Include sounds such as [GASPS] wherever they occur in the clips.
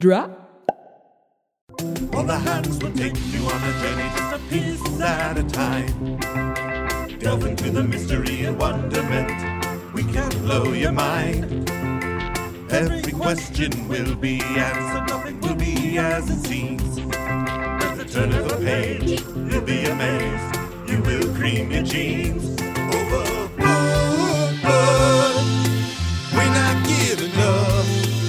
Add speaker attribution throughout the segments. Speaker 1: drop.
Speaker 2: All the hands will take you on a journey just a piece at a time. Delve into the mystery and wonderment. We can blow your mind. Every question will be answered, nothing will be as it seems. At the turn of a page, you'll be amazed. You will cream your jeans. Overboard, we're not giving up.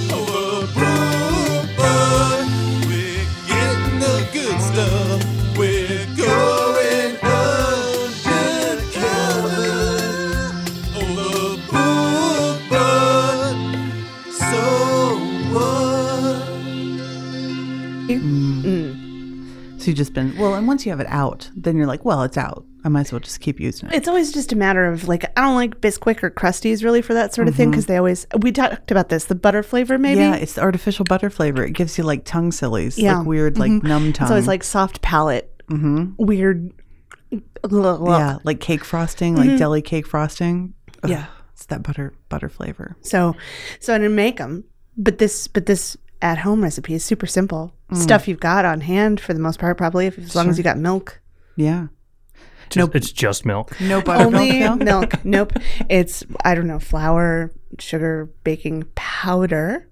Speaker 2: Oh, Overboard, uh. we're getting the good stuff. We're going undercover. Oh, uh, Overboard, so what?
Speaker 3: So you've just been well, and once you have it out, then you're like, well, it's out. I might as well just keep using it.
Speaker 4: It's always just a matter of like I don't like Bisquick or Krusties really for that sort of thing because they always we talked about this the butter flavor maybe
Speaker 3: Mm-hmm. Yeah, it's the artificial butter flavor. It gives you like tongue sillies,
Speaker 4: Yeah. Mm-hmm.
Speaker 3: like weird, like numb tongue.
Speaker 4: it's always like soft palate weird
Speaker 3: Mm-hmm. yeah, like cake frosting, like deli cake frosting. Ugh,
Speaker 4: Mm-hmm. Yeah.
Speaker 3: it's that butter butter flavor.
Speaker 4: So, so I didn't make them, but this, but this at home recipe is super simple.
Speaker 3: Mm.
Speaker 4: Stuff you've got on hand for the most part, probably if, as long as you got milk.
Speaker 3: Yeah,
Speaker 5: Just, It's just milk.
Speaker 3: no
Speaker 4: Only
Speaker 3: buttermilk. though? [LAUGHS]
Speaker 4: milk. Nope. It's I don't know flour, sugar, baking powder,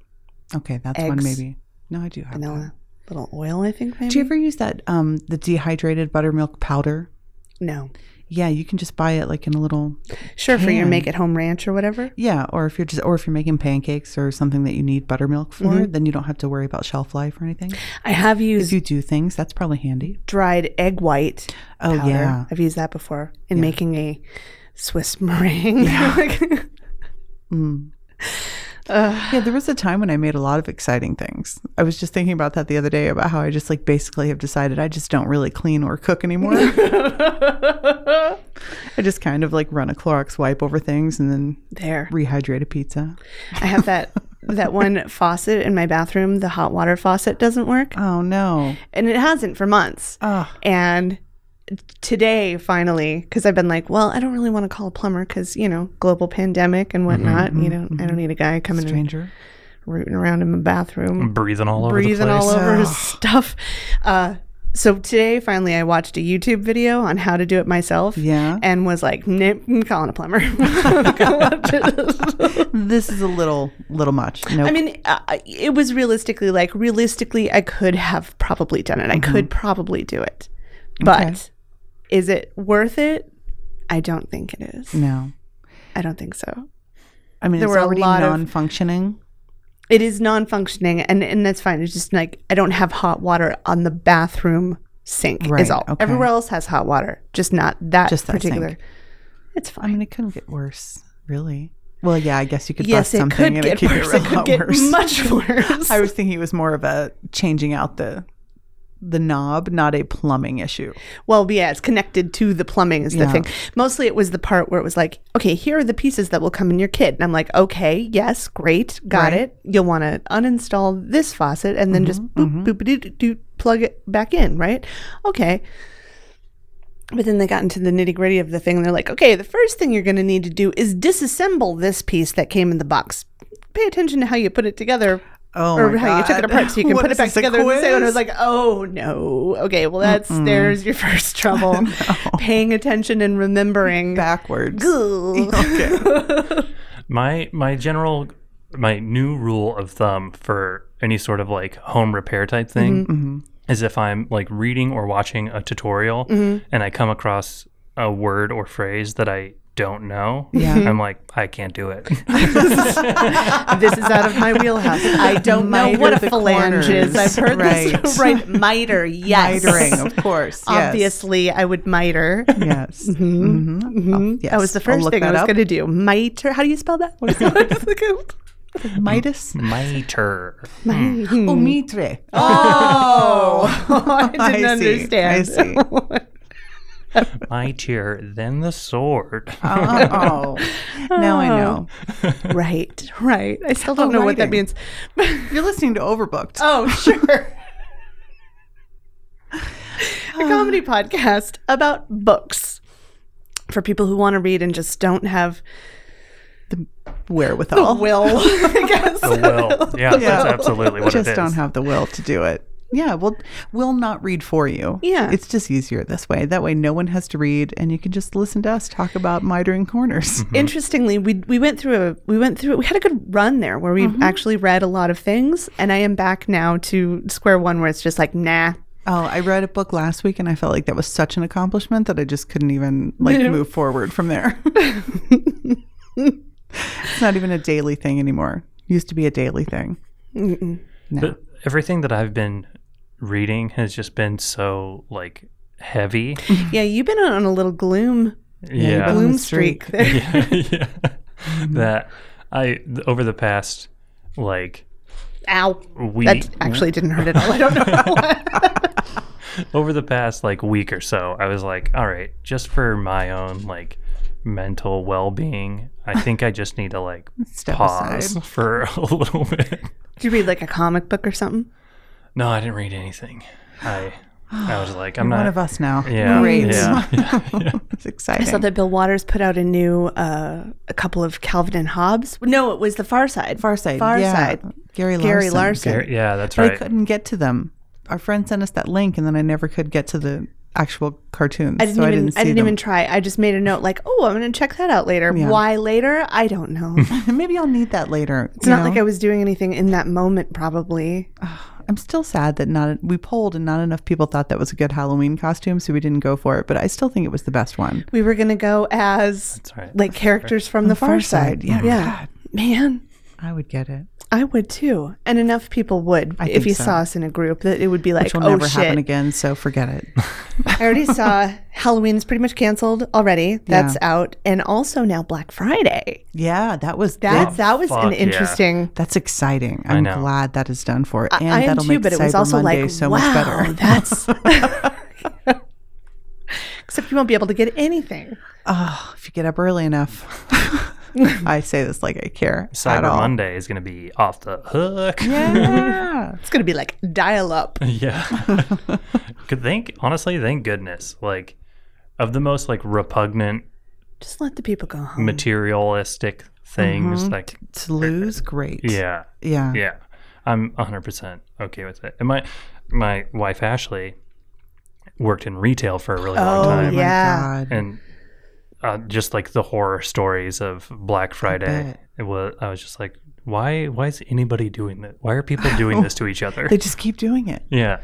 Speaker 3: Okay, that's one
Speaker 4: Eggs.
Speaker 3: maybe. No, I do have that.
Speaker 4: vanilla, little oil. I think maybe.
Speaker 3: Do you ever use that um the dehydrated buttermilk powder?
Speaker 4: no.
Speaker 3: Yeah, you can just buy it like in a little
Speaker 4: Sure, for your
Speaker 3: Can.
Speaker 4: make at home ranch or whatever.
Speaker 3: yeah, or if you're just or if you're making pancakes or something that you need buttermilk for,
Speaker 4: Mm-hmm.
Speaker 3: then you don't have to worry about shelf life or anything.
Speaker 4: I have
Speaker 3: If
Speaker 4: used
Speaker 3: you do things, that's probably handy.
Speaker 4: dried egg white.
Speaker 3: Oh
Speaker 4: powder.
Speaker 3: yeah.
Speaker 4: I've used that before in making a Swiss meringue. [LAUGHS]
Speaker 3: Yeah, there was a time when I made a lot of exciting things. I was just thinking about that the other day about how I just like basically have decided I just don't really clean or cook
Speaker 4: [LAUGHS]
Speaker 3: anymore. I just kind of like run a Clorox wipe over things and then
Speaker 4: there.
Speaker 3: rehydrate a pizza.
Speaker 4: I have that
Speaker 3: [LAUGHS]
Speaker 4: that one faucet in my bathroom. The hot water faucet doesn't work,
Speaker 3: Oh no.
Speaker 4: and it hasn't for months.
Speaker 3: Oh,
Speaker 4: And today, finally, because I've been like, well, I don't really want to call a plumber because you know global pandemic and
Speaker 3: Mm-hmm,
Speaker 4: whatnot. you know, I don't need a guy coming and
Speaker 3: stranger.
Speaker 4: rooting around in my bathroom,
Speaker 5: Breathing all over the
Speaker 4: breathing
Speaker 5: place.
Speaker 4: all over his stuff. Uh, so today, finally, I watched a YouTube video on how to do it myself.
Speaker 3: Yeah.
Speaker 4: And was like, nope, I'm calling a plumber. [LAUGHS] I'm gonna watch
Speaker 3: [LAUGHS]
Speaker 4: it.
Speaker 3: This is a little little much. No.
Speaker 4: I mean, uh, it was realistically like realistically, I could have probably done it. I could probably do it, but
Speaker 3: Mm-hmm. Okay.
Speaker 4: is it worth it? I don't think it is.
Speaker 3: no.
Speaker 4: I don't think so.
Speaker 3: I mean,
Speaker 4: There
Speaker 3: it's
Speaker 4: were a
Speaker 3: already
Speaker 4: lot of-
Speaker 3: non-functioning.
Speaker 4: It is non-functioning, and and that's fine. It's just like I don't have hot water on the bathroom sink.
Speaker 3: Right,
Speaker 4: Is all.
Speaker 3: okay.
Speaker 4: Everywhere else has hot water, just not that
Speaker 3: Just that
Speaker 4: particular.
Speaker 3: sink.
Speaker 4: It's fine.
Speaker 3: I mean, it couldn't get worse, really. Well, yeah, I guess you could
Speaker 4: yes,
Speaker 3: bust
Speaker 4: it
Speaker 3: something
Speaker 4: could
Speaker 3: and
Speaker 4: get
Speaker 3: it could
Speaker 4: worse.
Speaker 3: get
Speaker 4: it
Speaker 3: a
Speaker 4: could
Speaker 3: lot
Speaker 4: get
Speaker 3: worse. [LAUGHS]
Speaker 4: much worse.
Speaker 3: I was thinking it was more of a changing out the the knob, not a plumbing issue.
Speaker 4: Well, yeah, it's connected to the plumbing is the
Speaker 3: Yeah.
Speaker 4: thing. Mostly it was the part where it was like, okay, here are the pieces that will come in your kit. And I'm like, okay, yes, great, got
Speaker 3: Right. Mm-hmm,
Speaker 4: it. You'll want to uninstall this faucet and then just boop, boop, doop, doop, plug it back in, right? Okay. But then they got into the nitty gritty of the thing. And they're like, okay, the first thing you're going to need to do is disassemble this piece that came in the box. Pay attention to how you put it together
Speaker 3: Oh,
Speaker 4: or
Speaker 3: my
Speaker 4: how you took it
Speaker 3: God.
Speaker 4: apart
Speaker 3: [LAUGHS]
Speaker 4: so you can
Speaker 3: What
Speaker 4: put it
Speaker 3: is
Speaker 4: back
Speaker 3: this, a
Speaker 4: together and say, and I was
Speaker 3: quiz?
Speaker 4: like, oh no. Okay, well, that's there's your [LAUGHS]
Speaker 3: [LAUGHS]
Speaker 4: first trouble paying attention and remembering.
Speaker 3: backwards.
Speaker 4: Ooh.
Speaker 5: My my general my new rule of thumb for any sort of like home repair type thing is if I'm like reading or watching a tutorial and I come across a word or phrase that I don't know, yeah. I'm like, I can't do it.
Speaker 4: this is out of
Speaker 3: [LAUGHS]
Speaker 4: my wheelhouse. I don't know
Speaker 3: Miter
Speaker 4: what a
Speaker 3: the
Speaker 4: phalange is.
Speaker 3: corners.
Speaker 4: I've heard this.
Speaker 3: Right.
Speaker 4: [LAUGHS] Right, miter, yes.
Speaker 3: Mitering, of course.
Speaker 4: [LAUGHS]
Speaker 3: yes.
Speaker 4: Obviously, I would miter.
Speaker 3: Yes. Mm-hmm. yes.
Speaker 4: That was the
Speaker 3: I'll
Speaker 4: 1st
Speaker 3: look
Speaker 4: thing I
Speaker 3: that
Speaker 4: was
Speaker 3: up.
Speaker 4: going to do. Miter. How do you
Speaker 3: [LAUGHS]
Speaker 4: spell that? [LAUGHS] Mm-hmm.
Speaker 3: Midas?
Speaker 5: Miter.
Speaker 3: Oh, Mitre.
Speaker 4: oh, [LAUGHS] I didn't
Speaker 3: I see.
Speaker 4: understand.
Speaker 3: I see.
Speaker 5: Miter, then the sword.
Speaker 4: [LAUGHS]
Speaker 3: Oh, oh. now I know.
Speaker 4: Ah. Right, right. I still don't know what that
Speaker 3: Oh, writing.
Speaker 4: means.
Speaker 3: You're listening to Overbooked.
Speaker 4: Oh, sure. a comedy podcast about books for people who want to read and just don't have
Speaker 3: the the wherewithal.
Speaker 4: will, [LAUGHS] I guess.
Speaker 5: The will. Yeah, that's
Speaker 3: will.
Speaker 5: absolutely what
Speaker 3: just
Speaker 5: it is.
Speaker 3: don't have the will to do it. Yeah, well, we'll not read for you.
Speaker 4: Yeah.
Speaker 3: It's just easier this way. That way, no one has to read, and you can just listen to us talk about mitering corners.
Speaker 5: [LAUGHS]
Speaker 4: Interestingly, we we went through a we went through we had a good run there where we actually read a lot of things, and I am back now to square one where it's just like nah.
Speaker 3: Oh, I read a book last week, and I felt like that was such an accomplishment that I just couldn't even like move forward from
Speaker 5: [LAUGHS]
Speaker 3: there. it's not even a daily thing anymore. Used to be a daily thing.
Speaker 5: But everything that I've been reading has just been so like heavy.
Speaker 4: Yeah, you've been on a little gloom
Speaker 5: yeah.
Speaker 3: On
Speaker 4: gloom
Speaker 3: the
Speaker 4: streak.
Speaker 3: streak.
Speaker 4: there.
Speaker 5: [LAUGHS] yeah, yeah. that I th- over the past like
Speaker 4: Ow,
Speaker 5: week
Speaker 4: that actually didn't hurt at all. I don't know.
Speaker 5: over the past like week or so, I was like, all right, just for my own like mental well-being, I think I just need to like
Speaker 3: [LAUGHS] Step
Speaker 5: pause
Speaker 3: aside.
Speaker 5: for [LAUGHS] a little bit.
Speaker 4: Did you read like a comic book or something?
Speaker 5: No, I didn't read anything. I I was like, I'm
Speaker 3: You're
Speaker 5: not
Speaker 3: one of us now.
Speaker 5: Yeah,
Speaker 3: Great.
Speaker 5: [LAUGHS] yeah,
Speaker 3: [LAUGHS] it's
Speaker 4: I
Speaker 3: exciting.
Speaker 4: saw that Bill Waters put out a new uh, a couple of Calvin and Hobbes. No, it was The Far Side.
Speaker 3: Far Side.
Speaker 4: Far
Speaker 3: yeah.
Speaker 4: Side.
Speaker 3: Gary Larson.
Speaker 4: Gary Larson.
Speaker 5: There- yeah, that's
Speaker 3: But I
Speaker 5: right.
Speaker 3: couldn't get to them. Our friend sent us that link, and then I never could get to the actual cartoons.
Speaker 4: I didn't
Speaker 3: so I
Speaker 4: even
Speaker 3: didn't see them.
Speaker 4: even try. I just made a note like, oh, I'm going to check that out later.
Speaker 3: Yeah.
Speaker 4: Why later? I don't
Speaker 3: [LAUGHS]
Speaker 4: know. it's
Speaker 3: Maybe I'll need that later. It's
Speaker 4: not like I was doing anything in that moment. Probably.
Speaker 3: I'm still sad that not we polled and not enough people thought that was a good Halloween costume, so we didn't go for it. But I still think it was the best one.
Speaker 4: We were going to go as
Speaker 5: right.
Speaker 4: like characters from The Far, Side.
Speaker 3: Yeah,
Speaker 4: Yeah, man.
Speaker 3: I would get it.
Speaker 4: I would too, and enough people would if
Speaker 3: think
Speaker 4: you
Speaker 3: so.
Speaker 4: saw us in a group that it would be like,
Speaker 3: Which will
Speaker 4: oh
Speaker 3: never
Speaker 4: shit,
Speaker 3: happen again, so forget it.
Speaker 4: I
Speaker 3: [LAUGHS]
Speaker 4: already saw Halloween's pretty much canceled already. That's out, and also now Black Friday.
Speaker 3: yeah, that was
Speaker 4: That
Speaker 3: that's,
Speaker 4: that was
Speaker 5: fuck
Speaker 4: an
Speaker 5: yeah.
Speaker 4: interesting.
Speaker 3: that's exciting. I'm
Speaker 5: know.
Speaker 3: glad that is done for, and
Speaker 4: I am
Speaker 3: that'll
Speaker 4: too,
Speaker 3: make
Speaker 4: but it was
Speaker 3: Cyber
Speaker 4: also
Speaker 3: Monday
Speaker 4: like
Speaker 3: so
Speaker 4: wow,
Speaker 3: much better.
Speaker 4: [LAUGHS] that's. Except you won't be able to get anything.
Speaker 3: [LAUGHS] Oh, if you get up early
Speaker 4: [LAUGHS]
Speaker 3: enough, I say this like I care at
Speaker 5: Cyber
Speaker 3: all.
Speaker 5: Monday is going to be off the hook.
Speaker 3: [LAUGHS] Yeah.
Speaker 4: It's going to be like dial up.
Speaker 5: [LAUGHS] Yeah.
Speaker 3: [LAUGHS]
Speaker 5: Could thank honestly, thank goodness. Like of the most like repugnant
Speaker 4: Just let the people go home.
Speaker 5: materialistic things
Speaker 3: Mm-hmm.
Speaker 5: like
Speaker 3: to lose, great.
Speaker 5: yeah.
Speaker 3: Yeah.
Speaker 5: Yeah. I'm 100% okay with it. And my my wife Ashley worked in retail for a really long
Speaker 4: Oh
Speaker 5: time
Speaker 4: yeah,
Speaker 3: God.
Speaker 5: and uh, just like the horror stories of Black Friday.
Speaker 3: bet.
Speaker 5: It was I was just like why why is anybody doing this? Why are people
Speaker 3: [LAUGHS]
Speaker 5: doing this to each other?
Speaker 3: They just keep doing it. [LAUGHS]
Speaker 5: yeah.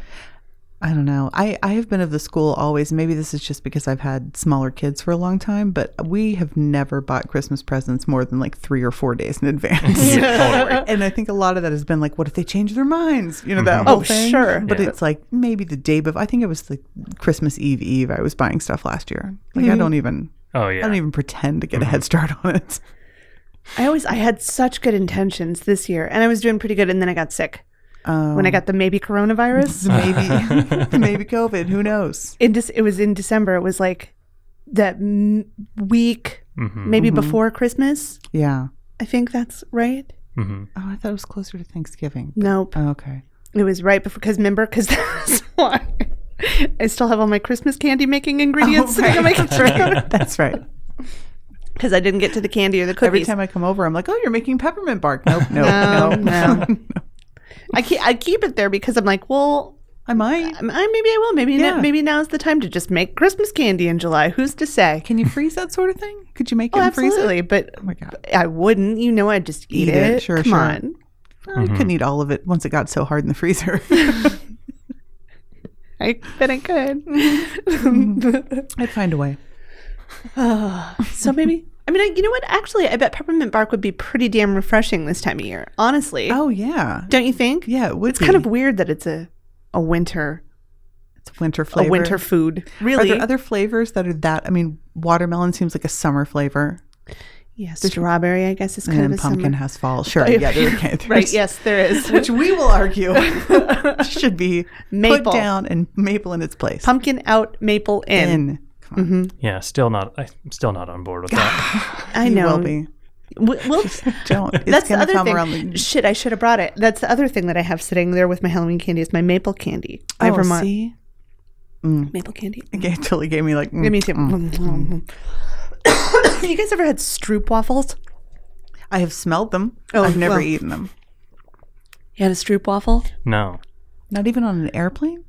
Speaker 3: I don't know. I, I have been of the school always. Maybe this is just because I've had smaller kids for a long time, but we have never bought Christmas presents more than like three or four days in advance.
Speaker 5: totally.
Speaker 3: [LAUGHS] and I think a lot of that has been like, what if they change their minds? You know, that
Speaker 4: Oh,
Speaker 3: whole thing.
Speaker 4: sure.
Speaker 3: But
Speaker 5: Mm-hmm. Yeah.
Speaker 3: it's like maybe the day before. I think it was like Christmas Eve Eve. I was buying stuff last year. Like, I don't even. I
Speaker 5: Oh
Speaker 3: don't
Speaker 5: yeah. Mm-hmm.
Speaker 3: even pretend to get a head start on [LAUGHS] it.
Speaker 4: I always I had such good intentions this year, and I was doing pretty good, and then I got sick when I got the maybe
Speaker 3: Mm-hmm.
Speaker 4: coronavirus.
Speaker 3: Um,
Speaker 5: [LAUGHS]
Speaker 3: Maybe, [LAUGHS] maybe COVID. Who knows?
Speaker 4: in Dec- it was in December. It was like that m- week,
Speaker 5: Mm-hmm.
Speaker 4: maybe
Speaker 3: Mm-hmm.
Speaker 4: before Christmas.
Speaker 3: Yeah.
Speaker 4: I think that's right.
Speaker 5: Mhm.
Speaker 3: Oh, I thought it was closer to Thanksgiving.
Speaker 4: Nope,
Speaker 3: Oh, Okay.
Speaker 4: it was right before. Because remember, [LAUGHS] because that's why I still have all my Christmas candy making ingredients
Speaker 3: Oh
Speaker 4: sitting in my [LAUGHS] kitchen
Speaker 3: [LAUGHS] That's right.
Speaker 4: because I didn't get to the candy or the cookies.
Speaker 3: Every time I come over, I'm like, "Oh, you're making peppermint bark." [LAUGHS] Nope, nope,
Speaker 4: No,
Speaker 3: [LAUGHS] no,
Speaker 4: no. I keep I keep it there because I'm like, well,
Speaker 3: I might.
Speaker 4: I, I- maybe I will. Maybe no-
Speaker 3: Yeah.
Speaker 4: maybe now's the time to just make Christmas candy in July. Who's to say?
Speaker 3: Can you freeze that sort of thing? Could you make it
Speaker 4: Oh,
Speaker 3: and freeze it?
Speaker 4: absolutely, but
Speaker 3: Oh my god,
Speaker 4: I wouldn't. You know, I'd just
Speaker 3: Eat
Speaker 4: eat, it.
Speaker 3: it, sure,
Speaker 4: Come
Speaker 3: sure.
Speaker 4: on.
Speaker 3: I couldn't eat all of it once it got so hard in the
Speaker 4: [LAUGHS]
Speaker 3: freezer.
Speaker 4: I bet I could.
Speaker 3: [LAUGHS]
Speaker 4: [LAUGHS]
Speaker 3: I'd find a way.
Speaker 4: so maybe. I mean, I, you know what? Actually, I bet peppermint bark would be pretty damn refreshing this time of year. Honestly,
Speaker 3: Oh yeah,
Speaker 4: don't you think?
Speaker 3: yeah. It would
Speaker 4: It's
Speaker 3: be.
Speaker 4: kind of weird that it's a a winter
Speaker 3: It's winter flavor.
Speaker 4: a winter food.
Speaker 3: Are
Speaker 4: Really?
Speaker 3: there other flavors that are that? I mean, watermelon seems like a summer flavor,
Speaker 4: yeah, strawberry. I guess is kind
Speaker 3: and
Speaker 4: of
Speaker 3: then
Speaker 4: a
Speaker 3: pumpkin
Speaker 4: [LAUGHS] summer.
Speaker 3: has fall. Sure, yeah, there, okay,
Speaker 4: [LAUGHS] Right?
Speaker 3: there's-
Speaker 4: Yes, there
Speaker 3: [LAUGHS]
Speaker 4: is.
Speaker 3: Which we will
Speaker 4: [LAUGHS]
Speaker 3: argue should be put
Speaker 4: Maple.
Speaker 3: down and maple in its place.
Speaker 4: pumpkin out, maple in.
Speaker 3: in. Come on,
Speaker 5: Yeah, still not I'm still not on board
Speaker 3: [LAUGHS]
Speaker 5: with that.
Speaker 4: I
Speaker 3: you
Speaker 4: know.
Speaker 3: will be.
Speaker 4: We- we'll- [LAUGHS]
Speaker 3: Don't. [LAUGHS] It's
Speaker 4: Mm-hmm. that's the
Speaker 3: gonna
Speaker 4: other
Speaker 3: come
Speaker 4: thing.
Speaker 3: around the
Speaker 4: Shit, I should have brought it. That's the other thing that I have sitting there with my Halloween candy is my maple candy. my
Speaker 3: Oh,
Speaker 4: Vermont
Speaker 3: see?
Speaker 4: maple candy.
Speaker 3: Okay, totally gave me like mm,
Speaker 4: Mm. [COUGHS] Me too. you guys ever had stroop waffles?
Speaker 3: mm, I have smelled them.
Speaker 4: Oh,
Speaker 3: I've never
Speaker 4: well.
Speaker 3: eaten them.
Speaker 4: You had a stroop waffle?
Speaker 5: No.
Speaker 3: Not even on an airplane?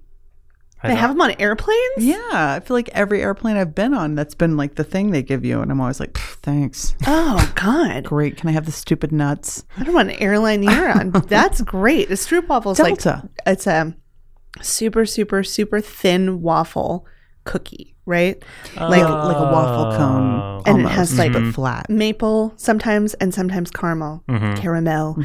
Speaker 5: I
Speaker 4: they
Speaker 5: don't-
Speaker 4: have them on airplanes?
Speaker 3: Yeah. I feel like every airplane I've been on, that's been like the thing they give you. And I'm always like, "Pff, thanks.
Speaker 4: Oh, God.
Speaker 3: Great. Can I have the stupid nuts?
Speaker 4: I don't want an airline you're [LAUGHS] on. That's great. A stroop waffle is like
Speaker 3: Delta.
Speaker 4: it's a super, super, super thin waffle cookie, right?
Speaker 3: Like,
Speaker 4: Oh.
Speaker 3: like a waffle cone.
Speaker 5: Oh.
Speaker 4: And it
Speaker 3: almost,
Speaker 4: has, like-
Speaker 3: but flat.
Speaker 4: Maple sometimes and sometimes caramel, caramel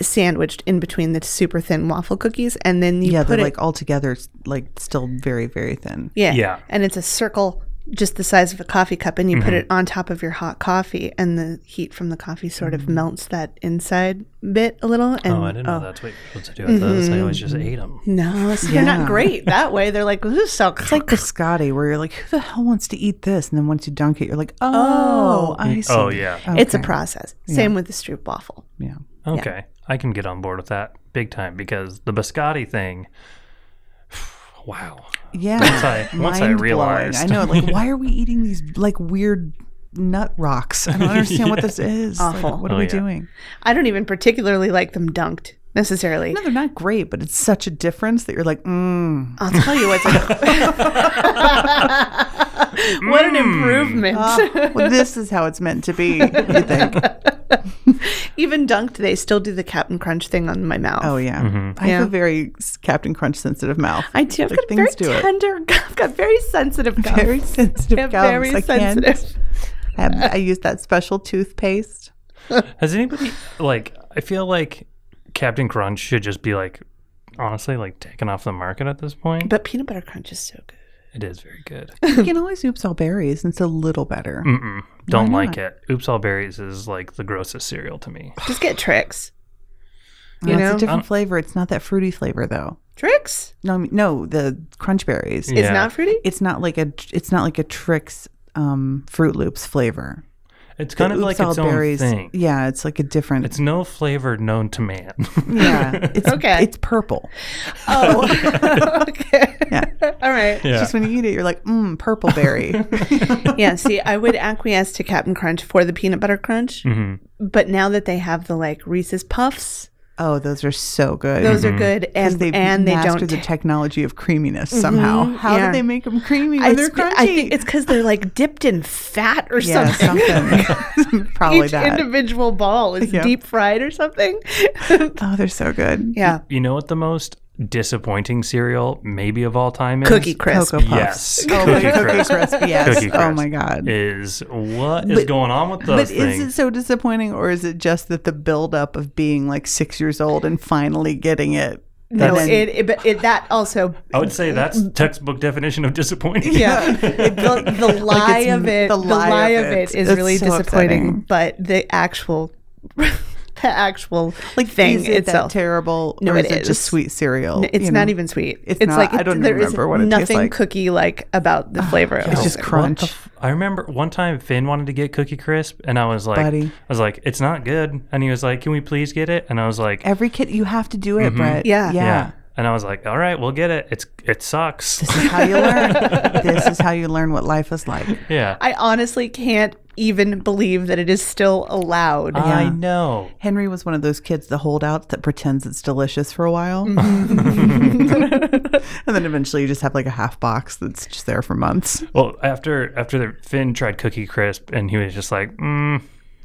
Speaker 4: sandwiched in between the super thin waffle cookies, and then you
Speaker 3: yeah,
Speaker 4: put
Speaker 3: they're
Speaker 4: it
Speaker 3: like all together, s- like still very, very thin.
Speaker 4: yeah,
Speaker 5: Yeah. Mm-hmm.
Speaker 4: and it's a circle just the size of a coffee cup, and you put it on top of your hot coffee, and the heat from the coffee sort of melts that inside bit a little. And,
Speaker 5: Mm. Oh, I didn't know that's what you're supposed to do with those. I always just
Speaker 3: [LAUGHS]
Speaker 5: ate them.
Speaker 4: No, so they're not great that way. They're like this is so
Speaker 3: It's like biscotti, where you're like, who the hell wants to eat this? And then once you dunk it, you're like, oh, I see.
Speaker 5: Oh, yeah.
Speaker 4: It's a process. Same with the stroop waffle.
Speaker 3: Oh, Yeah.
Speaker 5: Okay. I can get on board with that big time because the biscotti thing. [SIGHS] Wow.
Speaker 3: Yeah.
Speaker 5: Once I- once
Speaker 3: [LAUGHS]
Speaker 5: I
Speaker 3: Mind-blowing.
Speaker 5: realized.
Speaker 3: I know. Like, why are we eating these like weird nut rocks? I don't understand what
Speaker 5: [LAUGHS]
Speaker 3: this is. Like,
Speaker 4: Awful.
Speaker 3: what are
Speaker 5: Oh,
Speaker 3: we
Speaker 5: yeah.
Speaker 3: doing?
Speaker 4: I don't even particularly like them dunked necessarily. [LAUGHS]
Speaker 3: No, they're not great, but it's such a difference that you're like, mm.
Speaker 4: I'll tell you [LAUGHS] what's what
Speaker 5: Mmm.
Speaker 4: an improvement. [LAUGHS]
Speaker 3: well, this is how it's meant to be. You think?
Speaker 4: even dunked, they still do the Captain Crunch thing on my mouth.
Speaker 3: Oh yeah.
Speaker 5: Mm-hmm.
Speaker 3: I
Speaker 4: Yeah.
Speaker 3: have a very s- Captain Crunch sensitive mouth.
Speaker 4: I do. I've
Speaker 3: Like,
Speaker 4: got very
Speaker 3: things do it.
Speaker 4: tender. [LAUGHS] I've got very sensitive gums.
Speaker 3: Very
Speaker 4: [LAUGHS]
Speaker 3: sensitive
Speaker 4: Yeah,
Speaker 3: gums.
Speaker 4: very
Speaker 3: I can't-
Speaker 4: sensitive.
Speaker 3: I, have- I use that special toothpaste.
Speaker 5: [LAUGHS] Has anybody like? I feel like Captain Crunch should just be like, honestly, like taken off the market at this point.
Speaker 4: But peanut butter crunch is so good.
Speaker 5: It is very good.
Speaker 3: [LAUGHS] You can always oops all berries, and it's a little better. Uh,
Speaker 5: Mm-mm, don't like it. Oops, all berries is like the grossest cereal to me.
Speaker 4: Just get tricks.
Speaker 3: No,
Speaker 4: You
Speaker 3: it's
Speaker 4: know?
Speaker 3: a
Speaker 5: Um,
Speaker 3: different flavor. It's not that fruity flavor though.
Speaker 4: Tricks
Speaker 3: No, I mean, no, the crunch berries.
Speaker 5: Yeah.
Speaker 4: is
Speaker 3: [LAUGHS]
Speaker 4: not fruity.
Speaker 3: It's not like a. It's not like a Trix um, Fruit Loops flavor.
Speaker 5: It's kind
Speaker 3: The
Speaker 5: of like
Speaker 3: Oops All
Speaker 5: its own thing.
Speaker 3: Yeah, it's like a different.
Speaker 5: It's no flavor known to man. [LAUGHS]
Speaker 3: yeah, it's
Speaker 4: [LAUGHS] Okay.
Speaker 3: It's purple.
Speaker 4: Oh, [LAUGHS] okay. All right.
Speaker 5: yeah.
Speaker 3: Just when you eat it, you're like, mmm, purple berry.
Speaker 5: [LAUGHS]
Speaker 4: yeah, see, I would acquiesce to Captain Crunch for the peanut butter crunch,
Speaker 3: Mm-hmm.
Speaker 4: but now that they have the like Reese's Puffs,
Speaker 3: oh, those are so good.
Speaker 4: those are good, and
Speaker 3: They've
Speaker 4: and they
Speaker 3: mastered
Speaker 4: don't.
Speaker 3: the
Speaker 4: ta-
Speaker 3: technology of creaminess somehow. How
Speaker 4: yeah.
Speaker 3: do they make them creamy when
Speaker 4: I,
Speaker 3: they're
Speaker 4: sp-
Speaker 3: crunchy?
Speaker 4: I think it's because they're like dipped in fat or
Speaker 3: yeah,
Speaker 4: something. [LAUGHS]
Speaker 3: something. [LAUGHS] Probably
Speaker 4: Each
Speaker 3: that.
Speaker 4: individual ball is
Speaker 3: Yeah.
Speaker 4: deep fried or something.
Speaker 3: oh, they're so good.
Speaker 4: [LAUGHS] yeah,
Speaker 5: you know what the most disappointing cereal maybe of all time is?
Speaker 4: cookie crisp.
Speaker 3: Cocoa Puffs.
Speaker 5: Yes.
Speaker 3: Oh,
Speaker 5: cookie
Speaker 3: the cookie
Speaker 5: crisp.
Speaker 3: crisp. Yes.
Speaker 5: Cookie
Speaker 3: Oh
Speaker 5: crisp.
Speaker 3: my god.
Speaker 5: Is what is going on with those
Speaker 3: But
Speaker 5: things?
Speaker 3: is it so disappointing, or is it just that the buildup of being like six years old and finally getting it?
Speaker 4: No,
Speaker 3: And then-
Speaker 4: it, it, but it that
Speaker 3: [LAUGHS]
Speaker 4: also.
Speaker 5: I would say
Speaker 3: Mm-hmm.
Speaker 5: that's textbook definition of disappointing.
Speaker 3: [LAUGHS]
Speaker 4: Yeah, the, the lie
Speaker 3: it's-
Speaker 4: of it, the lie, of it is
Speaker 3: It's
Speaker 4: really
Speaker 3: so
Speaker 4: disappointing.
Speaker 3: upsetting.
Speaker 4: But the actual, [LAUGHS] the actual like thing
Speaker 3: is it
Speaker 4: itself,
Speaker 3: that terrible?
Speaker 4: No,
Speaker 3: or
Speaker 4: it
Speaker 3: is it
Speaker 4: is.
Speaker 3: just sweet cereal?
Speaker 4: It's
Speaker 3: you
Speaker 4: not
Speaker 3: know?
Speaker 4: even sweet.
Speaker 3: It's not- I don't
Speaker 4: there is
Speaker 3: remember what it tastes
Speaker 4: nothing
Speaker 3: like.
Speaker 4: cookie like about the flavor. of
Speaker 3: [SIGHS] It's
Speaker 4: it.
Speaker 3: just crunch.
Speaker 5: What [LAUGHS] the f- I remember one time Finn wanted to get Cookie Crisp, and I was like,
Speaker 3: Buddy.
Speaker 5: I was like, it's not good. And he was like, can we please get it? And I was like,
Speaker 3: Every kid, you have to do it, Brett. yeah.
Speaker 4: Yeah.
Speaker 5: Mm-hmm. yeah. And I was like, all right, we'll get it. It's it sucks.
Speaker 3: This is how you [LAUGHS] learn. this is how you learn what life is like.
Speaker 5: [LAUGHS] yeah.
Speaker 4: I honestly can't even believe that it is still allowed.
Speaker 5: I know.
Speaker 3: Henry was one of those kids, the holdout that pretends it's delicious for a while, [LAUGHS] and then eventually you just have like a half box that's just there for months.
Speaker 5: Well, after after the Finn tried Cookie Crisp, and he was just like, mm,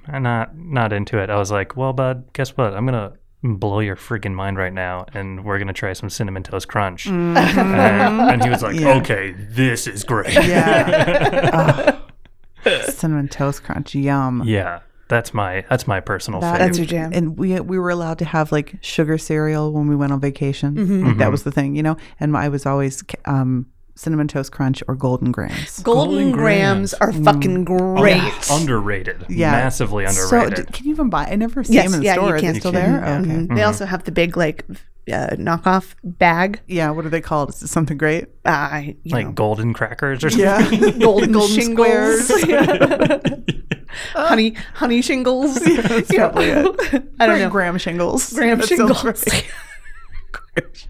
Speaker 5: I'm not not into it. I was like, well, bud, guess what? I'm gonna blow your freaking mind right now, and we're gonna try some cinnamon toast crunch. And, and he was like, okay, this is great.
Speaker 3: Yeah.
Speaker 5: [LAUGHS]
Speaker 3: Ugh. Cinnamon toast crunch, yum.
Speaker 5: Yeah, that's my that's my personal favorite.
Speaker 4: That's your jam.
Speaker 3: And we we were allowed to have like sugar cereal when we went on vacation.
Speaker 4: Mm-hmm.
Speaker 3: Like,
Speaker 5: Mm-hmm.
Speaker 3: that was the thing, you know. And I was always um, cinnamon toast crunch or golden grams.
Speaker 4: Golden,
Speaker 5: Golden
Speaker 4: grams,
Speaker 5: Grams.
Speaker 4: are fucking great.
Speaker 5: [LAUGHS] Oh, Underrated.
Speaker 3: Yeah.
Speaker 5: Massively
Speaker 3: So d-
Speaker 5: underrated.
Speaker 3: can you even buy? I never see
Speaker 4: Yes,
Speaker 3: them in the
Speaker 4: yeah, you
Speaker 3: store. Are they
Speaker 4: can.
Speaker 3: still
Speaker 4: You
Speaker 3: there?
Speaker 4: Mhm.
Speaker 3: Okay. Mm-hmm.
Speaker 4: They also have the big like uh, knockoff bag.
Speaker 3: Yeah. What are they called? Is it something
Speaker 4: [LAUGHS]
Speaker 3: great?
Speaker 4: Uh, I- you
Speaker 5: like
Speaker 4: know,
Speaker 5: golden crackers or something.
Speaker 3: Yeah.
Speaker 4: [LAUGHS] golden,
Speaker 3: golden
Speaker 4: shingles, [LAUGHS] honey honey shingles. [LAUGHS] You know. I don't know.
Speaker 3: Gram shingles.
Speaker 4: Graham [LAUGHS]
Speaker 3: That sounds
Speaker 4: shingles.
Speaker 3: right.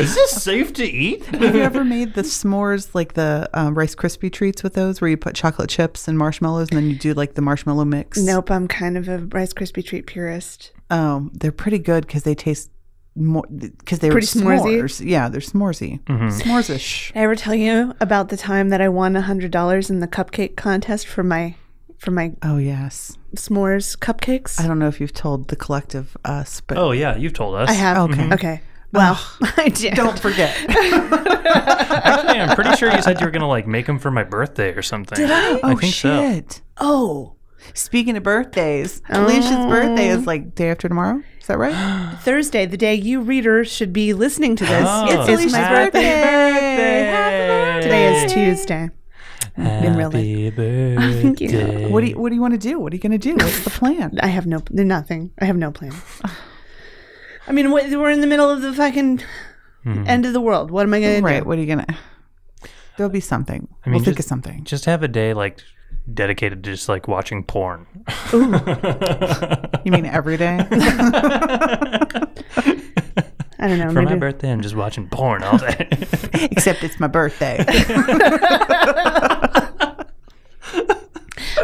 Speaker 1: Is this safe to eat?
Speaker 3: Have you ever made the s'mores like the um, Rice Krispie treats with those, where you put chocolate chips and marshmallows, and then you do like the marshmallow mix?
Speaker 4: Nope, I'm kind of a Rice Krispie treat purist.
Speaker 3: Um, they're pretty good because they taste more because they
Speaker 4: Pretty
Speaker 3: were
Speaker 4: s'moresy?
Speaker 3: s'mores. Yeah, they're s'moresy,
Speaker 5: Mm-hmm.
Speaker 3: s'moresish.
Speaker 4: Did I ever tell you about the time that I won hundred dollars in the cupcake contest for my for my
Speaker 3: Oh yes,
Speaker 4: s'mores cupcakes?
Speaker 3: I don't know if you've told the collective us, but
Speaker 5: [LAUGHS] Oh yeah, you've told us.
Speaker 4: I have.
Speaker 3: Okay.
Speaker 4: Okay. Well, [LAUGHS] I did.
Speaker 3: don't forget.
Speaker 5: Actually, I'm pretty sure you said you were gonna like make them for my birthday or something. Did [LAUGHS] I?
Speaker 3: oh
Speaker 5: think so.
Speaker 3: shit.
Speaker 4: Oh,
Speaker 3: Speaking of birthdays, Alicia's birthday is like day after tomorrow. Is that right?
Speaker 5: [GASPS]
Speaker 4: Thursday, the day you readers should be listening to this.
Speaker 5: Oh.
Speaker 4: it's
Speaker 5: It's
Speaker 4: Alicia's
Speaker 5: my
Speaker 4: birthday.
Speaker 5: birthday.
Speaker 4: Today is Tuesday.
Speaker 5: Happy
Speaker 4: real [LAUGHS]
Speaker 5: birthday.
Speaker 4: Thank you.
Speaker 3: What do you What do you want to do? What are you going to do? What's the plan?
Speaker 4: [LAUGHS] I have no nothing. I have no
Speaker 5: [SIGHS]
Speaker 4: plan. I mean, what, we're in the middle of the fucking
Speaker 5: Hmm.
Speaker 4: end of the world. What am I going to
Speaker 3: right.
Speaker 4: do?
Speaker 3: What are you going to? There'll be something.
Speaker 5: mean,
Speaker 3: we'll think of
Speaker 5: just-
Speaker 3: something.
Speaker 5: [LAUGHS] Just have a day like dedicated to just like watching porn.
Speaker 3: You mean every
Speaker 4: [LAUGHS]
Speaker 3: day?
Speaker 4: I don't know.
Speaker 5: For my
Speaker 4: maybe-
Speaker 5: birthday, I'm just watching porn
Speaker 4: [LAUGHS]
Speaker 5: all day.
Speaker 3: Except it's my birthday.
Speaker 5: [LAUGHS]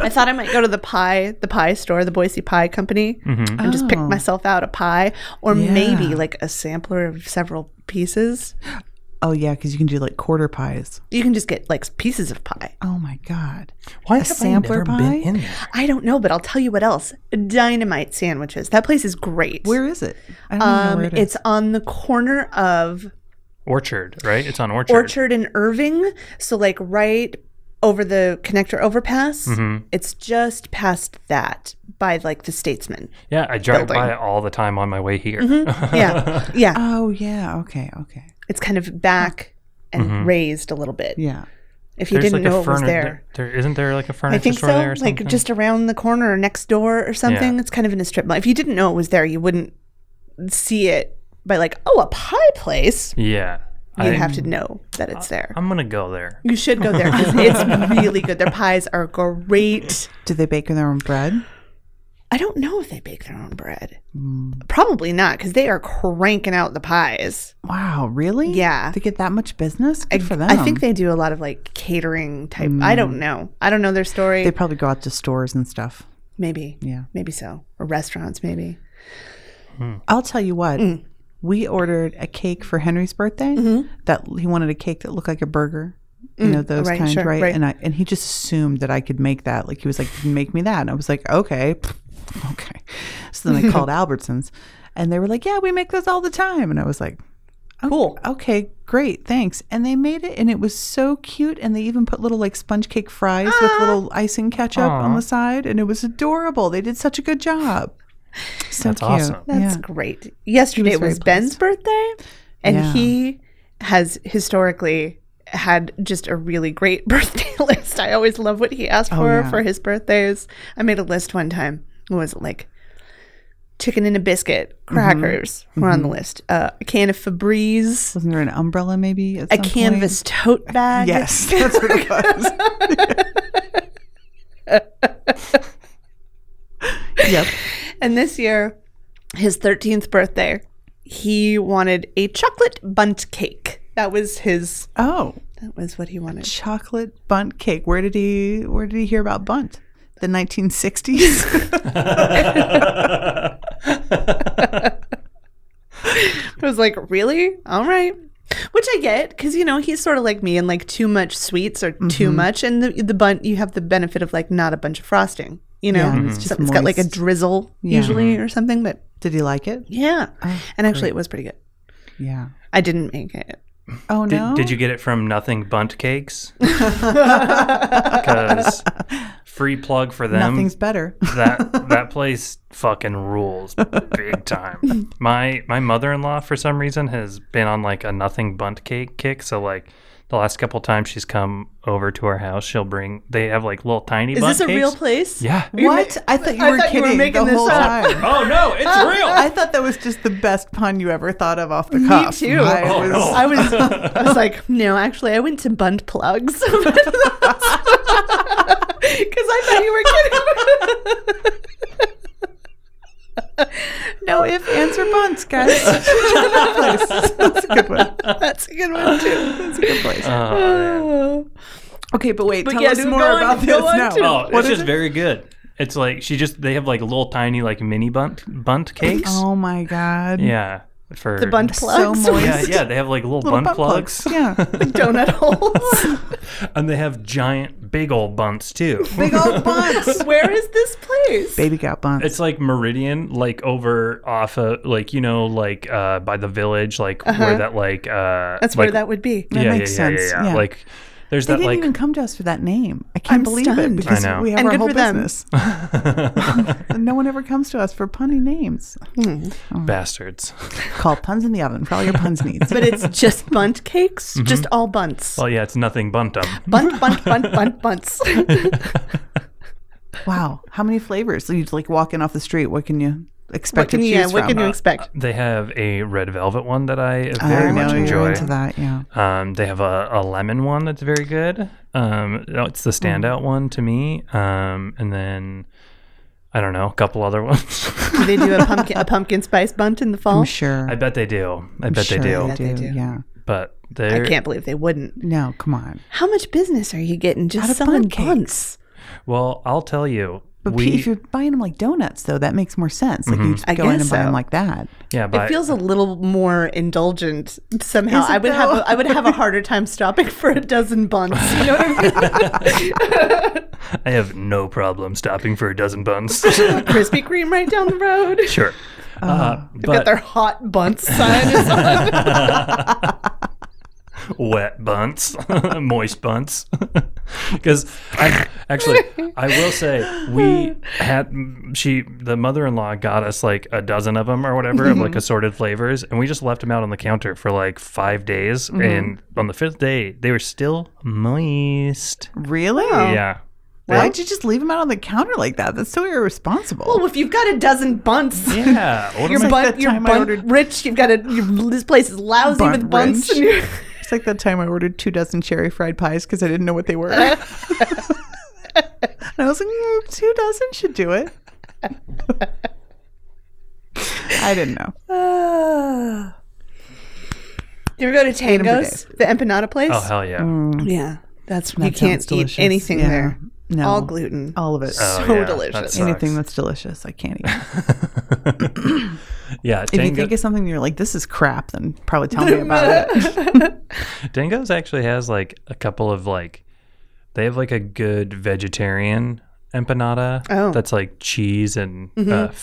Speaker 4: I thought I might go to the pie, the pie store, the Boise Pie Company,
Speaker 5: Mm-hmm.
Speaker 4: and just pick
Speaker 3: Oh.
Speaker 4: myself out a pie, or
Speaker 3: Yeah.
Speaker 4: maybe like a sampler of several pieces.
Speaker 3: oh yeah, because you can do like quarter pies.
Speaker 4: You can just get like pieces of pie.
Speaker 3: Oh my god.
Speaker 5: Why
Speaker 3: have I sampler never been pie? in
Speaker 5: there?
Speaker 4: I don't know, but I'll tell you what else. Dynamite sandwiches. That place is great.
Speaker 3: Where is it? I don't even know
Speaker 4: um,
Speaker 3: where it is.
Speaker 4: it's on the corner of
Speaker 5: Orchard, right? It's on Orchard.
Speaker 4: Orchard and Irving. So like right over the connector overpass.
Speaker 5: Mm-hmm.
Speaker 4: It's just past that by like the
Speaker 5: [LAUGHS]
Speaker 4: Statesman.
Speaker 5: Yeah, I drive
Speaker 4: Building.
Speaker 5: by all the time on my way here.
Speaker 4: Mm-hmm. Yeah, yeah.
Speaker 3: Oh yeah. Okay. Okay.
Speaker 4: It's kind of back and
Speaker 5: Mm-hmm.
Speaker 4: raised a little bit.
Speaker 3: Yeah.
Speaker 4: If you didn't know it was there.
Speaker 5: there. Isn't there like a furniture
Speaker 4: I think
Speaker 5: store there?
Speaker 4: so.
Speaker 5: Or something?
Speaker 4: Like just around the corner or next door or something.
Speaker 5: Yeah.
Speaker 4: It's kind of in a strip mall. If you didn't know it was there, you wouldn't see it by like, oh, a pie place.
Speaker 5: yeah. I,
Speaker 4: You'd have to know that it's there.
Speaker 5: I'm gonna go there.
Speaker 4: You should go there because
Speaker 3: [LAUGHS]
Speaker 4: it's really good. Their pies are great.
Speaker 3: Do they bake their own bread?
Speaker 4: I don't know if they bake their own bread. Probably not because they are cranking out the pies.
Speaker 3: Wow. Really?
Speaker 4: Yeah.
Speaker 3: They get that much business. Good for them. Mm.
Speaker 4: I think they do a lot of like catering type. I don't know. I don't know their story.
Speaker 3: They probably go out to stores and stuff.
Speaker 4: maybe.
Speaker 3: Yeah.
Speaker 4: Maybe so. Or restaurants, maybe.
Speaker 3: I'll tell you what. We ordered a cake for Henry's birthday. That he wanted a cake that looked like a burger. You know those
Speaker 4: right,
Speaker 3: kinds,
Speaker 4: sure,
Speaker 3: right?
Speaker 4: right.
Speaker 3: And I and he just assumed that I could make that. Like he was like, "Make me that," and I was like, "Okay, [LAUGHS] okay." So then I called Albertsons, and they were like, "Yeah, we make those all the time," and I was like,
Speaker 4: Cool.
Speaker 3: Okay, great, thanks. And they made it, and it was so cute. And they even put little like sponge cake fries with little icing ketchup on the side, and it was adorable. They did such a good job. So
Speaker 5: That's
Speaker 3: cute.
Speaker 5: awesome.
Speaker 4: That's
Speaker 3: yeah.
Speaker 4: great. Yesterday
Speaker 3: He was very
Speaker 4: was, Ben's birthday, and
Speaker 3: Yeah.
Speaker 4: he has historically had just a really great [LAUGHS] birthday list. I always love what he asked for
Speaker 3: Oh, yeah.
Speaker 4: for his birthdays. I made a list one time. What was it like? Chicken and a biscuit,
Speaker 3: Mm-hmm.
Speaker 4: crackers were on the list. Uh, a can of Febreze,
Speaker 3: Wasn't there an umbrella maybe? at
Speaker 4: a
Speaker 3: some
Speaker 4: [LAUGHS] canvas tote
Speaker 3: [LAUGHS]
Speaker 4: bag.
Speaker 3: Point? Yes, that's what it was. [LAUGHS] yep.
Speaker 4: And this year, his 13th birthday, he wanted a chocolate bunt cake. That was his.
Speaker 3: Oh,
Speaker 4: That was what he wanted.
Speaker 3: chocolate bunt cake. Where did he? Where did he hear about bunt? The 1960s.
Speaker 4: I was like, really? All right. Which I get because you know he's sort of like me and like too much sweets or too much, and the the bun you have the benefit of like not a bunch of frosting, you know.
Speaker 3: Yeah, and it's just
Speaker 4: So it's got like a
Speaker 3: moist.
Speaker 4: drizzle usually or something, but
Speaker 3: [LAUGHS] did he like it?
Speaker 4: yeah. and actually, it was pretty good.
Speaker 3: Yeah.
Speaker 4: I didn't make it.
Speaker 3: Oh
Speaker 5: Did,
Speaker 3: no.
Speaker 5: did you get it from Nothing
Speaker 4: [LAUGHS]
Speaker 5: Bunt Cakes? Because free plug for them.
Speaker 3: Nothing's
Speaker 5: [LAUGHS]
Speaker 3: better.
Speaker 5: that that place fucking rules big time. My my mother-in-law for some reason has been on like a nothing bunt cake kick. So like the last couple times she's come over to our house, she'll bring they have like little tiny
Speaker 4: Is
Speaker 5: bunt
Speaker 4: this a
Speaker 5: cakes.
Speaker 4: real place? [LAUGHS]
Speaker 5: Yeah.
Speaker 3: What? I thought you
Speaker 4: I
Speaker 3: were
Speaker 4: thought you were
Speaker 3: kidding
Speaker 4: making
Speaker 3: the
Speaker 4: this
Speaker 3: whole
Speaker 4: up.
Speaker 3: time.
Speaker 5: Oh no, it's
Speaker 3: [LAUGHS]
Speaker 5: real.
Speaker 3: I thought that was just the best pun you ever thought of off the cuff. Oh,
Speaker 4: Me too.
Speaker 3: I
Speaker 4: I,
Speaker 3: was-
Speaker 5: Oh, no.
Speaker 4: was, I was like, no, actually, I went to Bunt Plugs [LAUGHS] because I thought you were kidding.
Speaker 3: No if, ands, or buns, guys. [LAUGHS] That's a good one.
Speaker 4: [LAUGHS] That's a good one too.
Speaker 3: That's a good place.
Speaker 5: uh,
Speaker 4: Oh.
Speaker 3: okay, but wait, tell
Speaker 5: yeah,
Speaker 3: us
Speaker 5: dude,
Speaker 3: more
Speaker 5: go on-
Speaker 3: about
Speaker 5: go
Speaker 3: this
Speaker 5: on
Speaker 3: now.
Speaker 5: to- Oh,
Speaker 1: Oh, it's just very good.
Speaker 5: It's like she just they have like little tiny like mini bunt bunt cakes.
Speaker 3: Oh my god.
Speaker 5: Yeah, for
Speaker 4: The bun plugs,
Speaker 3: moist.
Speaker 5: Yeah, yeah, they have like little,
Speaker 3: Little
Speaker 5: bunt,
Speaker 3: butt
Speaker 5: plugs,
Speaker 3: Yeah. [LAUGHS]
Speaker 4: donut holes.
Speaker 5: [LAUGHS] and they have giant big old bunts too.
Speaker 3: Big
Speaker 5: [LAUGHS]
Speaker 3: old buns.
Speaker 4: Where is this place?
Speaker 3: Baby got buns.
Speaker 5: It's like Meridian, like over off of like you know like uh by the village, like where that like uh
Speaker 4: That's
Speaker 5: like,
Speaker 4: where that would be.
Speaker 5: yeah, yeah,
Speaker 3: makes
Speaker 5: yeah, yeah,
Speaker 3: sense,
Speaker 5: yeah,
Speaker 3: yeah.
Speaker 5: Like there's
Speaker 3: they
Speaker 5: that
Speaker 3: didn't
Speaker 5: like
Speaker 3: even come to us for that name. I can't
Speaker 4: I'm
Speaker 3: believe
Speaker 4: stunned.
Speaker 3: it because
Speaker 5: I know.
Speaker 3: we have
Speaker 4: And
Speaker 3: our
Speaker 4: good
Speaker 3: whole
Speaker 4: for them.
Speaker 5: [LAUGHS]
Speaker 3: business. [LAUGHS] And no one ever comes to us for punny names.
Speaker 5: bastards.
Speaker 3: Call puns in the oven for all your puns needs.
Speaker 4: But
Speaker 3: [LAUGHS]
Speaker 4: it's just bunt cakes,
Speaker 3: Mm-hmm.
Speaker 4: just all bunts. [LAUGHS]
Speaker 5: Well, yeah, it's nothing buntum.
Speaker 4: Bunt, bunt, bunt, bunt,
Speaker 3: [LAUGHS]
Speaker 4: bunts.
Speaker 3: wow, how many flavors? So you like walking off the street. What can you expect
Speaker 4: what can
Speaker 3: to
Speaker 4: you,
Speaker 3: choose
Speaker 4: yeah, what
Speaker 3: from?
Speaker 4: can you expect?
Speaker 5: They have a red velvet one that I
Speaker 3: I
Speaker 5: very
Speaker 3: know
Speaker 5: much
Speaker 3: you're
Speaker 5: enjoy.
Speaker 3: into that. Yeah.
Speaker 5: Um, they have a, a lemon one that's very good. Um, no, it's the standout one to me. Um, and then I don't know, a couple other [LAUGHS] ones.
Speaker 4: Do they do a pumpkin, a pumpkin spice bunt in the fall?
Speaker 3: I'm sure.
Speaker 5: I bet they do. I bet
Speaker 3: sure
Speaker 5: they do.
Speaker 4: Yeah, they do.
Speaker 3: Yeah.
Speaker 5: But
Speaker 4: I
Speaker 5: they're
Speaker 4: can't believe they wouldn't.
Speaker 3: No, come on.
Speaker 4: How much business are you getting
Speaker 3: Out
Speaker 4: just
Speaker 3: of
Speaker 4: selling
Speaker 3: bunt cakes.
Speaker 4: bunts?
Speaker 5: well. I'll tell you.
Speaker 3: But
Speaker 5: we Mm-hmm.
Speaker 3: Pete, if you're buying them like donuts, though, that makes more sense. Like you just
Speaker 4: I
Speaker 3: go in
Speaker 4: guess
Speaker 3: and buy
Speaker 4: so.
Speaker 3: them like that.
Speaker 5: yeah,
Speaker 4: It
Speaker 5: but
Speaker 4: feels a little more indulgent somehow.
Speaker 3: Is it
Speaker 4: I would have
Speaker 3: though?
Speaker 4: a, I would have a harder time stopping for a dozen bunts. You know what I mean?
Speaker 5: I have no problem stopping for a dozen buns.
Speaker 3: [LAUGHS]
Speaker 4: [LAUGHS] Krispy Kreme right down the road.
Speaker 5: sure. Uh,
Speaker 4: They've got
Speaker 5: but
Speaker 4: their hot bunts
Speaker 3: [LAUGHS]
Speaker 4: sign. It's like,
Speaker 5: wet bunts, [LAUGHS] moist bunts. [LAUGHS] Because I actually, I will say, we had she the mother in law got us like a dozen of them or whatever of
Speaker 4: Mm-hmm.
Speaker 5: like assorted flavors, and we just left them out on the counter for like five days,
Speaker 4: Mm-hmm.
Speaker 5: and on the fifth day they were still moist.
Speaker 3: Really?
Speaker 4: Oh.
Speaker 5: Yeah.
Speaker 3: Why'd you just leave them out on the counter like that? That's so irresponsible.
Speaker 4: oh, if you've got a dozen bunts, [LAUGHS]
Speaker 5: Yeah. What
Speaker 4: You're
Speaker 5: am I-
Speaker 4: bunt,
Speaker 3: that
Speaker 4: you're
Speaker 3: time I
Speaker 4: bunt
Speaker 3: ordered-
Speaker 4: rich. You've got a. You're, this place is lousy
Speaker 3: Bunt
Speaker 4: with bunts.
Speaker 3: rich.
Speaker 4: And you're,
Speaker 3: It's like that time I ordered two dozen cherry fried pies because I didn't know what they were. [LAUGHS] and I was like, "Mm, two dozen should do it. I didn't know.
Speaker 4: [LAUGHS] [SIGHS] do you ever go to
Speaker 3: for
Speaker 4: Tango's, the empanada place?
Speaker 5: oh, hell yeah.
Speaker 4: yeah, that's you
Speaker 3: That
Speaker 4: can't
Speaker 3: sounds
Speaker 4: eat
Speaker 3: delicious.
Speaker 4: anything
Speaker 3: Yeah.
Speaker 4: there.
Speaker 3: No.
Speaker 4: All gluten.
Speaker 3: All of it.
Speaker 5: Oh,
Speaker 4: So
Speaker 5: yeah, that
Speaker 4: delicious.
Speaker 5: sucks.
Speaker 3: Anything that's delicious, I can't eat.
Speaker 5: yeah,
Speaker 3: If you
Speaker 5: Tango-
Speaker 3: think of something you're like, this is crap, then probably tell me about it.
Speaker 4: [LAUGHS]
Speaker 5: Dango's actually has like a couple of like they have like a good vegetarian empanada
Speaker 4: Oh.
Speaker 5: that's like cheese and uh, bacon. That's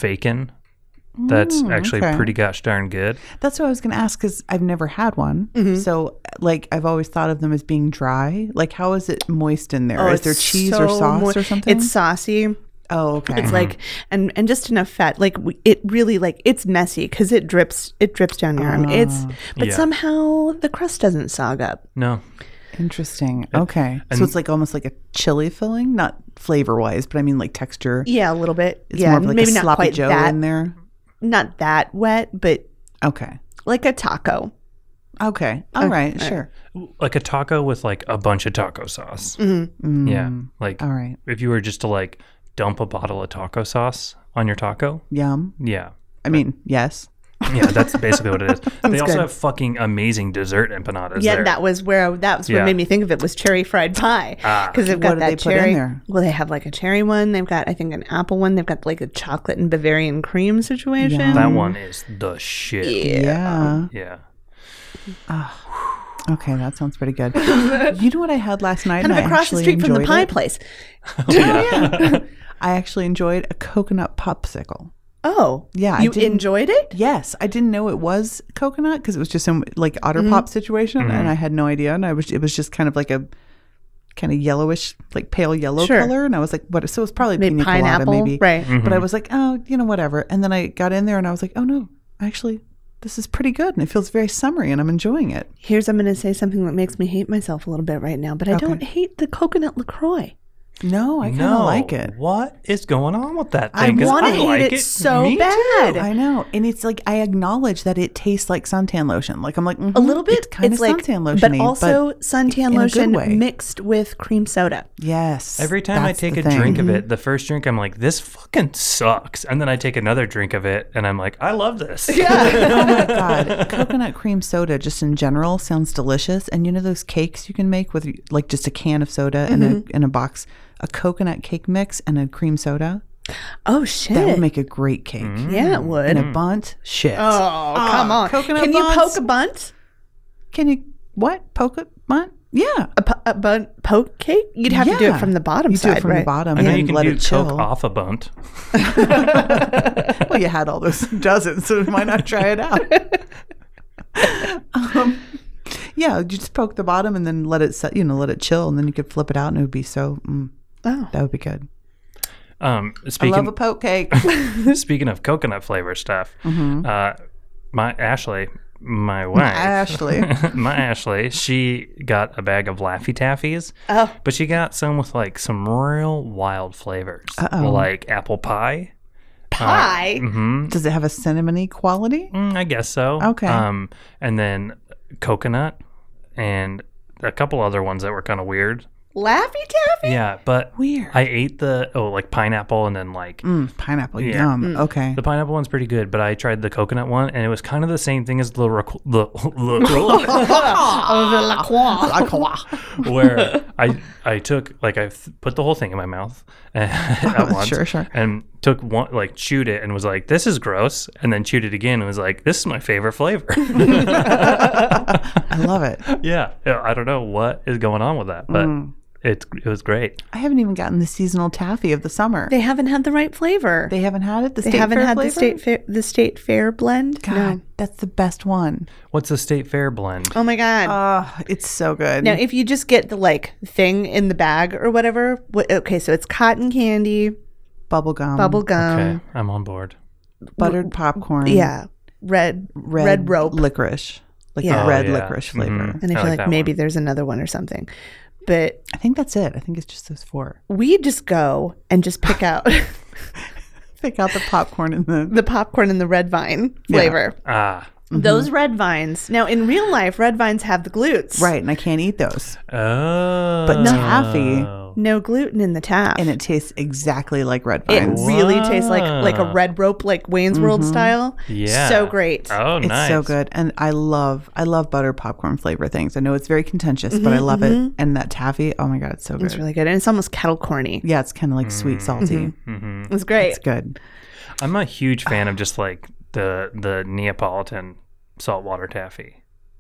Speaker 5: actually
Speaker 3: Mm-hmm. Mm, okay.
Speaker 5: pretty gosh darn good.
Speaker 3: That's what I was going to ask because I've never had one.
Speaker 4: Mm-hmm.
Speaker 3: So, like, I've always thought of them as being dry. Like, how is it moist in there? Is
Speaker 4: Oh, it's
Speaker 3: there cheese
Speaker 4: so
Speaker 3: or sauce
Speaker 4: mo-
Speaker 3: or something?
Speaker 4: It's saucy.
Speaker 3: oh, okay.
Speaker 4: It's like and and just enough fat. Like we- it really like it's messy because it drips. It drips down your arm. It's
Speaker 3: Ah.
Speaker 4: but
Speaker 5: Yeah.
Speaker 4: somehow the crust doesn't sog up.
Speaker 5: No.
Speaker 4: [LAUGHS]
Speaker 3: Interesting. Okay. so it's like almost like a chili filling, not flavor wise, but I mean like texture.
Speaker 4: Yeah, a little bit.
Speaker 3: It's
Speaker 4: yeah,
Speaker 3: more of like
Speaker 4: maybe
Speaker 3: a
Speaker 4: not
Speaker 3: sloppy
Speaker 4: quite
Speaker 3: joe
Speaker 4: that.
Speaker 3: in there.
Speaker 4: Not that wet, but
Speaker 3: Okay.
Speaker 4: like a taco.
Speaker 3: Okay. All right. Sure.
Speaker 5: Like a taco with like a bunch of taco sauce. Yeah. Like
Speaker 3: Mm-hmm. Mm. All right.
Speaker 5: if you were just to like dump a bottle of taco sauce on your taco.
Speaker 3: Yum.
Speaker 5: Yeah.
Speaker 3: I mean, yes.
Speaker 5: Yeah, that's basically what
Speaker 3: [LAUGHS]
Speaker 5: it is. They also have fucking amazing dessert empanadas
Speaker 4: Yeah,
Speaker 5: there.
Speaker 4: that was where that was what
Speaker 5: Yeah. Ah.
Speaker 4: made me think of it was cherry fried pie because they've
Speaker 3: What
Speaker 4: got
Speaker 3: do
Speaker 4: that
Speaker 3: they put in
Speaker 4: cherry.
Speaker 3: there?
Speaker 4: Well, they have like a cherry one. They've got I think an apple one. They've got like a chocolate and Bavarian cream situation.
Speaker 3: Yeah.
Speaker 5: that one is the shit.
Speaker 3: Yeah.
Speaker 5: Yeah.
Speaker 3: Okay. That sounds pretty
Speaker 4: [LAUGHS]
Speaker 3: good. you know what I had last night?
Speaker 4: Kind of
Speaker 3: and I
Speaker 4: across the
Speaker 3: actually
Speaker 4: street from the
Speaker 3: enjoyed
Speaker 4: pie
Speaker 3: it?
Speaker 4: place.
Speaker 5: [LAUGHS] Oh,
Speaker 3: I actually enjoyed a coconut popsicle.
Speaker 4: [LAUGHS] Oh,
Speaker 3: Yeah, I
Speaker 4: you
Speaker 3: didn't-
Speaker 4: enjoyed it.
Speaker 3: Yes, I didn't know it was coconut because it was just some like otter
Speaker 4: Mm-hmm.
Speaker 3: pop situation, and I had no idea. And I was, it was just kind of like a kind of yellowish, like pale yellow
Speaker 4: Sure.
Speaker 3: color. And I was like, what? So it was probably
Speaker 4: Maybe
Speaker 3: pina colada,
Speaker 4: pineapple,
Speaker 3: maybe.
Speaker 4: right?
Speaker 5: Mm-hmm.
Speaker 3: But I was like, oh, you know, whatever. And then I got in there, and I was like, oh no, actually, this is pretty good, and it feels very summery, and I'm enjoying it.
Speaker 4: Here's I'm going to say something that makes me hate myself a little bit right now, but I don't hate the coconut Lacroix.
Speaker 3: No, I kind of
Speaker 5: No,
Speaker 3: like it.
Speaker 5: What is going on with that
Speaker 4: I
Speaker 5: thing? 'Cause
Speaker 4: want to hate
Speaker 5: like
Speaker 4: it, so
Speaker 5: Me too.
Speaker 4: bad.
Speaker 3: I know, and it's like I acknowledge that it tastes like suntan lotion. Like I'm like
Speaker 4: a little bit.
Speaker 3: It's kind of
Speaker 4: like,
Speaker 3: suntan lotion,
Speaker 4: but also suntan
Speaker 3: in a good
Speaker 4: lotion
Speaker 3: way.
Speaker 4: mixed with cream [LAUGHS] soda.
Speaker 3: yes.
Speaker 5: Every time I
Speaker 3: that's the
Speaker 5: take a
Speaker 3: thing.
Speaker 5: drink of it, the first drink I'm like, this fucking sucks. And then I take another drink of it and I'm like, I
Speaker 3: [LAUGHS]
Speaker 5: love this.
Speaker 3: oh my
Speaker 5: [LAUGHS]
Speaker 3: god, coconut cream soda just in general sounds delicious. And you know those cakes you can make with like just a can of soda and
Speaker 4: Mm-hmm.
Speaker 3: a in a box, a coconut cake mix and a cream soda.
Speaker 4: [LAUGHS] Oh shit!
Speaker 3: That would make a great cake.
Speaker 5: Mm-hmm.
Speaker 4: yeah, it would.
Speaker 3: And a bunt, shit.
Speaker 4: Oh, come on.
Speaker 3: coconut
Speaker 4: Can you
Speaker 3: buns?
Speaker 4: poke a bunt?
Speaker 3: Can you what poke a bunt? Yeah,
Speaker 4: A, pu- a bun poke cake? You'd have to do
Speaker 3: Yeah.
Speaker 4: it from the bottom
Speaker 3: you do
Speaker 4: side,
Speaker 3: it from
Speaker 4: right?
Speaker 3: the bottom
Speaker 5: I know you
Speaker 3: and
Speaker 5: can
Speaker 3: let
Speaker 5: do
Speaker 3: it chill.
Speaker 5: coke off a bunt.
Speaker 3: well, you had all those [LAUGHS] dozens, so why not try it
Speaker 4: [LAUGHS]
Speaker 3: out? um, yeah, you just poke the bottom and then let it set, you know, let it chill, and then you could flip it out, and it would be so. Mm,
Speaker 4: Oh.
Speaker 3: that would be good.
Speaker 5: Um,
Speaker 3: I love
Speaker 5: speaking
Speaker 3: a poke
Speaker 4: [LAUGHS]
Speaker 3: cake.
Speaker 5: [LAUGHS] speaking of coconut flavor stuff,
Speaker 3: Mm-hmm.
Speaker 5: uh, my Ashley, my wife,
Speaker 3: Ashley.
Speaker 5: [LAUGHS] my Ashley, she got a bag of Laffy Taffies,
Speaker 4: Oh.
Speaker 5: but she got some with like some real wild flavors,
Speaker 3: Uh-oh.
Speaker 5: like apple pie.
Speaker 4: Pie? Mm-hmm.
Speaker 5: hmm
Speaker 3: Does it have a cinnamony quality?
Speaker 5: Mm, I guess so.
Speaker 3: Okay.
Speaker 5: Um, and then coconut and a couple other ones that were kind of weird.
Speaker 4: Laffy Taffy?
Speaker 5: Yeah, but
Speaker 3: Weird.
Speaker 5: I ate the oh like pineapple and then like
Speaker 3: Mm, pineapple,
Speaker 5: Yeah.
Speaker 3: yum. Okay.
Speaker 5: the pineapple one's pretty good, but I tried the coconut one and it was kind of the same thing as the requ- [LAUGHS] the,
Speaker 3: [LAUGHS]
Speaker 5: the
Speaker 4: [LAUGHS] Oh, the La Croix.
Speaker 5: where I I took like I th- put the whole thing in my mouth [LAUGHS] at
Speaker 3: [LAUGHS]
Speaker 5: once
Speaker 3: sure, sure.
Speaker 5: and took one like chewed it and was like this is gross and then chewed it again and was like this is my favorite flavor. [LAUGHS]
Speaker 3: I love
Speaker 4: [LAUGHS]
Speaker 3: it.
Speaker 5: Yeah, yeah, I don't know what is going on with that, but
Speaker 3: Mm.
Speaker 5: it's it was great.
Speaker 3: I haven't even gotten the seasonal taffy of the summer. They,
Speaker 4: They haven't had the right flavor. They,
Speaker 3: haven't had it. The state
Speaker 4: haven't
Speaker 3: fair
Speaker 4: had
Speaker 3: flavor?
Speaker 4: the state fair, the state fair blend.
Speaker 3: God,
Speaker 4: No.
Speaker 3: that's the best one.
Speaker 5: What's a state fair blend?
Speaker 4: Oh my god.
Speaker 3: Oh, it's so good.
Speaker 4: now, if you just get the like thing in the bag or whatever, what, okay, so it's cotton candy,
Speaker 3: bubble gum,
Speaker 4: bubble
Speaker 3: Um,
Speaker 4: gum,
Speaker 5: okay, I'm on board.
Speaker 3: buttered popcorn.
Speaker 4: yeah, red, red, rope,
Speaker 3: licorice, like
Speaker 4: Yeah.
Speaker 3: yeah.
Speaker 4: Oh,
Speaker 3: red
Speaker 5: yeah.
Speaker 3: licorice flavor.
Speaker 5: Mhm.
Speaker 4: and I feel
Speaker 5: I like
Speaker 4: like,
Speaker 5: that one.
Speaker 4: maybe there's another one or something, but
Speaker 3: I think that's it. I think it's just those four.
Speaker 4: we just go and just pick out [LAUGHS]
Speaker 3: Pick out the popcorn and [LAUGHS] the
Speaker 4: the popcorn and the red vine flavor.
Speaker 5: Ah,
Speaker 4: Those red vines. Now, in real life, red vines have the glutes.
Speaker 3: right, and I can't eat those.
Speaker 5: oh,
Speaker 3: But taffy,
Speaker 4: No gluten in the tap.
Speaker 3: and it tastes exactly like red
Speaker 4: It
Speaker 3: vines.
Speaker 4: really tastes like like a red rope, like Wayne's World style.
Speaker 5: Yeah.
Speaker 4: so great.
Speaker 5: Oh,
Speaker 3: It's
Speaker 5: nice.
Speaker 3: so good, and I love I love butter popcorn flavor things. I know it's very contentious, but I love it. And that taffy, oh my god, Mm-hmm, it's so good.
Speaker 4: It's really good, and it's almost kettle corny.
Speaker 3: yeah, it's kind of like
Speaker 5: Mm-hmm.
Speaker 3: sweet salty.
Speaker 4: It's great.
Speaker 3: It's good.
Speaker 5: I'm a huge fan
Speaker 3: Ah.
Speaker 5: of just like the the Neapolitan saltwater taffy.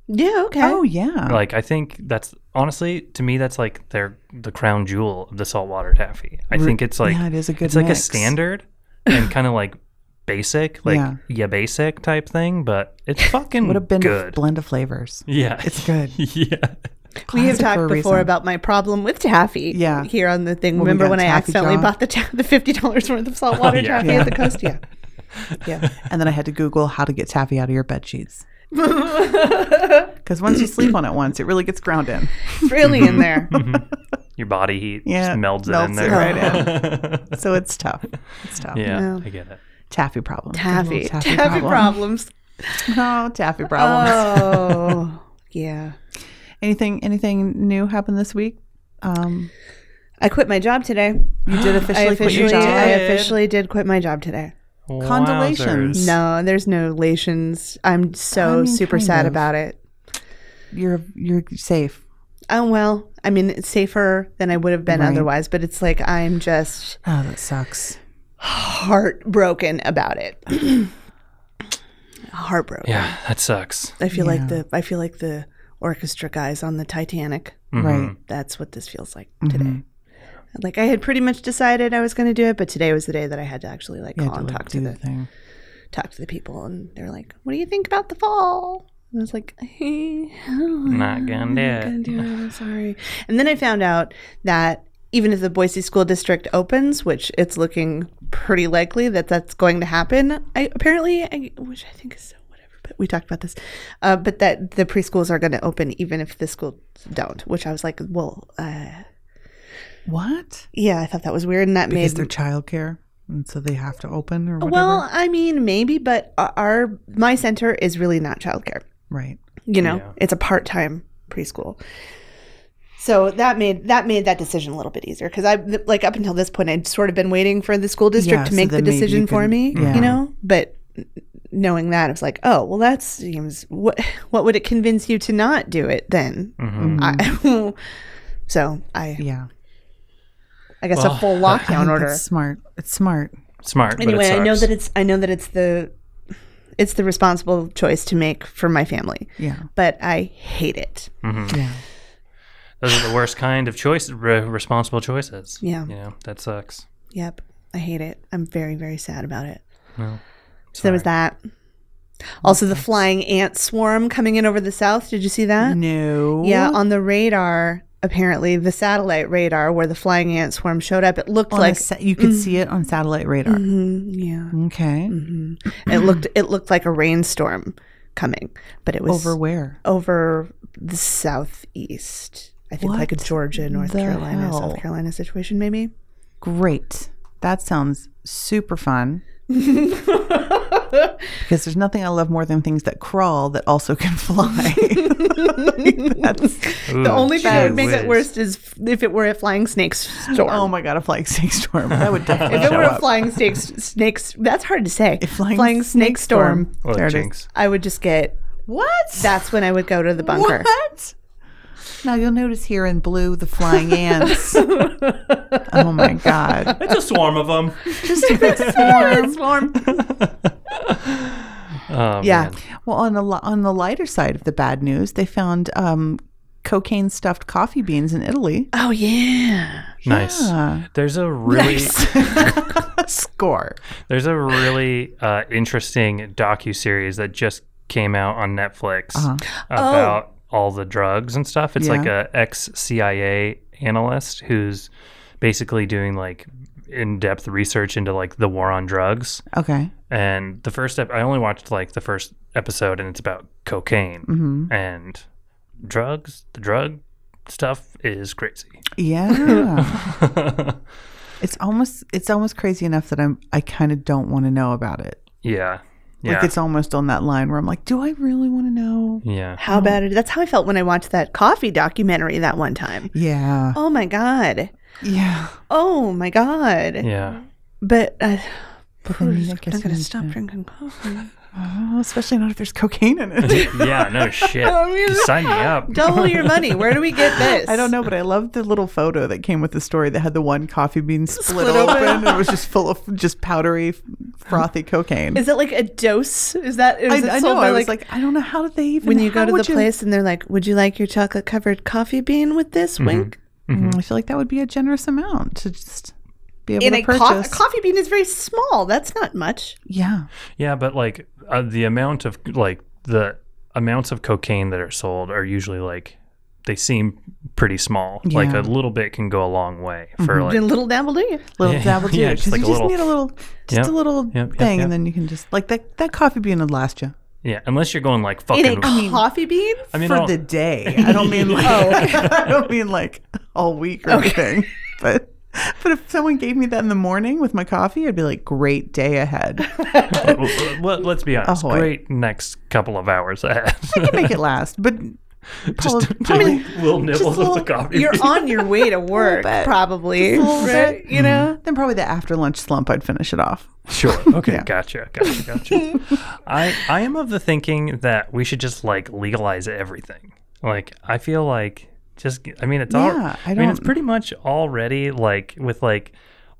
Speaker 4: yeah, okay.
Speaker 3: Oh yeah,
Speaker 5: Like I think that's honestly to me that's like their the crown jewel of the saltwater taffy. I think it's like
Speaker 3: yeah, it is a good.
Speaker 5: it's like
Speaker 3: mix.
Speaker 5: a standard and kind of like basic, like
Speaker 3: Yeah.
Speaker 5: yeah. basic type thing, but it's fucking
Speaker 3: Would have been a
Speaker 5: good.
Speaker 3: blend of
Speaker 5: [LAUGHS]
Speaker 3: flavors.
Speaker 5: yeah,
Speaker 3: It's good.
Speaker 5: yeah.
Speaker 4: we
Speaker 3: classic
Speaker 4: have
Speaker 3: for
Speaker 4: talked
Speaker 3: a
Speaker 4: before
Speaker 3: reason.
Speaker 4: about my problem with taffy.
Speaker 3: Yeah.
Speaker 4: here on the thing.
Speaker 3: When we
Speaker 4: Remember
Speaker 3: got
Speaker 4: when I
Speaker 3: taffy
Speaker 4: accidentally
Speaker 3: jaw?
Speaker 4: bought the ta- the fifty dollars worth of saltwater
Speaker 5: [LAUGHS] Oh, yeah.
Speaker 4: taffy at the
Speaker 3: [LAUGHS]
Speaker 4: coast? Yeah, yeah.
Speaker 3: And then I had to Google how to get taffy out of your bed [LAUGHS] sheets. Because once you sleep on it once, it really gets ground in.
Speaker 4: It's really in there.
Speaker 5: [LAUGHS] Mm-hmm. Your body heat
Speaker 3: Yeah,
Speaker 5: just melds it in
Speaker 3: melts it
Speaker 5: there.
Speaker 3: right
Speaker 5: [LAUGHS]
Speaker 3: in. So it's tough. It's tough.
Speaker 5: Yeah,
Speaker 4: No.
Speaker 5: I get it.
Speaker 3: Taffy problem.
Speaker 4: Taffy,
Speaker 3: Little [LAUGHS]
Speaker 4: taffy, problems.
Speaker 3: Oh, taffy problems.
Speaker 4: Oh, yeah. Oh.
Speaker 3: anything anything new happened this week? Um,
Speaker 4: I quit my job today.
Speaker 3: you did
Speaker 4: [GASPS] I
Speaker 3: officially,
Speaker 4: officially,
Speaker 3: quit your job.
Speaker 4: I officially did quit my job today.
Speaker 3: Condolations.
Speaker 5: Wowzers.
Speaker 4: No, there's no lations. I'm so
Speaker 3: I mean,
Speaker 4: super
Speaker 3: kind
Speaker 4: sad
Speaker 3: of.
Speaker 4: about it.
Speaker 3: You're you're safe.
Speaker 4: Oh well, I mean, it's safer than I would have been
Speaker 3: Right.
Speaker 4: otherwise, but it's like I'm just
Speaker 3: Oh, that sucks.
Speaker 4: heartbroken about it. [CLEARS THROAT] heartbroken.
Speaker 5: Yeah, that sucks.
Speaker 4: I feel like the I feel like the orchestra guys on the Titanic.
Speaker 5: Mm-hmm.
Speaker 3: Right.
Speaker 4: That's what this feels like today. Like I had pretty much decided I was going to do it, but today was the day that I had to actually like
Speaker 3: You had
Speaker 4: call and
Speaker 3: like,
Speaker 4: talk to
Speaker 3: do
Speaker 4: the
Speaker 3: thing.
Speaker 4: talk to the people, and they were like, "What do you think about the fall?" And I was like, [LAUGHS]
Speaker 5: Not gonna do it.
Speaker 4: gonna do it. I'm sorry. And then I found out that even if the Boise School District opens, which it's looking pretty likely that that's going to happen, I apparently, I, which I think is so whatever, but we talked about this, uh, but that the preschools are going to open even if the schools don't, which I was like, well, uh,
Speaker 3: What?
Speaker 4: Yeah, I thought that was weird, and that
Speaker 3: Because
Speaker 4: made
Speaker 3: they're childcare, and so they have to open or whatever.
Speaker 4: well. I mean, maybe, but o- our my center is really not childcare.
Speaker 3: right.
Speaker 4: You know,
Speaker 5: Yeah.
Speaker 4: it's a part time preschool. So that made that made that decision a little bit easier because I like up until this point I'd sort of been waiting for the school district
Speaker 3: Yeah,
Speaker 4: to
Speaker 3: so
Speaker 4: make the
Speaker 3: then maybe you
Speaker 4: decision for
Speaker 3: can-
Speaker 4: me.
Speaker 3: yeah.
Speaker 4: You know, but knowing that it's like, oh well, that seems what what would it convince you to not do it then?
Speaker 5: Mm-hmm.
Speaker 4: I, [LAUGHS] so I
Speaker 3: Yeah.
Speaker 4: I guess
Speaker 5: Well,
Speaker 4: a full
Speaker 3: I
Speaker 4: lockdown
Speaker 3: think
Speaker 4: order.
Speaker 3: That's smart. It's smart.
Speaker 5: Smart. but
Speaker 4: anyway i
Speaker 5: it
Speaker 4: know
Speaker 5: sucks.
Speaker 4: that it's i know that it's the it's the responsible choice to make for my family
Speaker 3: Yeah.
Speaker 4: but i hate it
Speaker 3: Yeah.
Speaker 5: those are the worst kind of choice, re- responsible choices.
Speaker 4: Yeah.
Speaker 5: You know, that sucks.
Speaker 4: yep i hate it i'm very very sad about it
Speaker 5: Well,
Speaker 4: so there was that also the flying ant swarm coming in over the south did you see that
Speaker 3: No.
Speaker 4: yeah on the radar apparently the satellite radar where the flying ant swarm showed up it looked
Speaker 3: On a
Speaker 4: like
Speaker 3: sa- you could see it on satellite radar.
Speaker 4: Mhm, yeah Mm-hmm.
Speaker 3: Okay.
Speaker 4: it looked it looked like a rainstorm coming but it was
Speaker 3: Over where?
Speaker 4: over the southeast. I think like a
Speaker 3: What
Speaker 4: Georgia, North
Speaker 3: the
Speaker 4: Carolina,
Speaker 3: hell?
Speaker 4: South Carolina situation, maybe.
Speaker 3: Great. That sounds super [LAUGHS] fun. because there's nothing I love more than things that crawl that also [LAUGHS] can fly. [LAUGHS]
Speaker 4: The only thing that would make it
Speaker 5: whiz.
Speaker 4: worse is f- if it were a flying snake s- storm.
Speaker 3: oh my god, a flying snake storm. That would definitely
Speaker 4: if it
Speaker 3: show
Speaker 4: were a
Speaker 3: up.
Speaker 4: flying snake, s- snakes, that's hard to say.
Speaker 3: flying
Speaker 4: snake,
Speaker 3: snake
Speaker 4: storm,
Speaker 3: storm.
Speaker 5: Well,
Speaker 3: There it is.
Speaker 5: Oh, jinx.
Speaker 4: I would just get.
Speaker 3: What?
Speaker 4: That's when I would go to the bunker.
Speaker 3: What? Now you'll notice here in blue the flying [LAUGHS] ants. oh my god!
Speaker 5: It's a swarm of them.
Speaker 3: Just a big [LAUGHS] swarm.
Speaker 4: Swarm.
Speaker 5: Oh,
Speaker 4: Yeah.
Speaker 5: man.
Speaker 3: Well, on the li- on the lighter side of the bad news, they found um, cocaine stuffed coffee beans in Italy.
Speaker 4: Oh yeah.
Speaker 5: [LAUGHS] Nice.
Speaker 3: Yeah.
Speaker 5: There's a really
Speaker 3: Score.
Speaker 5: [LAUGHS] there's a really uh, interesting docu series that just came out on Netflix about all the drugs and stuff. It's
Speaker 3: Uh-huh. Oh. Yeah.
Speaker 5: like a ex CIA analyst who's basically doing like in depth research into like the war on drugs.
Speaker 3: Okay.
Speaker 5: and the first ep- I only watched like the first episode, and it's about cocaine
Speaker 3: Mm-hmm.
Speaker 5: and drugs. The drug stuff is crazy.
Speaker 3: Yeah.
Speaker 4: [LAUGHS]
Speaker 3: it's almost it's almost crazy enough that I'm I kind of don't want to know about it.
Speaker 5: Yeah, yeah,
Speaker 3: Like it's almost on that line where I'm like, do I really want to know?
Speaker 5: yeah.
Speaker 4: How bad it? That's how I felt when I watched that coffee documentary that one time.
Speaker 3: Yeah.
Speaker 4: Oh my god.
Speaker 3: Yeah.
Speaker 4: Oh my god.
Speaker 5: Yeah,
Speaker 4: But uh,
Speaker 3: then
Speaker 4: I'm
Speaker 3: I guess
Speaker 4: not
Speaker 3: you
Speaker 4: gonna
Speaker 3: need
Speaker 4: stop
Speaker 3: to-
Speaker 4: drinking coffee.
Speaker 3: Oh, especially not if there's cocaine in
Speaker 4: [LAUGHS]
Speaker 3: it.
Speaker 5: yeah.
Speaker 3: [LAUGHS]
Speaker 5: No shit.
Speaker 4: mean,
Speaker 5: Sign me up.
Speaker 4: Double your money. Where do
Speaker 3: [LAUGHS]
Speaker 4: we get this?
Speaker 3: I don't know, but I loved the little photo that came with the story that had the one coffee bean split, open and it was just full of just powdery, frothy cocaine.
Speaker 4: Is it like a dose? Is that is
Speaker 3: I,
Speaker 4: it
Speaker 3: I know.
Speaker 4: sold by
Speaker 3: I was
Speaker 4: like,
Speaker 3: like, I don't know how did they even
Speaker 4: when you go
Speaker 3: how
Speaker 4: to the
Speaker 3: would you-
Speaker 4: place and they're like, "Would you like your chocolate covered coffee bean with this?" Wink.
Speaker 3: Mm,
Speaker 4: Mm-hmm.
Speaker 3: I feel like that would be a generous amount to just be able
Speaker 4: And
Speaker 3: to
Speaker 4: a, co- a
Speaker 3: purchase.
Speaker 4: coffee bean is very small. That's not much.
Speaker 3: yeah,
Speaker 5: Yeah, but like uh, the amount of like the amounts of cocaine that are sold are usually like they seem pretty small. Like
Speaker 3: Yeah. Mm-hmm.
Speaker 5: a little bit can go a long way for
Speaker 4: And
Speaker 5: like
Speaker 4: little dabble, do you?
Speaker 3: little
Speaker 5: Yeah,
Speaker 3: dabble
Speaker 5: [LAUGHS] yeah,
Speaker 3: too,
Speaker 5: just
Speaker 3: because
Speaker 5: like
Speaker 3: you
Speaker 5: a
Speaker 3: just
Speaker 5: little-
Speaker 3: need a little, just
Speaker 5: Yep,
Speaker 3: a little
Speaker 5: yep, yep,
Speaker 3: thing,
Speaker 5: yep.
Speaker 3: and then you can just like that. That coffee bean would last you
Speaker 5: yeah, unless you're going like
Speaker 4: In
Speaker 5: fucking.
Speaker 4: a coffee bean? Oh,
Speaker 5: I mean, I
Speaker 3: for
Speaker 5: don't-
Speaker 3: the day. I don't mean like I don't mean like all week or anything, but. But if someone gave me that in the morning with my coffee, I'd be like, "Great day ahead."
Speaker 5: [LAUGHS]
Speaker 3: [LAUGHS]
Speaker 5: well, well, let's be honest.
Speaker 3: Ahoy.
Speaker 5: Great next couple of hours ahead. [LAUGHS]
Speaker 3: Make it last, but probably, probably
Speaker 5: little nibbles of the coffee.
Speaker 4: You're on your [LAUGHS] way to work,
Speaker 3: bit.
Speaker 4: probably. right? You know?
Speaker 3: then probably the after lunch slump, I'd finish it off. [LAUGHS]
Speaker 5: Sure. Okay. Gotcha. Gotcha. Gotcha. I I am of the thinking that we should just like legalize everything. Like I feel like just I mean it's all
Speaker 3: Yeah, I
Speaker 5: mean it's
Speaker 3: don't-
Speaker 5: pretty much already like with like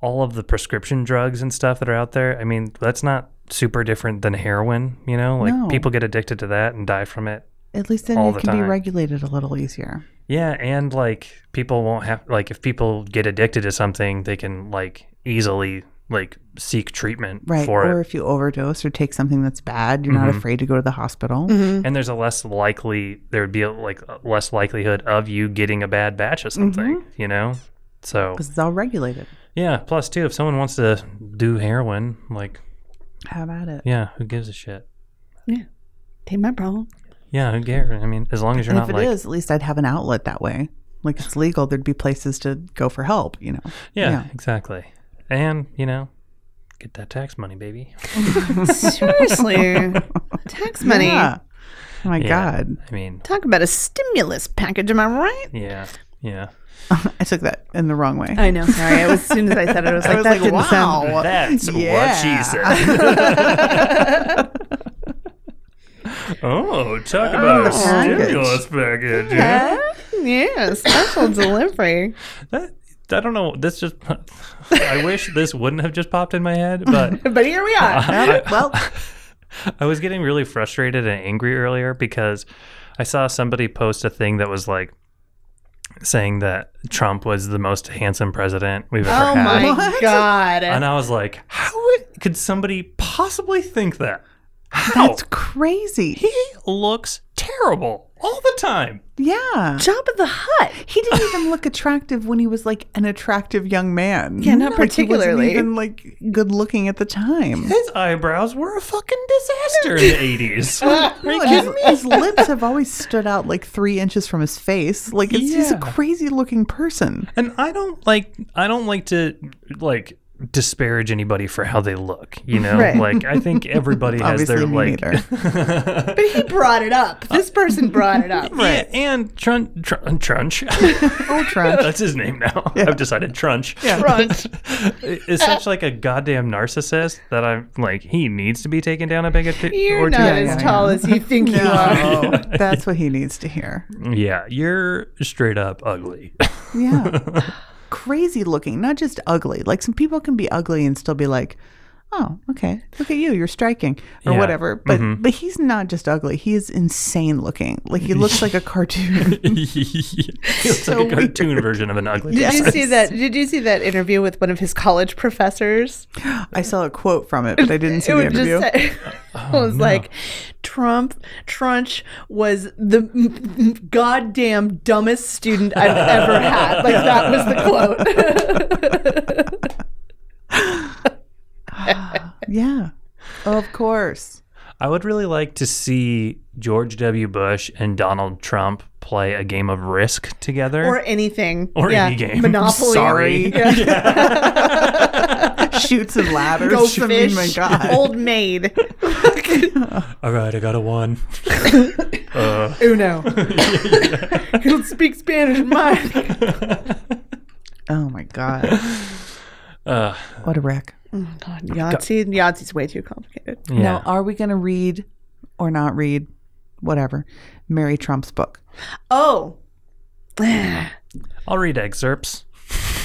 Speaker 5: all of the prescription drugs and stuff that are out there. I mean that's not super different than heroin. You know, like
Speaker 3: No.
Speaker 5: people get addicted to that and die from it.
Speaker 3: At least then
Speaker 5: All the
Speaker 3: it can be
Speaker 5: time.
Speaker 3: regulated a little easier.
Speaker 5: Yeah, and like people won't have like if people get addicted to something, they can like easily like seek treatment
Speaker 3: Right.
Speaker 5: for it. Mm-hmm.
Speaker 3: or if you overdose or take something that's bad, you're not afraid to go to the hospital.
Speaker 5: and there's a less likely there would be a, like a less likelihood of you getting a bad batch of something
Speaker 3: Mm-hmm.
Speaker 5: you know so
Speaker 3: Because it's all regulated.
Speaker 5: yeah plus too if someone wants to do heroin like
Speaker 3: How about it?
Speaker 5: yeah who gives a shit
Speaker 4: Take my problem.
Speaker 5: yeah who cares i mean as long as you're
Speaker 3: And
Speaker 5: not
Speaker 3: if it is,
Speaker 5: like
Speaker 3: at least I'd have an outlet that way. like it's legal, there'd be places to go for help, you know.
Speaker 5: Yeah,
Speaker 3: Yeah.
Speaker 5: exactly. And, you know, get that tax money, baby.
Speaker 4: Seriously. [LAUGHS] Tax money.
Speaker 3: Yeah. Oh my
Speaker 5: Yeah.
Speaker 3: God. [LAUGHS]
Speaker 5: I mean,
Speaker 4: Talk about a stimulus package, am I right?
Speaker 5: yeah. Yeah.
Speaker 3: I took that in the wrong way.
Speaker 4: I know. Sorry. I was, as soon as I said it, [LAUGHS] I was like,
Speaker 3: was
Speaker 4: that
Speaker 3: like,
Speaker 4: didn't sound.
Speaker 3: wow.
Speaker 1: That's what
Speaker 3: Uh, Yeah.
Speaker 1: she
Speaker 3: [LAUGHS]
Speaker 1: said.
Speaker 5: [LAUGHS] Oh, talk about a
Speaker 3: package.
Speaker 5: stimulus package. Yeah.
Speaker 4: [LAUGHS] Yeah, [LAUGHS] special delivery.
Speaker 5: That, I don't know. This just, [LAUGHS] I wish this wouldn't have just popped in my head,
Speaker 4: [LAUGHS]
Speaker 5: but
Speaker 4: But here we are.
Speaker 3: Oh,
Speaker 5: [LAUGHS]
Speaker 3: well,
Speaker 5: I was getting really frustrated and angry earlier because I saw somebody post a thing that was like saying that Trump was the most handsome president we've ever
Speaker 4: Oh
Speaker 5: had.
Speaker 4: my
Speaker 3: What?
Speaker 4: god.
Speaker 5: And I was like, how would- could somebody possibly think that? How?
Speaker 3: that's crazy.
Speaker 5: Oh. he looks terrible all the time.
Speaker 3: Yeah.
Speaker 5: [LAUGHS]
Speaker 4: Job of the Hut.
Speaker 3: He didn't even look attractive when he was like an attractive young man.
Speaker 4: Yeah,
Speaker 3: [LAUGHS]
Speaker 4: not
Speaker 3: Like, he wasn't
Speaker 4: particularly.
Speaker 3: even like good looking at the time.
Speaker 5: His eyebrows were a fucking disaster in
Speaker 4: [LAUGHS]
Speaker 5: the [LAUGHS] 80s. [LAUGHS] Are you
Speaker 3: No, and
Speaker 5: kidding
Speaker 3: his,
Speaker 5: me?
Speaker 3: his lips have always stood out like three inches from his face. Like it's, he's a
Speaker 5: Yeah.
Speaker 3: crazy looking
Speaker 5: [LAUGHS]
Speaker 3: person.
Speaker 5: And I don't like I don't like to like disparage anybody for how they look, you know?
Speaker 4: Right.
Speaker 5: Like I think everybody has
Speaker 3: Obviously,
Speaker 5: their
Speaker 3: me
Speaker 5: like [LAUGHS]
Speaker 3: neither.
Speaker 4: But he brought it up. This person brought it [LAUGHS] up.
Speaker 5: Yeah, and Trun- Trun- Trunch. [LAUGHS]
Speaker 3: Oh, Trump.
Speaker 5: That's his name now. I've decided Trunch.
Speaker 4: Front.
Speaker 5: [LAUGHS] Is such like a goddamn narcissist that I'm like he needs to be taken down a peg or 2
Speaker 4: You're
Speaker 5: or two
Speaker 4: not
Speaker 3: yeah,
Speaker 4: as
Speaker 3: yeah.
Speaker 4: tall as you think you are.
Speaker 3: [LAUGHS]
Speaker 5: [LAUGHS]
Speaker 3: No, that's what he needs to hear.
Speaker 5: Yeah, you're straight up ugly. [LAUGHS]
Speaker 4: [LAUGHS]
Speaker 3: Yeah. Crazy looking, not just ugly. Like some people can be ugly and still be like, "Oh, okay. Look at you. You're striking." or
Speaker 5: Yeah.
Speaker 3: whatever. But
Speaker 4: Mm-hmm.
Speaker 3: but he's not just ugly. He is insane looking. Like he looks like a
Speaker 4: [LAUGHS]
Speaker 3: cartoon.
Speaker 5: it's like a cartoon version of an ugly.
Speaker 4: Did
Speaker 5: person.
Speaker 4: you see that? Did you see that interview with one of his college professors?
Speaker 3: I saw a quote from it, but I didn't see
Speaker 4: it
Speaker 3: the
Speaker 4: was
Speaker 3: interview.
Speaker 4: [LAUGHS] just say, I
Speaker 5: Oh,
Speaker 4: was like, Trump Trunch was the m- m- goddamn dumbest student I've ever had. Like that was the quote. [LAUGHS]
Speaker 3: yeah. Of course.
Speaker 5: I would really like to see George W. Bush and Donald Trump play a game of Risk together.
Speaker 4: or anything.
Speaker 5: Or any game.
Speaker 4: Monopoly.
Speaker 5: Sorry.
Speaker 3: [LAUGHS]
Speaker 4: Yeah.
Speaker 3: Shoots
Speaker 4: [LAUGHS]
Speaker 3: and [LAUGHS] ladders.
Speaker 4: Goldfish.
Speaker 3: I mean, Oh, my God.
Speaker 4: Old maid.
Speaker 5: All right, I got a one. [LAUGHS]
Speaker 4: Uno. [LAUGHS] He don't speak Spanish, Mike.
Speaker 3: Oh my God.
Speaker 4: [LAUGHS]
Speaker 3: what a wreck.
Speaker 4: God, Yahtzee. Yahtzee's way too complicated.
Speaker 5: Yeah.
Speaker 3: Now, are we going to read or not read, whatever, Mary Trump's book?
Speaker 4: [SIGHS] Oh,
Speaker 5: I'll read excerpts.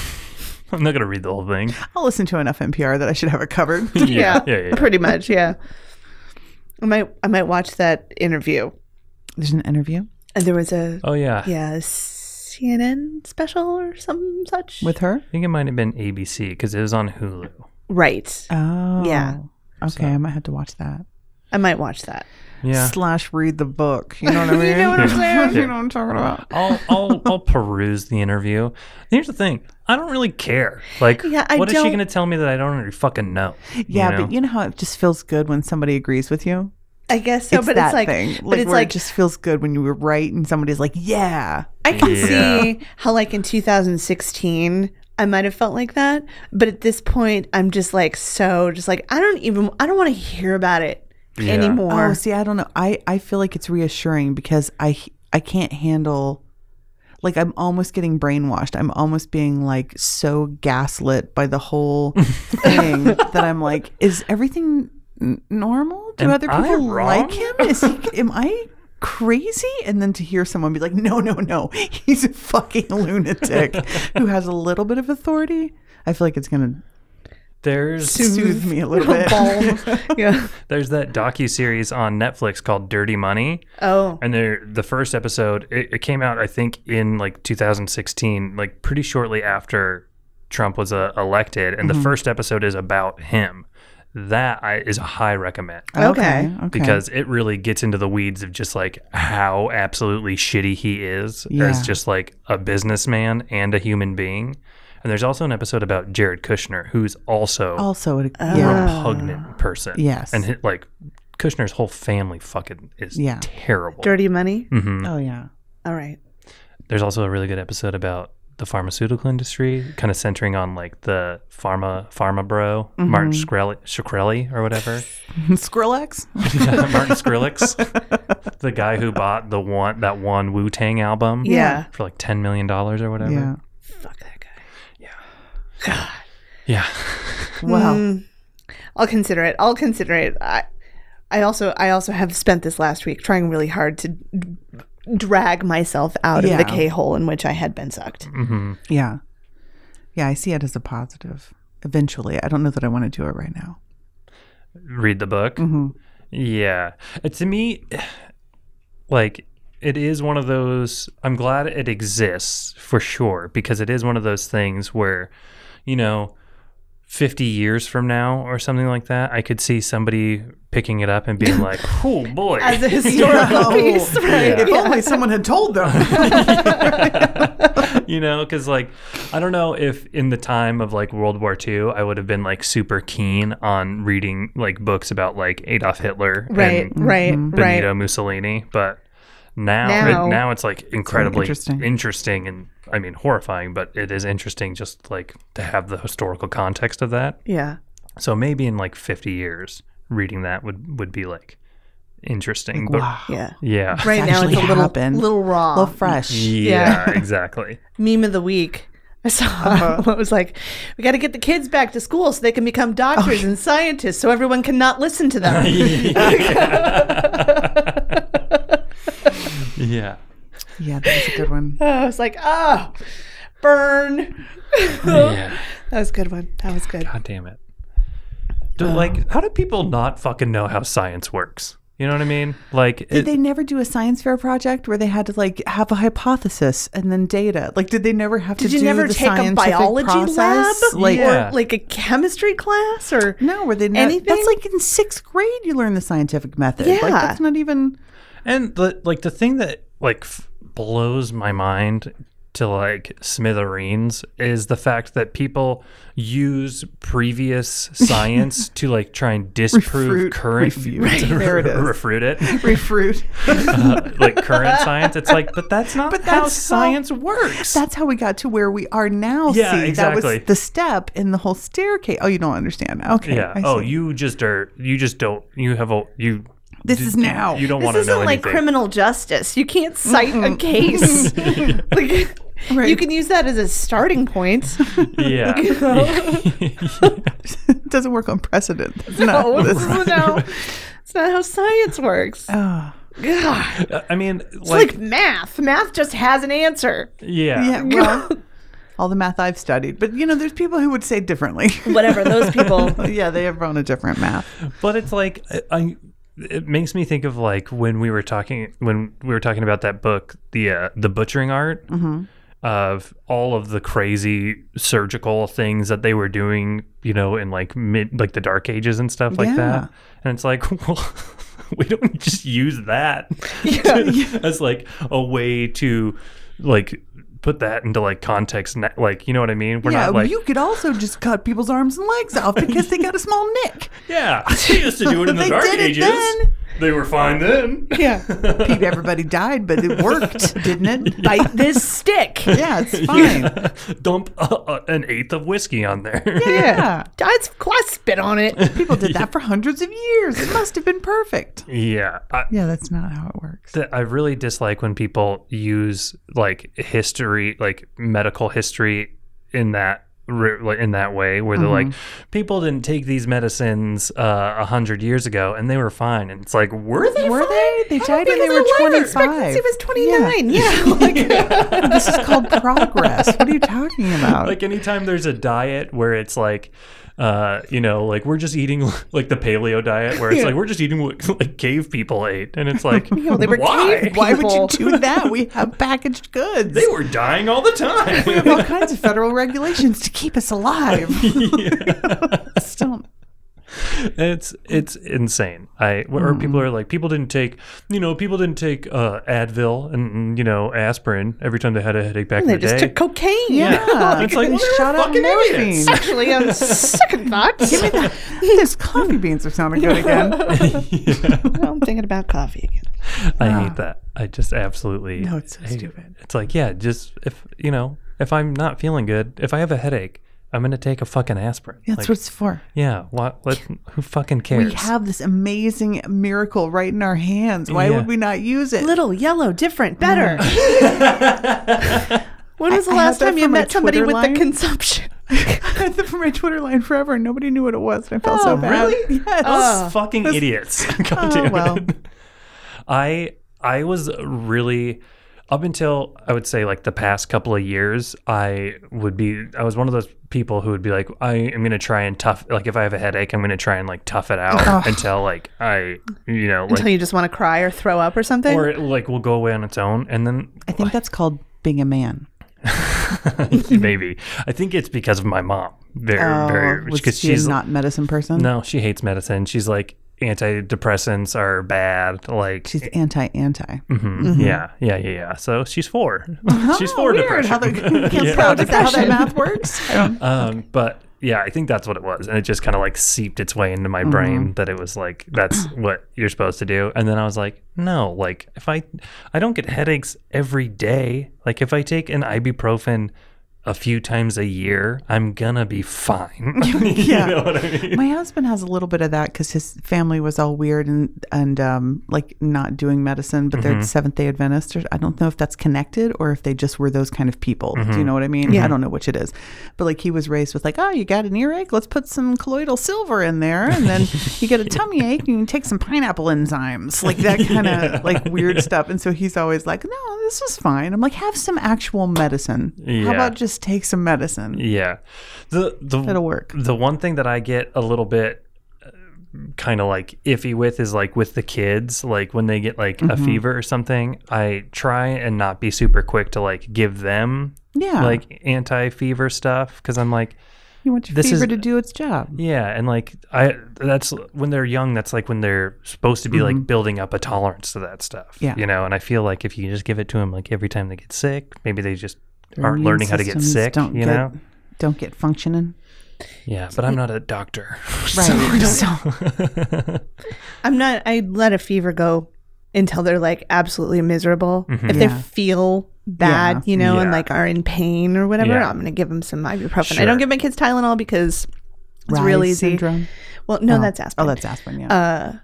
Speaker 5: [LAUGHS] I'm not gonna read the whole thing.
Speaker 3: I'll listen to enough NPR that I should have it covered.
Speaker 4: [LAUGHS] yeah,
Speaker 5: yeah, yeah.
Speaker 4: pretty much, yeah. I might, I might watch that interview.
Speaker 3: There's an interview
Speaker 4: And there was a
Speaker 5: Oh yeah.
Speaker 4: yeah a CNN special or some such.
Speaker 3: with her.
Speaker 5: I think it might have been ABC because it was on Hulu.
Speaker 4: right,
Speaker 3: Oh.
Speaker 4: Yeah.
Speaker 3: Okay, I might have to watch that.
Speaker 4: I might watch that.
Speaker 5: Yeah.
Speaker 3: Slash read the book. [LAUGHS] You know
Speaker 4: [LAUGHS]
Speaker 3: what I mean?
Speaker 4: know what I'm saying?
Speaker 3: you know what I'm talking about?
Speaker 5: I'll
Speaker 4: [LAUGHS]
Speaker 5: I'll I'll peruse the interview. Here's the thing. I don't really care. Like
Speaker 4: Yeah, I
Speaker 5: what is she
Speaker 4: don't-
Speaker 5: gonna tell me that I don't already fucking know?
Speaker 3: Yeah,
Speaker 5: know?
Speaker 3: but you know how it just feels good when somebody agrees with you?
Speaker 4: I guess so,
Speaker 3: it's
Speaker 4: but
Speaker 3: that
Speaker 4: it's like,
Speaker 3: thing. Like,
Speaker 4: but it's
Speaker 3: where
Speaker 4: like
Speaker 3: it just feels good when you were right and somebody's like, yeah.
Speaker 4: I can
Speaker 5: Yeah.
Speaker 4: see how like in 2016 I might have felt like that, but at this point I'm just like so just like I don't even I don't want to hear about it anymore.
Speaker 3: Oh, see, I don't know. I, I feel like it's reassuring because I I can't handle like I'm almost getting brainwashed. I'm almost being like so gaslit by the
Speaker 5: [LAUGHS]
Speaker 3: whole thing that I'm like, is everything n- normal? Do
Speaker 5: Am
Speaker 3: other
Speaker 5: I
Speaker 3: people
Speaker 5: wrong?
Speaker 3: like him? Is he, am I crazy? And then to hear someone be like, no, no, no, he's a fucking lunatic who has a little bit of authority. I feel like it's gonna
Speaker 5: There's
Speaker 3: soothe me a little bit.
Speaker 4: Balm. yeah.
Speaker 5: there's that docu series on Netflix called Dirty Money.
Speaker 4: Oh.
Speaker 5: and they're the first episode it, it came out i think in like 2016 like pretty shortly after trump was uh, elected and
Speaker 3: Mm-hmm.
Speaker 5: the first episode is about him that I, is a high recommend
Speaker 4: Okay.
Speaker 3: [LAUGHS] okay.
Speaker 5: because it really gets into the weeds of just like how absolutely shitty he is
Speaker 3: Yeah.
Speaker 5: as just like a businessman and a human being and there's also an episode about jared kushner who's also
Speaker 3: also, it,
Speaker 5: a
Speaker 3: yeah.
Speaker 5: repugnant person
Speaker 3: Yes.
Speaker 5: and hi- like kushner's whole family fucking is
Speaker 3: Yeah.
Speaker 5: terrible
Speaker 3: Mm-hmm.
Speaker 4: Dirty money.
Speaker 5: Mhm.
Speaker 3: Oh yeah.
Speaker 4: All right.
Speaker 5: There's also a really good episode about the pharmaceutical industry, kind of centering on like the pharma pharma bro Martin Shkreli, Shkreli or whatever.
Speaker 3: [LAUGHS]
Speaker 5: [LAUGHS]
Speaker 3: Skrillex?
Speaker 5: Yeah, Martin Skrillex, the guy who bought the one that one Wu Tang album,
Speaker 4: Yeah.
Speaker 5: for like ten million dollars or whatever.
Speaker 3: Yeah.
Speaker 4: Fuck that guy.
Speaker 5: Yeah.
Speaker 3: Wow.
Speaker 4: I'll consider it. I'll consider it. I, I also, I also have spent this last week trying really hard to d- drag myself out
Speaker 3: Yeah.
Speaker 4: of the K hole in which I had been sucked.
Speaker 3: Yeah. Yeah, I see it as a positive eventually. I don't know that I want to do it right [LAUGHS] now.
Speaker 5: read the book.
Speaker 4: Mm-hmm.
Speaker 5: Yeah. Uh, To me, like, it is one of those. I'm glad it exists for sure because it is one of those things where, you know, 50 years from now or something like that, I could see somebody picking it up and
Speaker 4: [LAUGHS]
Speaker 5: being like, oh boy.
Speaker 4: [LAUGHS] As a
Speaker 3: [LAUGHS]
Speaker 4: historical
Speaker 3: Yeah.
Speaker 4: [LAUGHS] piece, right?
Speaker 3: If only someone had told them.
Speaker 5: [LAUGHS] you know, because like, I don't know if in the time of like World War II, I would have been like super keen on reading like books about like Adolf Hitler
Speaker 4: Right,
Speaker 5: and
Speaker 4: right, right.
Speaker 5: Benito Mussolini, but now it- now,
Speaker 4: Now-
Speaker 5: it's like incredibly
Speaker 3: interesting.
Speaker 5: interesting. and I mean horrifying, but it is interesting just like to have the historical context of that.
Speaker 4: Yeah.
Speaker 5: So maybe in like 50 years, reading that would would be like interesting, [LAUGHS] but
Speaker 3: wow.
Speaker 5: [LAUGHS]
Speaker 4: Yeah.
Speaker 5: yeah.
Speaker 4: Right now
Speaker 3: actually
Speaker 4: it's a little,
Speaker 3: happened.
Speaker 4: little raw.
Speaker 3: Well, fresh.
Speaker 5: Yeah, [LAUGHS] exactly.
Speaker 4: meme of the week. I saw [LAUGHS]
Speaker 3: Uh-huh.
Speaker 4: it was like, we got to get the kids back to school so they can become doctors
Speaker 3: Oh.
Speaker 4: and scientists, so everyone can not listen to them.
Speaker 5: Yeah.
Speaker 3: [LAUGHS] Yeah, that was a good one.
Speaker 4: I was like, oh, burn.
Speaker 5: Yeah.
Speaker 4: That was a good one. That was good.
Speaker 5: God damn it. Do, like, how do people not fucking know how science works? You know what I mean? Like,
Speaker 3: Did
Speaker 5: it,
Speaker 3: they never do a science fair project where they had to like have a hypothesis and then data? Like, did they never have
Speaker 4: Did
Speaker 3: to?
Speaker 4: you
Speaker 3: do
Speaker 4: never
Speaker 3: the
Speaker 4: take a
Speaker 3: scientific
Speaker 4: biology
Speaker 3: process?
Speaker 4: lab,
Speaker 3: Like,
Speaker 5: Yeah.
Speaker 4: or like a chemistry class, or
Speaker 3: no, were they? Not,
Speaker 4: Anything?
Speaker 3: that's like in sixth grade you learn the scientific method.
Speaker 4: Yeah.
Speaker 3: Like, that's not even.
Speaker 5: and the, like the thing that like f- blows my mind to like smithereens is the fact that people use previous
Speaker 3: [LAUGHS]
Speaker 5: science to like try and disprove
Speaker 3: Refute-
Speaker 5: current
Speaker 3: refute. [LAUGHS] Right, there it is. [LAUGHS]
Speaker 5: refute it
Speaker 3: Refruit.
Speaker 5: uh, like current science it's like but that's not how
Speaker 3: that's how-
Speaker 5: science works
Speaker 3: That's how we got to where we are now.
Speaker 5: Yeah,
Speaker 3: see, that
Speaker 5: exactly.
Speaker 3: was the step in the whole staircase. Oh, you don't understand. Okay.
Speaker 5: yeah
Speaker 3: I
Speaker 5: oh
Speaker 3: see.
Speaker 5: you just are you just don't you have a you
Speaker 3: This is now.
Speaker 5: you don't
Speaker 4: this
Speaker 5: want to know
Speaker 4: isn't like
Speaker 5: anything.
Speaker 4: criminal justice. You can't cite a case.
Speaker 3: [LAUGHS]
Speaker 4: like, You
Speaker 3: Right.
Speaker 4: can use that as a
Speaker 3: [LAUGHS]
Speaker 4: starting point.
Speaker 5: [LAUGHS] yeah
Speaker 3: [LAUGHS] it doesn't work on precedent. That's not
Speaker 4: [LAUGHS] no,
Speaker 5: [LAUGHS]
Speaker 3: this-
Speaker 4: this is no, it's not how science works.
Speaker 3: Oh.
Speaker 4: God.
Speaker 5: i mean
Speaker 4: It's
Speaker 5: like,
Speaker 4: like math. Math just has an answer.
Speaker 3: [LAUGHS] Yeah, well, all the math I've studied, but you know, there's people who would say differently. [LAUGHS]
Speaker 4: Whatever. Those people.
Speaker 3: yeah, they have run a different math.
Speaker 5: But it's like I, I- it makes me think of like when we were talking when we were talking about that book, the uh, the butchering art
Speaker 3: Mm-hmm.
Speaker 5: of all of the crazy surgical things that they were doing, you know, in like mid like the dark ages and stuff like
Speaker 3: Yeah.
Speaker 5: that. And it's like, [LAUGHS] well, we don't just use
Speaker 3: [LAUGHS]
Speaker 5: that [LAUGHS] as like a way to like put that into like context na- like you know what i mean we're
Speaker 3: yeah,
Speaker 5: not like
Speaker 3: you could also just cut people's arms and legs
Speaker 5: [LAUGHS]
Speaker 3: off because they got a small nick.
Speaker 5: yeah [LAUGHS] they used to do it in
Speaker 3: [LAUGHS]
Speaker 5: the
Speaker 3: They
Speaker 5: dark
Speaker 3: did it
Speaker 5: ages
Speaker 3: then.
Speaker 5: they were fine then
Speaker 4: [LAUGHS] Yeah.
Speaker 3: Pete, everybody died, but it worked,
Speaker 5: [LAUGHS]
Speaker 3: didn't it?
Speaker 4: Bite this [LAUGHS] stick.
Speaker 3: Yeah, it's fine. Yeah.
Speaker 5: [LAUGHS] dump uh, uh, an eighth of whiskey on
Speaker 4: [LAUGHS]
Speaker 5: there.
Speaker 4: That's I spit on it.
Speaker 3: People did that for hundreds of years. It must have been perfect.
Speaker 5: yeah. I,
Speaker 3: Yeah, that's not how it works.
Speaker 5: th- I really dislike when people use like history, like medical history, in that re- like, in that way, where they're like,
Speaker 4: Mm-hmm.
Speaker 5: people didn't take these medicines uh, a hundred years ago and they were fine, and it's like, were they?
Speaker 3: Were
Speaker 5: fine?
Speaker 3: they? They died when
Speaker 4: Oh, Because
Speaker 3: they were
Speaker 4: our life
Speaker 3: 25.
Speaker 4: expectancy was 29. Yeah. [LAUGHS] Like,
Speaker 3: This is called progress. What are you talking about?
Speaker 5: [LAUGHS] Like anytime there's a diet where it's like. Uh, you know, like we're just eating [LAUGHS] like the paleo diet, where it's like we're just eating what [LAUGHS] like cave people ate, and
Speaker 4: [LAUGHS]
Speaker 5: it's like
Speaker 4: they were
Speaker 5: why
Speaker 3: [LAUGHS]
Speaker 4: cave
Speaker 3: Why would you
Speaker 4: people.
Speaker 5: [LAUGHS]
Speaker 3: do that? We have packaged goods. [LAUGHS]
Speaker 5: they were dying all the time.
Speaker 3: all kinds of federal regulations to keep us alive. Still,
Speaker 5: [LAUGHS] It's it's insane. I where people are like people didn't take you know people didn't take uh, Advil and, and you know aspirin every time they had a headache back in
Speaker 4: they
Speaker 5: the
Speaker 4: just
Speaker 5: day.
Speaker 4: took cocaine. [LAUGHS]
Speaker 3: yeah,
Speaker 5: It's like, well, they were
Speaker 3: shot out
Speaker 5: fucking
Speaker 3: morphine.
Speaker 5: idiots.
Speaker 4: Actually, on second thoughts,
Speaker 5: [LAUGHS]
Speaker 3: Those coffee beans are sounding good again.
Speaker 4: I'm thinking about coffee again.
Speaker 5: I hate that. I just absolutely.
Speaker 3: No, it's so
Speaker 5: hate it.
Speaker 3: stupid.
Speaker 5: It's like, yeah, just if you know, if I'm not feeling good, if I have a headache, I'm gonna take a fucking aspirin.
Speaker 3: That's
Speaker 5: Like,
Speaker 3: what it's for.
Speaker 5: Yeah. What? Let, who fucking cares?
Speaker 3: We have this amazing miracle right in our hands. Why
Speaker 5: Yeah.
Speaker 3: would we not use it? [LAUGHS]
Speaker 4: Little, yellow, different, better. [LAUGHS] when was the
Speaker 3: I- I had
Speaker 4: last
Speaker 3: that
Speaker 4: time you
Speaker 3: for my
Speaker 4: met somebody
Speaker 3: Twitter
Speaker 4: with
Speaker 3: line.
Speaker 4: the consumption? [LAUGHS]
Speaker 3: had them from my Twitter line forever, and nobody knew what it was, and I
Speaker 5: Oh,
Speaker 3: felt so bad. Really? Yes. Oh,
Speaker 5: Those fucking idiots. [LAUGHS] God damn it.
Speaker 3: well.
Speaker 5: I I was really up until I would say like the past couple of years, I would be I was one of those people who would be like, I am gonna try and tough like if I have a headache, I'm gonna try and like tough it out until like I you know
Speaker 4: Until
Speaker 5: like
Speaker 4: you just want to cry or throw up or something?
Speaker 5: or it like will go away on its own and then [LAUGHS]
Speaker 3: I think that's called being a man.
Speaker 5: maybe. I think it's because of my mom. Very very
Speaker 3: Oh, was
Speaker 5: because
Speaker 3: she a
Speaker 5: she's
Speaker 3: not medicine person?
Speaker 5: no, she hates medicine. She's like antidepressants are bad. Like
Speaker 3: She's Mm-hmm. anti anti.
Speaker 5: Mhm. Yeah, yeah, yeah, yeah. So
Speaker 3: [LAUGHS]
Speaker 5: she's four. she's four
Speaker 3: Oh, Weird how,
Speaker 5: depression.
Speaker 3: the, [LAUGHS] how, that, how that math works. I don't-
Speaker 5: [LAUGHS] Um, but yeah, I think that's what it was, and it just kind of like seeped its way into my brain that it was like that's what you're supposed to do. And then I was like, no, like if I, I don't get headaches every day. Like if I take an ibuprofen a few times a year, I'm gonna be fine. [LAUGHS]
Speaker 3: Yeah.
Speaker 5: you know what I
Speaker 3: [LAUGHS]
Speaker 5: mean?
Speaker 3: My husband has a little bit of that because his family was all weird and and um, like not doing medicine, but
Speaker 5: Mm-hmm.
Speaker 3: they're Seventh Day Adventists. Or, I don't know if that's connected or if they just were those kind of people.
Speaker 5: Mm-hmm.
Speaker 3: Do you know what I mean? I don't know which it is, but like he was raised with like, oh, you got an earache? Let's put some colloidal silver in there, and then you
Speaker 5: [LAUGHS]
Speaker 3: get a tummy ache, and you can take some pineapple enzymes, like that kind of like weird stuff. And so he's always like, no, this is fine. I'm like, have some actual medicine. How
Speaker 5: Yeah.
Speaker 3: about just take some medicine?
Speaker 5: Yeah, the the
Speaker 3: That'll work.
Speaker 5: The one thing that I get a little bit kind of like iffy with is like with the kids, like when they get like
Speaker 3: Mm-hmm.
Speaker 5: a fever or something, I try and not be super quick to like give them
Speaker 3: Yeah,
Speaker 5: like anti fever stuff because I'm like,
Speaker 3: you want your
Speaker 5: this
Speaker 3: fever
Speaker 5: is-
Speaker 3: to do its job.
Speaker 5: yeah, and like I that's when they're young, that's like when they're supposed to be like building up a tolerance to that stuff,
Speaker 3: Mm-hmm. Yeah.
Speaker 5: you know. And I feel like if you just give it to them like every time they get sick, maybe they just aren't
Speaker 3: immune
Speaker 5: learning how to get
Speaker 3: systems
Speaker 5: sick, you
Speaker 3: don't get-
Speaker 5: know.
Speaker 3: don't get functioning. [LAUGHS]
Speaker 5: Yeah, but I'm not a doctor. [LAUGHS]
Speaker 3: Right.
Speaker 4: I'm not, I let a fever go until they're like absolutely miserable. If they feel bad, you know, and
Speaker 5: Mm-hmm. Yeah.
Speaker 4: like are in pain or whatever,
Speaker 5: Yeah.
Speaker 4: I'm going to give them some ibuprofen. I
Speaker 5: Sure.
Speaker 4: don't give my kids Tylenol because it's real
Speaker 3: Rye
Speaker 4: easy.
Speaker 3: syndrome.
Speaker 4: Well, no, that's aspirin.
Speaker 3: Oh, that's aspirin. Yeah.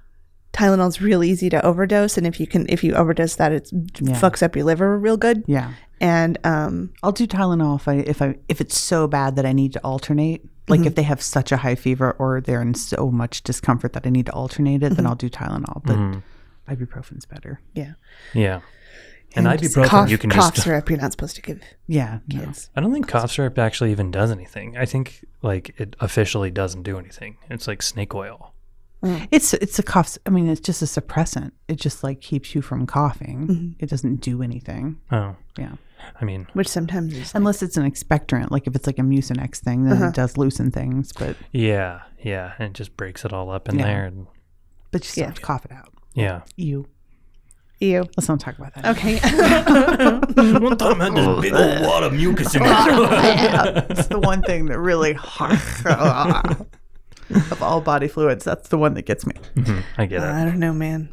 Speaker 4: Tylenol's real easy to overdose, and if you can, if you overdose that, it fucks up your liver real good.
Speaker 3: yeah.
Speaker 4: And um,
Speaker 3: I'll do Tylenol if I if I if it's so bad that I need to alternate. Like if they have such a high fever or they're in so much discomfort that I need to alternate it, then I'll do Tylenol. But ibuprofen's better.
Speaker 4: yeah,
Speaker 5: Yeah. And,
Speaker 4: Just
Speaker 5: ibuprofen
Speaker 4: cough,
Speaker 5: you can
Speaker 4: cough
Speaker 5: just
Speaker 4: syrup. You're not supposed to give
Speaker 3: Yeah. no.
Speaker 4: kids.
Speaker 5: I don't think cough syrup actually even does anything. I think like it officially doesn't do anything. It's like snake oil.
Speaker 3: It's it's a cough. I mean, it's just a suppressant. It just like keeps you from coughing. It doesn't do anything.
Speaker 5: Oh.
Speaker 3: Yeah.
Speaker 5: I mean,
Speaker 4: Which sometimes
Speaker 3: [LAUGHS]
Speaker 4: is
Speaker 3: Unless it's an expectorant, like if it's like a mucinex thing, then it does loosen things. But
Speaker 5: yeah, yeah, and it just breaks it all up in
Speaker 3: Yeah.
Speaker 5: there and
Speaker 3: but you still have to cough it out.
Speaker 5: yeah.
Speaker 3: You.
Speaker 4: ew.
Speaker 3: Let's not talk about that.
Speaker 4: Okay,
Speaker 1: One time I had this big old wad of mucus in
Speaker 3: [LAUGHS]
Speaker 1: my throat.
Speaker 3: It's the one thing that really [LAUGHS] of all body fluids, that's the one that gets me.
Speaker 4: Mm.
Speaker 5: I
Speaker 4: [LAUGHS]
Speaker 5: get it.
Speaker 4: I don't know, man.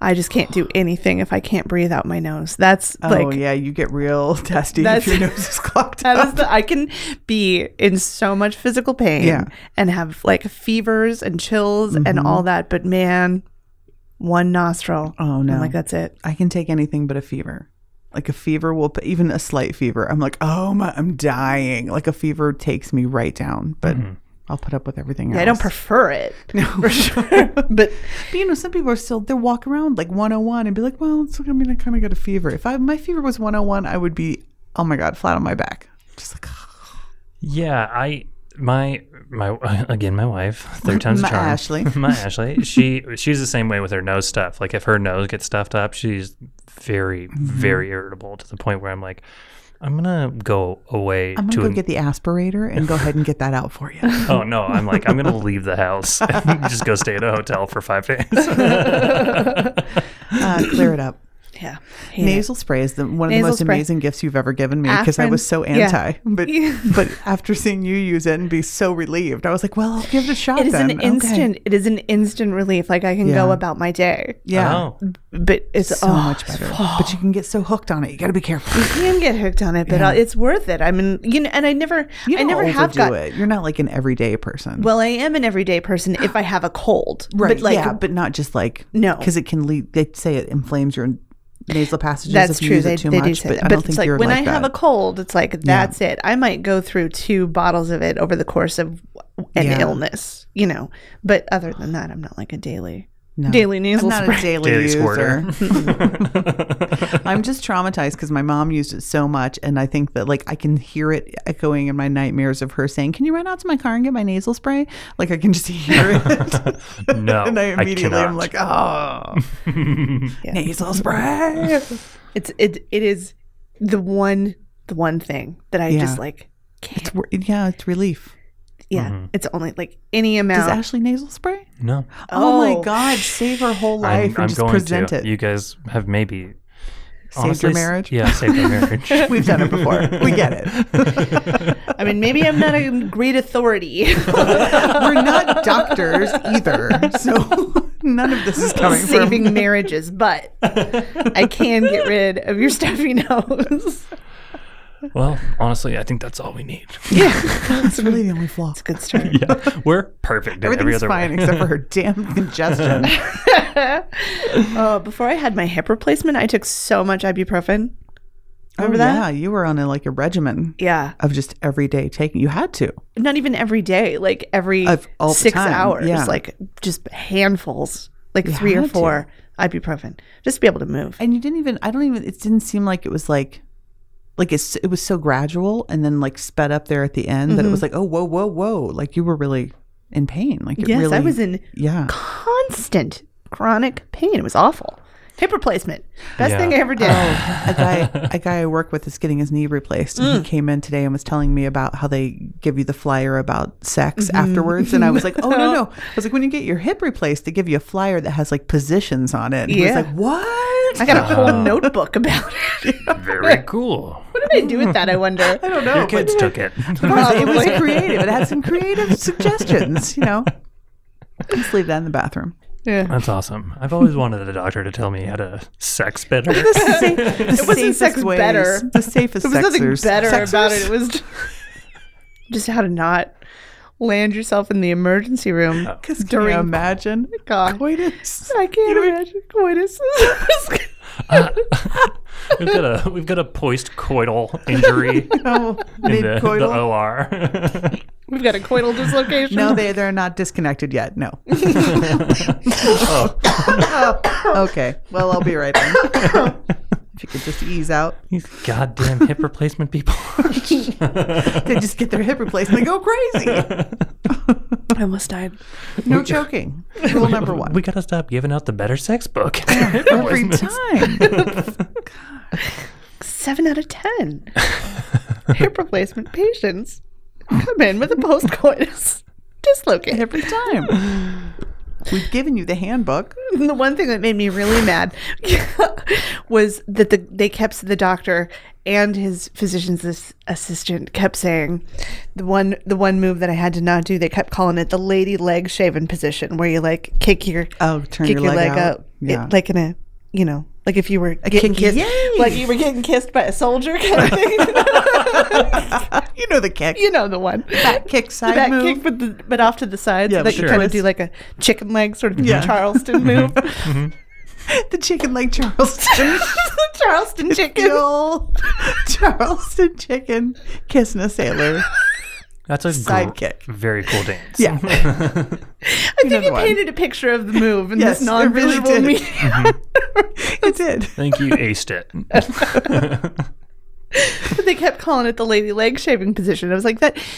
Speaker 4: I just can't do anything if I can't breathe out my nose. That's like
Speaker 3: oh yeah, you get real [LAUGHS] testy if
Speaker 4: That's-
Speaker 3: your nose is clogged
Speaker 4: [LAUGHS] that
Speaker 3: up. [LAUGHS]
Speaker 4: is the I can be in so much physical pain
Speaker 3: Yeah. Mm-hmm.
Speaker 4: and have like fevers and chills and all that, but man, one nostril.
Speaker 3: Oh,
Speaker 4: I'm
Speaker 3: no.
Speaker 4: like that's it.
Speaker 3: I can take anything but a fever. Like a fever will, even a slight fever, I'm like, oh my, I'm dying. Like a fever takes me right down, but I'll put up with everything else.
Speaker 4: Mm-hmm. I don't
Speaker 3: [LAUGHS]
Speaker 4: prefer it [LAUGHS] for sure, but
Speaker 3: But you know, some people are still they walk around like 101 and be like, well, it's I mean, I kind of got a fever. If I my fever was 101, I would be, oh my god, flat on my back, just like
Speaker 5: Yeah, I my my [LAUGHS] again my wife third time's
Speaker 3: [LAUGHS]
Speaker 5: a
Speaker 3: My
Speaker 5: charm.
Speaker 3: Ashley.
Speaker 5: [LAUGHS] my Ashley. She she's the same way with her nose stuff. Like if her nose gets stuffed up, she's very
Speaker 3: Mm-hmm.
Speaker 5: very irritable to the point where I'm like, I'm gonna go away
Speaker 3: I'm
Speaker 5: to
Speaker 3: gonna go
Speaker 5: an-
Speaker 3: get the aspirator and go ahead and get that out for you.
Speaker 5: [LAUGHS] Oh no, I'm like I'm gonna leave the house [LAUGHS] and just go stay at a hotel for five days.
Speaker 3: [LAUGHS]
Speaker 4: [LAUGHS]
Speaker 3: Uh, clear it up.
Speaker 4: Yeah. Hate it.
Speaker 3: Nasal spray is the, one of the
Speaker 4: Nasal
Speaker 3: most
Speaker 4: spray.
Speaker 3: amazing gifts you've ever given me because I
Speaker 4: Aspirin.
Speaker 3: was so
Speaker 4: Yeah.
Speaker 3: anti. But
Speaker 4: [LAUGHS] Yeah.
Speaker 3: but after seeing you use it and be so relieved, I was like, well, I'll give it a shot.
Speaker 4: It is
Speaker 3: then.
Speaker 4: an
Speaker 3: Okay.
Speaker 4: instant. It is an instant relief. Like I can go
Speaker 3: Yeah.
Speaker 4: about my day.
Speaker 3: [LAUGHS] Yeah.
Speaker 5: [LAUGHS] Oh.
Speaker 4: But it's
Speaker 3: So
Speaker 4: oh,
Speaker 3: much better. But you can get so hooked on it. You got to be careful.
Speaker 4: [LAUGHS] You can get hooked on it, but uh, it's worth it. I mean, you know, and I never,
Speaker 3: You
Speaker 4: I
Speaker 3: don't
Speaker 4: never have
Speaker 3: overdo
Speaker 4: got.
Speaker 3: it. You're not like an everyday person.
Speaker 4: Well, I am an everyday person if I have a cold,
Speaker 3: right.
Speaker 4: But like,
Speaker 3: yeah, but not just like,
Speaker 4: No.
Speaker 3: Because it can lead, they say it inflames your nasal passages
Speaker 4: that's
Speaker 3: if you
Speaker 4: true.
Speaker 3: use
Speaker 4: They,
Speaker 3: it too
Speaker 4: they
Speaker 3: much.
Speaker 4: do say
Speaker 3: but
Speaker 4: that.
Speaker 3: I
Speaker 4: but
Speaker 3: don't
Speaker 4: it's
Speaker 3: think
Speaker 4: like
Speaker 3: you're
Speaker 4: when
Speaker 3: like
Speaker 4: I
Speaker 3: that.
Speaker 4: have a cold, it's like that's it. I might go through two bottles of it over the course of an
Speaker 3: Yeah.
Speaker 4: illness, you know. But other than that, I'm not like a daily
Speaker 3: No.
Speaker 4: daily nasal
Speaker 3: I'm not
Speaker 4: spray.
Speaker 3: a daily,
Speaker 5: Daily
Speaker 3: user.
Speaker 5: squirter. [LAUGHS]
Speaker 3: I'm just traumatized because my mom used it so much, and I think that like I can hear it echoing in my nightmares of her saying, "Can you run out to my car and get my nasal spray?" Like I can just hear it,
Speaker 5: [LAUGHS] no.
Speaker 3: [LAUGHS] and I immediately
Speaker 5: I
Speaker 3: am like, "Oh,
Speaker 5: [LAUGHS]
Speaker 3: nasal spray!"
Speaker 4: it's it it is the one the one thing that I
Speaker 3: Yeah.
Speaker 4: just like can't.
Speaker 3: It's wor- yeah, it's relief.
Speaker 4: yeah, it's only like any
Speaker 3: Does
Speaker 4: amount.
Speaker 3: Ashley nasal spray?
Speaker 5: no.
Speaker 3: Oh,
Speaker 4: Oh.
Speaker 3: my God! Save her whole
Speaker 5: I'm,
Speaker 3: life
Speaker 5: I'm
Speaker 3: and just
Speaker 5: going
Speaker 3: present
Speaker 5: to.
Speaker 3: it.
Speaker 5: You guys have maybe
Speaker 3: Saved
Speaker 5: honestly,
Speaker 3: your marriage. [LAUGHS]
Speaker 5: Yeah, saved your marriage.
Speaker 3: We've done it before. We get
Speaker 5: [LAUGHS]
Speaker 3: it.
Speaker 4: I mean, maybe I'm
Speaker 3: [LAUGHS]
Speaker 4: not a great authority. [LAUGHS]
Speaker 3: We're not doctors either, so [LAUGHS] none of this is coming from [LAUGHS]
Speaker 4: saving marriages, but I can get rid of your stuffy [LAUGHS] nose.
Speaker 5: well, honestly, I think that's all we need.
Speaker 3: That's really the only flaw.
Speaker 4: Good start.
Speaker 5: yeah, [LAUGHS] we're perfect. in every
Speaker 3: Everything's
Speaker 5: other
Speaker 3: fine
Speaker 5: way.
Speaker 3: except [LAUGHS]
Speaker 5: [LAUGHS]
Speaker 3: for her damn [LAUGHS] congestion.
Speaker 4: Uh, before I had my hip replacement, I took so much ibuprofen. Remember
Speaker 3: oh,
Speaker 4: that?
Speaker 3: Yeah, you were on a, like a regimen
Speaker 4: Yeah,
Speaker 3: of just every day taking. You had to.
Speaker 4: not even every day, like every
Speaker 3: Of- all the
Speaker 4: six
Speaker 3: time,
Speaker 4: hours,
Speaker 3: yeah.
Speaker 4: like just handfuls, like three or
Speaker 3: had to.
Speaker 4: four ibuprofen, just to be able to move.
Speaker 3: And you didn't even. I don't even. It didn't seem like it was like. Like it's, it was so gradual and then like sped up there at the end that it was like oh whoa whoa whoa like you were really in pain like it
Speaker 4: yes,
Speaker 3: really
Speaker 4: I was in
Speaker 3: yeah
Speaker 4: constant chronic pain. It was awful. Hip replacement, best
Speaker 5: Yeah.
Speaker 4: thing I ever did.
Speaker 3: a guy
Speaker 4: [LAUGHS]
Speaker 3: a guy I work with is getting his knee replaced and
Speaker 4: Mm.
Speaker 3: he came in today and was telling me about how they give you the flyer about sex
Speaker 4: Mm-hmm.
Speaker 3: afterwards and I
Speaker 4: [LAUGHS]
Speaker 3: was like, "Oh no, no." I was like, "When you get your hip replaced, they give you a flyer that has like positions on it." And he was
Speaker 4: Yeah.
Speaker 3: like, "What?"
Speaker 4: I got a whole notebook about it. [LAUGHS]
Speaker 5: Very cool.
Speaker 4: what did I do with that? I wonder.
Speaker 3: [LAUGHS] I don't know.
Speaker 5: Your kids took it. [LAUGHS]
Speaker 3: It was, it was creative. It had
Speaker 4: [LAUGHS]
Speaker 3: some creative suggestions, you know. Just leave that in the bathroom. Uh,
Speaker 4: Yeah.
Speaker 5: That's awesome. I've always wanted a doctor to tell me how to sex better.
Speaker 3: it
Speaker 4: wasn't sex better.
Speaker 3: The safest
Speaker 4: There was nothing
Speaker 3: sexers-
Speaker 4: better about it.
Speaker 3: sexers?
Speaker 4: It was just, just how to not land yourself in the emergency room.
Speaker 3: Because can
Speaker 4: during-
Speaker 3: you
Speaker 4: [LAUGHS]
Speaker 3: imagine?
Speaker 4: God. [LAUGHS]
Speaker 3: Coitus.
Speaker 4: I can't imagine coitus.
Speaker 5: we've got a we've got a post coital injury
Speaker 3: Oh,
Speaker 5: in the, the
Speaker 3: mid-coital.
Speaker 5: [LAUGHS] OR.
Speaker 4: [LAUGHS] We've got a coital dislocation.
Speaker 3: No, they they're not disconnected yet. No.
Speaker 5: Oh,
Speaker 3: okay. [COUGHS] Well, I'll be right in. if you could just ease out,
Speaker 5: These goddamn hip replacement people. [LAUGHS]
Speaker 3: they just get their hip replaced and they go [LAUGHS] crazy.
Speaker 4: I [LAUGHS] almost died.
Speaker 3: No [LAUGHS] joking. Rule number one.
Speaker 5: we gotta stop giving out the better sex book. [LAUGHS]
Speaker 3: Every time.
Speaker 4: Seven out of ten
Speaker 3: [LAUGHS]
Speaker 4: hip replacement patients come in with a post [LAUGHS] coitus dislocation.
Speaker 3: Every time. We've given you the [LAUGHS] handbook.
Speaker 4: And the one thing that made me really mad [LAUGHS] was that the they kept the doctor and his physician's as- assistant kept saying the one the one move that I had to not do they kept calling it the lady leg shaven position where you like kick your
Speaker 3: Oh, turn
Speaker 4: kick
Speaker 3: your leg out.
Speaker 4: up it-
Speaker 3: Yeah.
Speaker 4: like in a you know like if you were getting
Speaker 3: kick-
Speaker 4: kissed
Speaker 3: Yay!
Speaker 4: like you were getting kissed by a soldier kind of thing
Speaker 3: you know the kick.
Speaker 4: [LAUGHS] you know the one
Speaker 3: Back kick side
Speaker 4: back
Speaker 3: move.
Speaker 4: kick, but, the, but off to the side,
Speaker 3: Yeah,
Speaker 4: so that
Speaker 3: sure.
Speaker 4: you kind of do like a chicken leg sort of
Speaker 3: Yeah.
Speaker 4: Charleston
Speaker 3: [LAUGHS]
Speaker 4: move,
Speaker 3: The chicken [LAUGHS] leg Charleston.
Speaker 4: [LAUGHS] Charleston chicken.
Speaker 3: The old [LAUGHS] Charleston chicken. Kissing a [LAUGHS] sailor.
Speaker 5: That's a gr-
Speaker 3: Sidekick.
Speaker 5: very cool dance.
Speaker 3: Yeah.
Speaker 4: I think
Speaker 3: Another
Speaker 4: he
Speaker 3: one.
Speaker 4: painted a picture of the move in
Speaker 3: Yes,
Speaker 4: this
Speaker 3: it really
Speaker 4: non-visual
Speaker 3: did. Mm-hmm.
Speaker 4: medium. [LAUGHS]
Speaker 3: it did.
Speaker 5: [LAUGHS] Thank you, aced
Speaker 3: [LAUGHS]
Speaker 5: it. [LAUGHS]
Speaker 4: But they kept calling it the lady leg shaving position. I was like that. [SIGHS]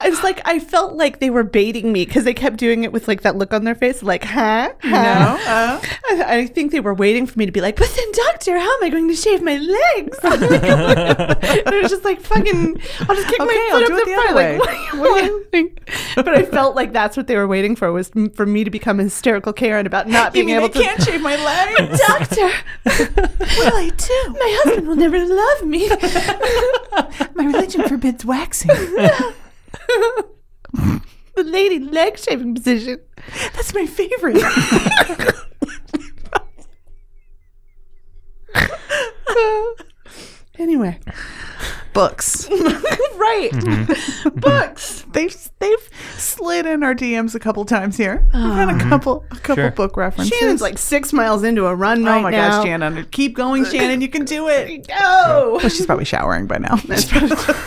Speaker 4: I was like, I felt like they were baiting me because they kept doing it with like that look on their face, like, huh? huh?
Speaker 3: uh,
Speaker 4: I, I think they were waiting for me to be like, but then, doctor, how am I going to shave my legs? [LAUGHS] and it was just like, fucking, I'll just kick
Speaker 3: Okay,
Speaker 4: my
Speaker 3: I'll
Speaker 4: foot
Speaker 3: do
Speaker 4: up
Speaker 3: it
Speaker 4: the,
Speaker 3: the
Speaker 4: front.
Speaker 3: other
Speaker 4: Like,
Speaker 3: way.
Speaker 4: what are you doing? but I felt like that's what they were waiting for was m- for me to become a hysterical Karen
Speaker 3: [LAUGHS]
Speaker 4: about not being able to.
Speaker 3: shave
Speaker 4: [LAUGHS]
Speaker 3: my legs.
Speaker 4: Doctor, will I do? My husband will never love me.
Speaker 3: [LAUGHS] my religion forbids
Speaker 4: [LAUGHS]
Speaker 3: waxing.
Speaker 4: the lady leg shaving position.
Speaker 3: That's my
Speaker 4: [LAUGHS]
Speaker 3: favorite. [LAUGHS]
Speaker 4: Anyway,
Speaker 3: Books.
Speaker 4: [LAUGHS] right.
Speaker 3: Books. [LAUGHS] They've they've slid in our DMs a couple times here. We've had a couple a couple
Speaker 5: Sure.
Speaker 3: book references.
Speaker 4: Oh. Shannon's like six miles into a run
Speaker 3: oh
Speaker 4: right
Speaker 3: my
Speaker 4: now.
Speaker 3: gosh, Shannon, keep going, Shannon. You can do
Speaker 4: [LAUGHS]
Speaker 3: it.
Speaker 4: No.
Speaker 3: Well, she's probably showering by now.
Speaker 4: [LAUGHS]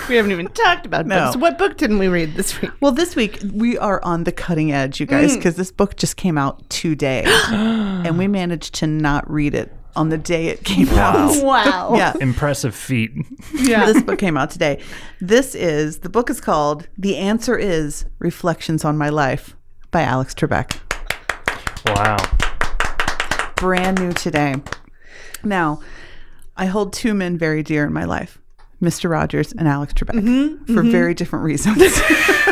Speaker 4: we haven't even talked about
Speaker 3: No.
Speaker 4: books. What book didn't we read this week?
Speaker 3: [LAUGHS]
Speaker 4: [LAUGHS]
Speaker 3: Well, this week we are on the cutting edge, you guys,
Speaker 4: Mm.
Speaker 3: because this book just came out
Speaker 4: [GASPS]
Speaker 3: today, and we managed to not read it on the day it came out.
Speaker 4: Wow.
Speaker 3: Yeah.
Speaker 5: Impressive feat.
Speaker 4: [LAUGHS] Yeah.
Speaker 3: this book came out today. This is the book is called "The Answer Is Reflections on My Life" by Alex Trebek.
Speaker 5: Wow.
Speaker 3: Brand new today. Now, I hold two men very dear in my life, Mr. Rogers and Alex Trebek, for very different reasons. [LAUGHS]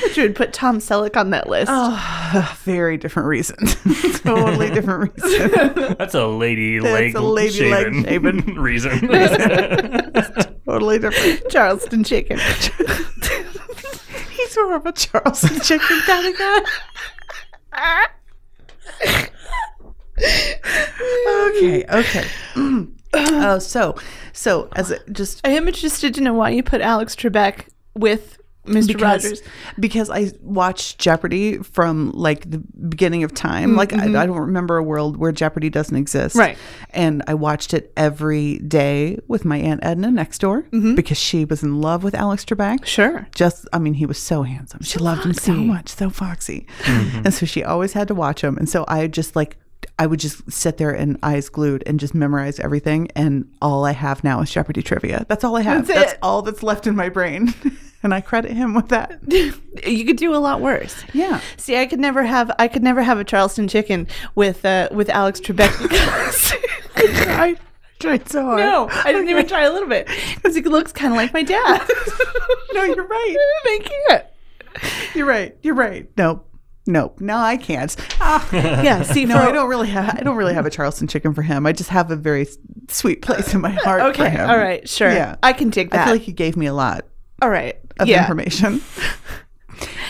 Speaker 4: But you would put Tom Selleck on that list.
Speaker 3: very different reasons. [LAUGHS] totally different reasons.
Speaker 5: That's a lady leg
Speaker 3: a lady leg
Speaker 5: shaven,
Speaker 3: shaven.
Speaker 5: [LAUGHS] reason.
Speaker 3: totally different.
Speaker 4: [LAUGHS] Charleston Chicken.
Speaker 3: He's more of a Charleston
Speaker 4: [LAUGHS]
Speaker 3: chicken kind of guy. okay, okay. [CLEARS THROAT] Oh, so, so as a, just
Speaker 4: I am interested to know why you put Alex Trebek with Mr. Rogers.
Speaker 3: because I watched Jeopardy from like the beginning of time. Like I, I don't remember a world where Jeopardy doesn't exist.
Speaker 4: Mm-hmm. Right.
Speaker 3: And I watched it every day with my aunt Edna next door because she was in love with Alex Trebek.
Speaker 4: Mm-hmm. Sure.
Speaker 3: just I mean, he was so handsome. She loved him so much, so foxy. And so she always had to watch him. And so I just like I would just sit there and eyes glued and just memorize everything. And all I have now is Jeopardy trivia. That's all I have.
Speaker 4: That's
Speaker 3: That's,
Speaker 4: it.
Speaker 3: all that's left in my brain. [LAUGHS] and I credit him with that.
Speaker 4: [LAUGHS] You could do a lot worse.
Speaker 3: Yeah.
Speaker 4: See, I could never have I could never have a Charleston chicken with uh, with Alex Trebek because [LAUGHS]
Speaker 3: I tried so hard.
Speaker 4: no, I didn't even try a little [LAUGHS] bit because he looks kind of like my dad.
Speaker 3: [LAUGHS] No, you're
Speaker 4: [LAUGHS]
Speaker 3: right.
Speaker 4: I can't.
Speaker 3: You're right. You're right. Nope. Nope. No, I can't.
Speaker 4: [LAUGHS]
Speaker 3: Ah.
Speaker 4: Yeah, see,
Speaker 3: No,
Speaker 4: for-
Speaker 3: I don't really have. I don't really have a Charleston chicken for him. I just have a very s- sweet place in my heart. for
Speaker 4: Uh, Okay,
Speaker 3: him.
Speaker 4: all right, sure.
Speaker 3: Yeah.
Speaker 4: I can take
Speaker 3: I
Speaker 4: that.
Speaker 3: feel like he gave me a lot
Speaker 4: all right,
Speaker 3: of
Speaker 4: yeah. [LAUGHS]
Speaker 3: information.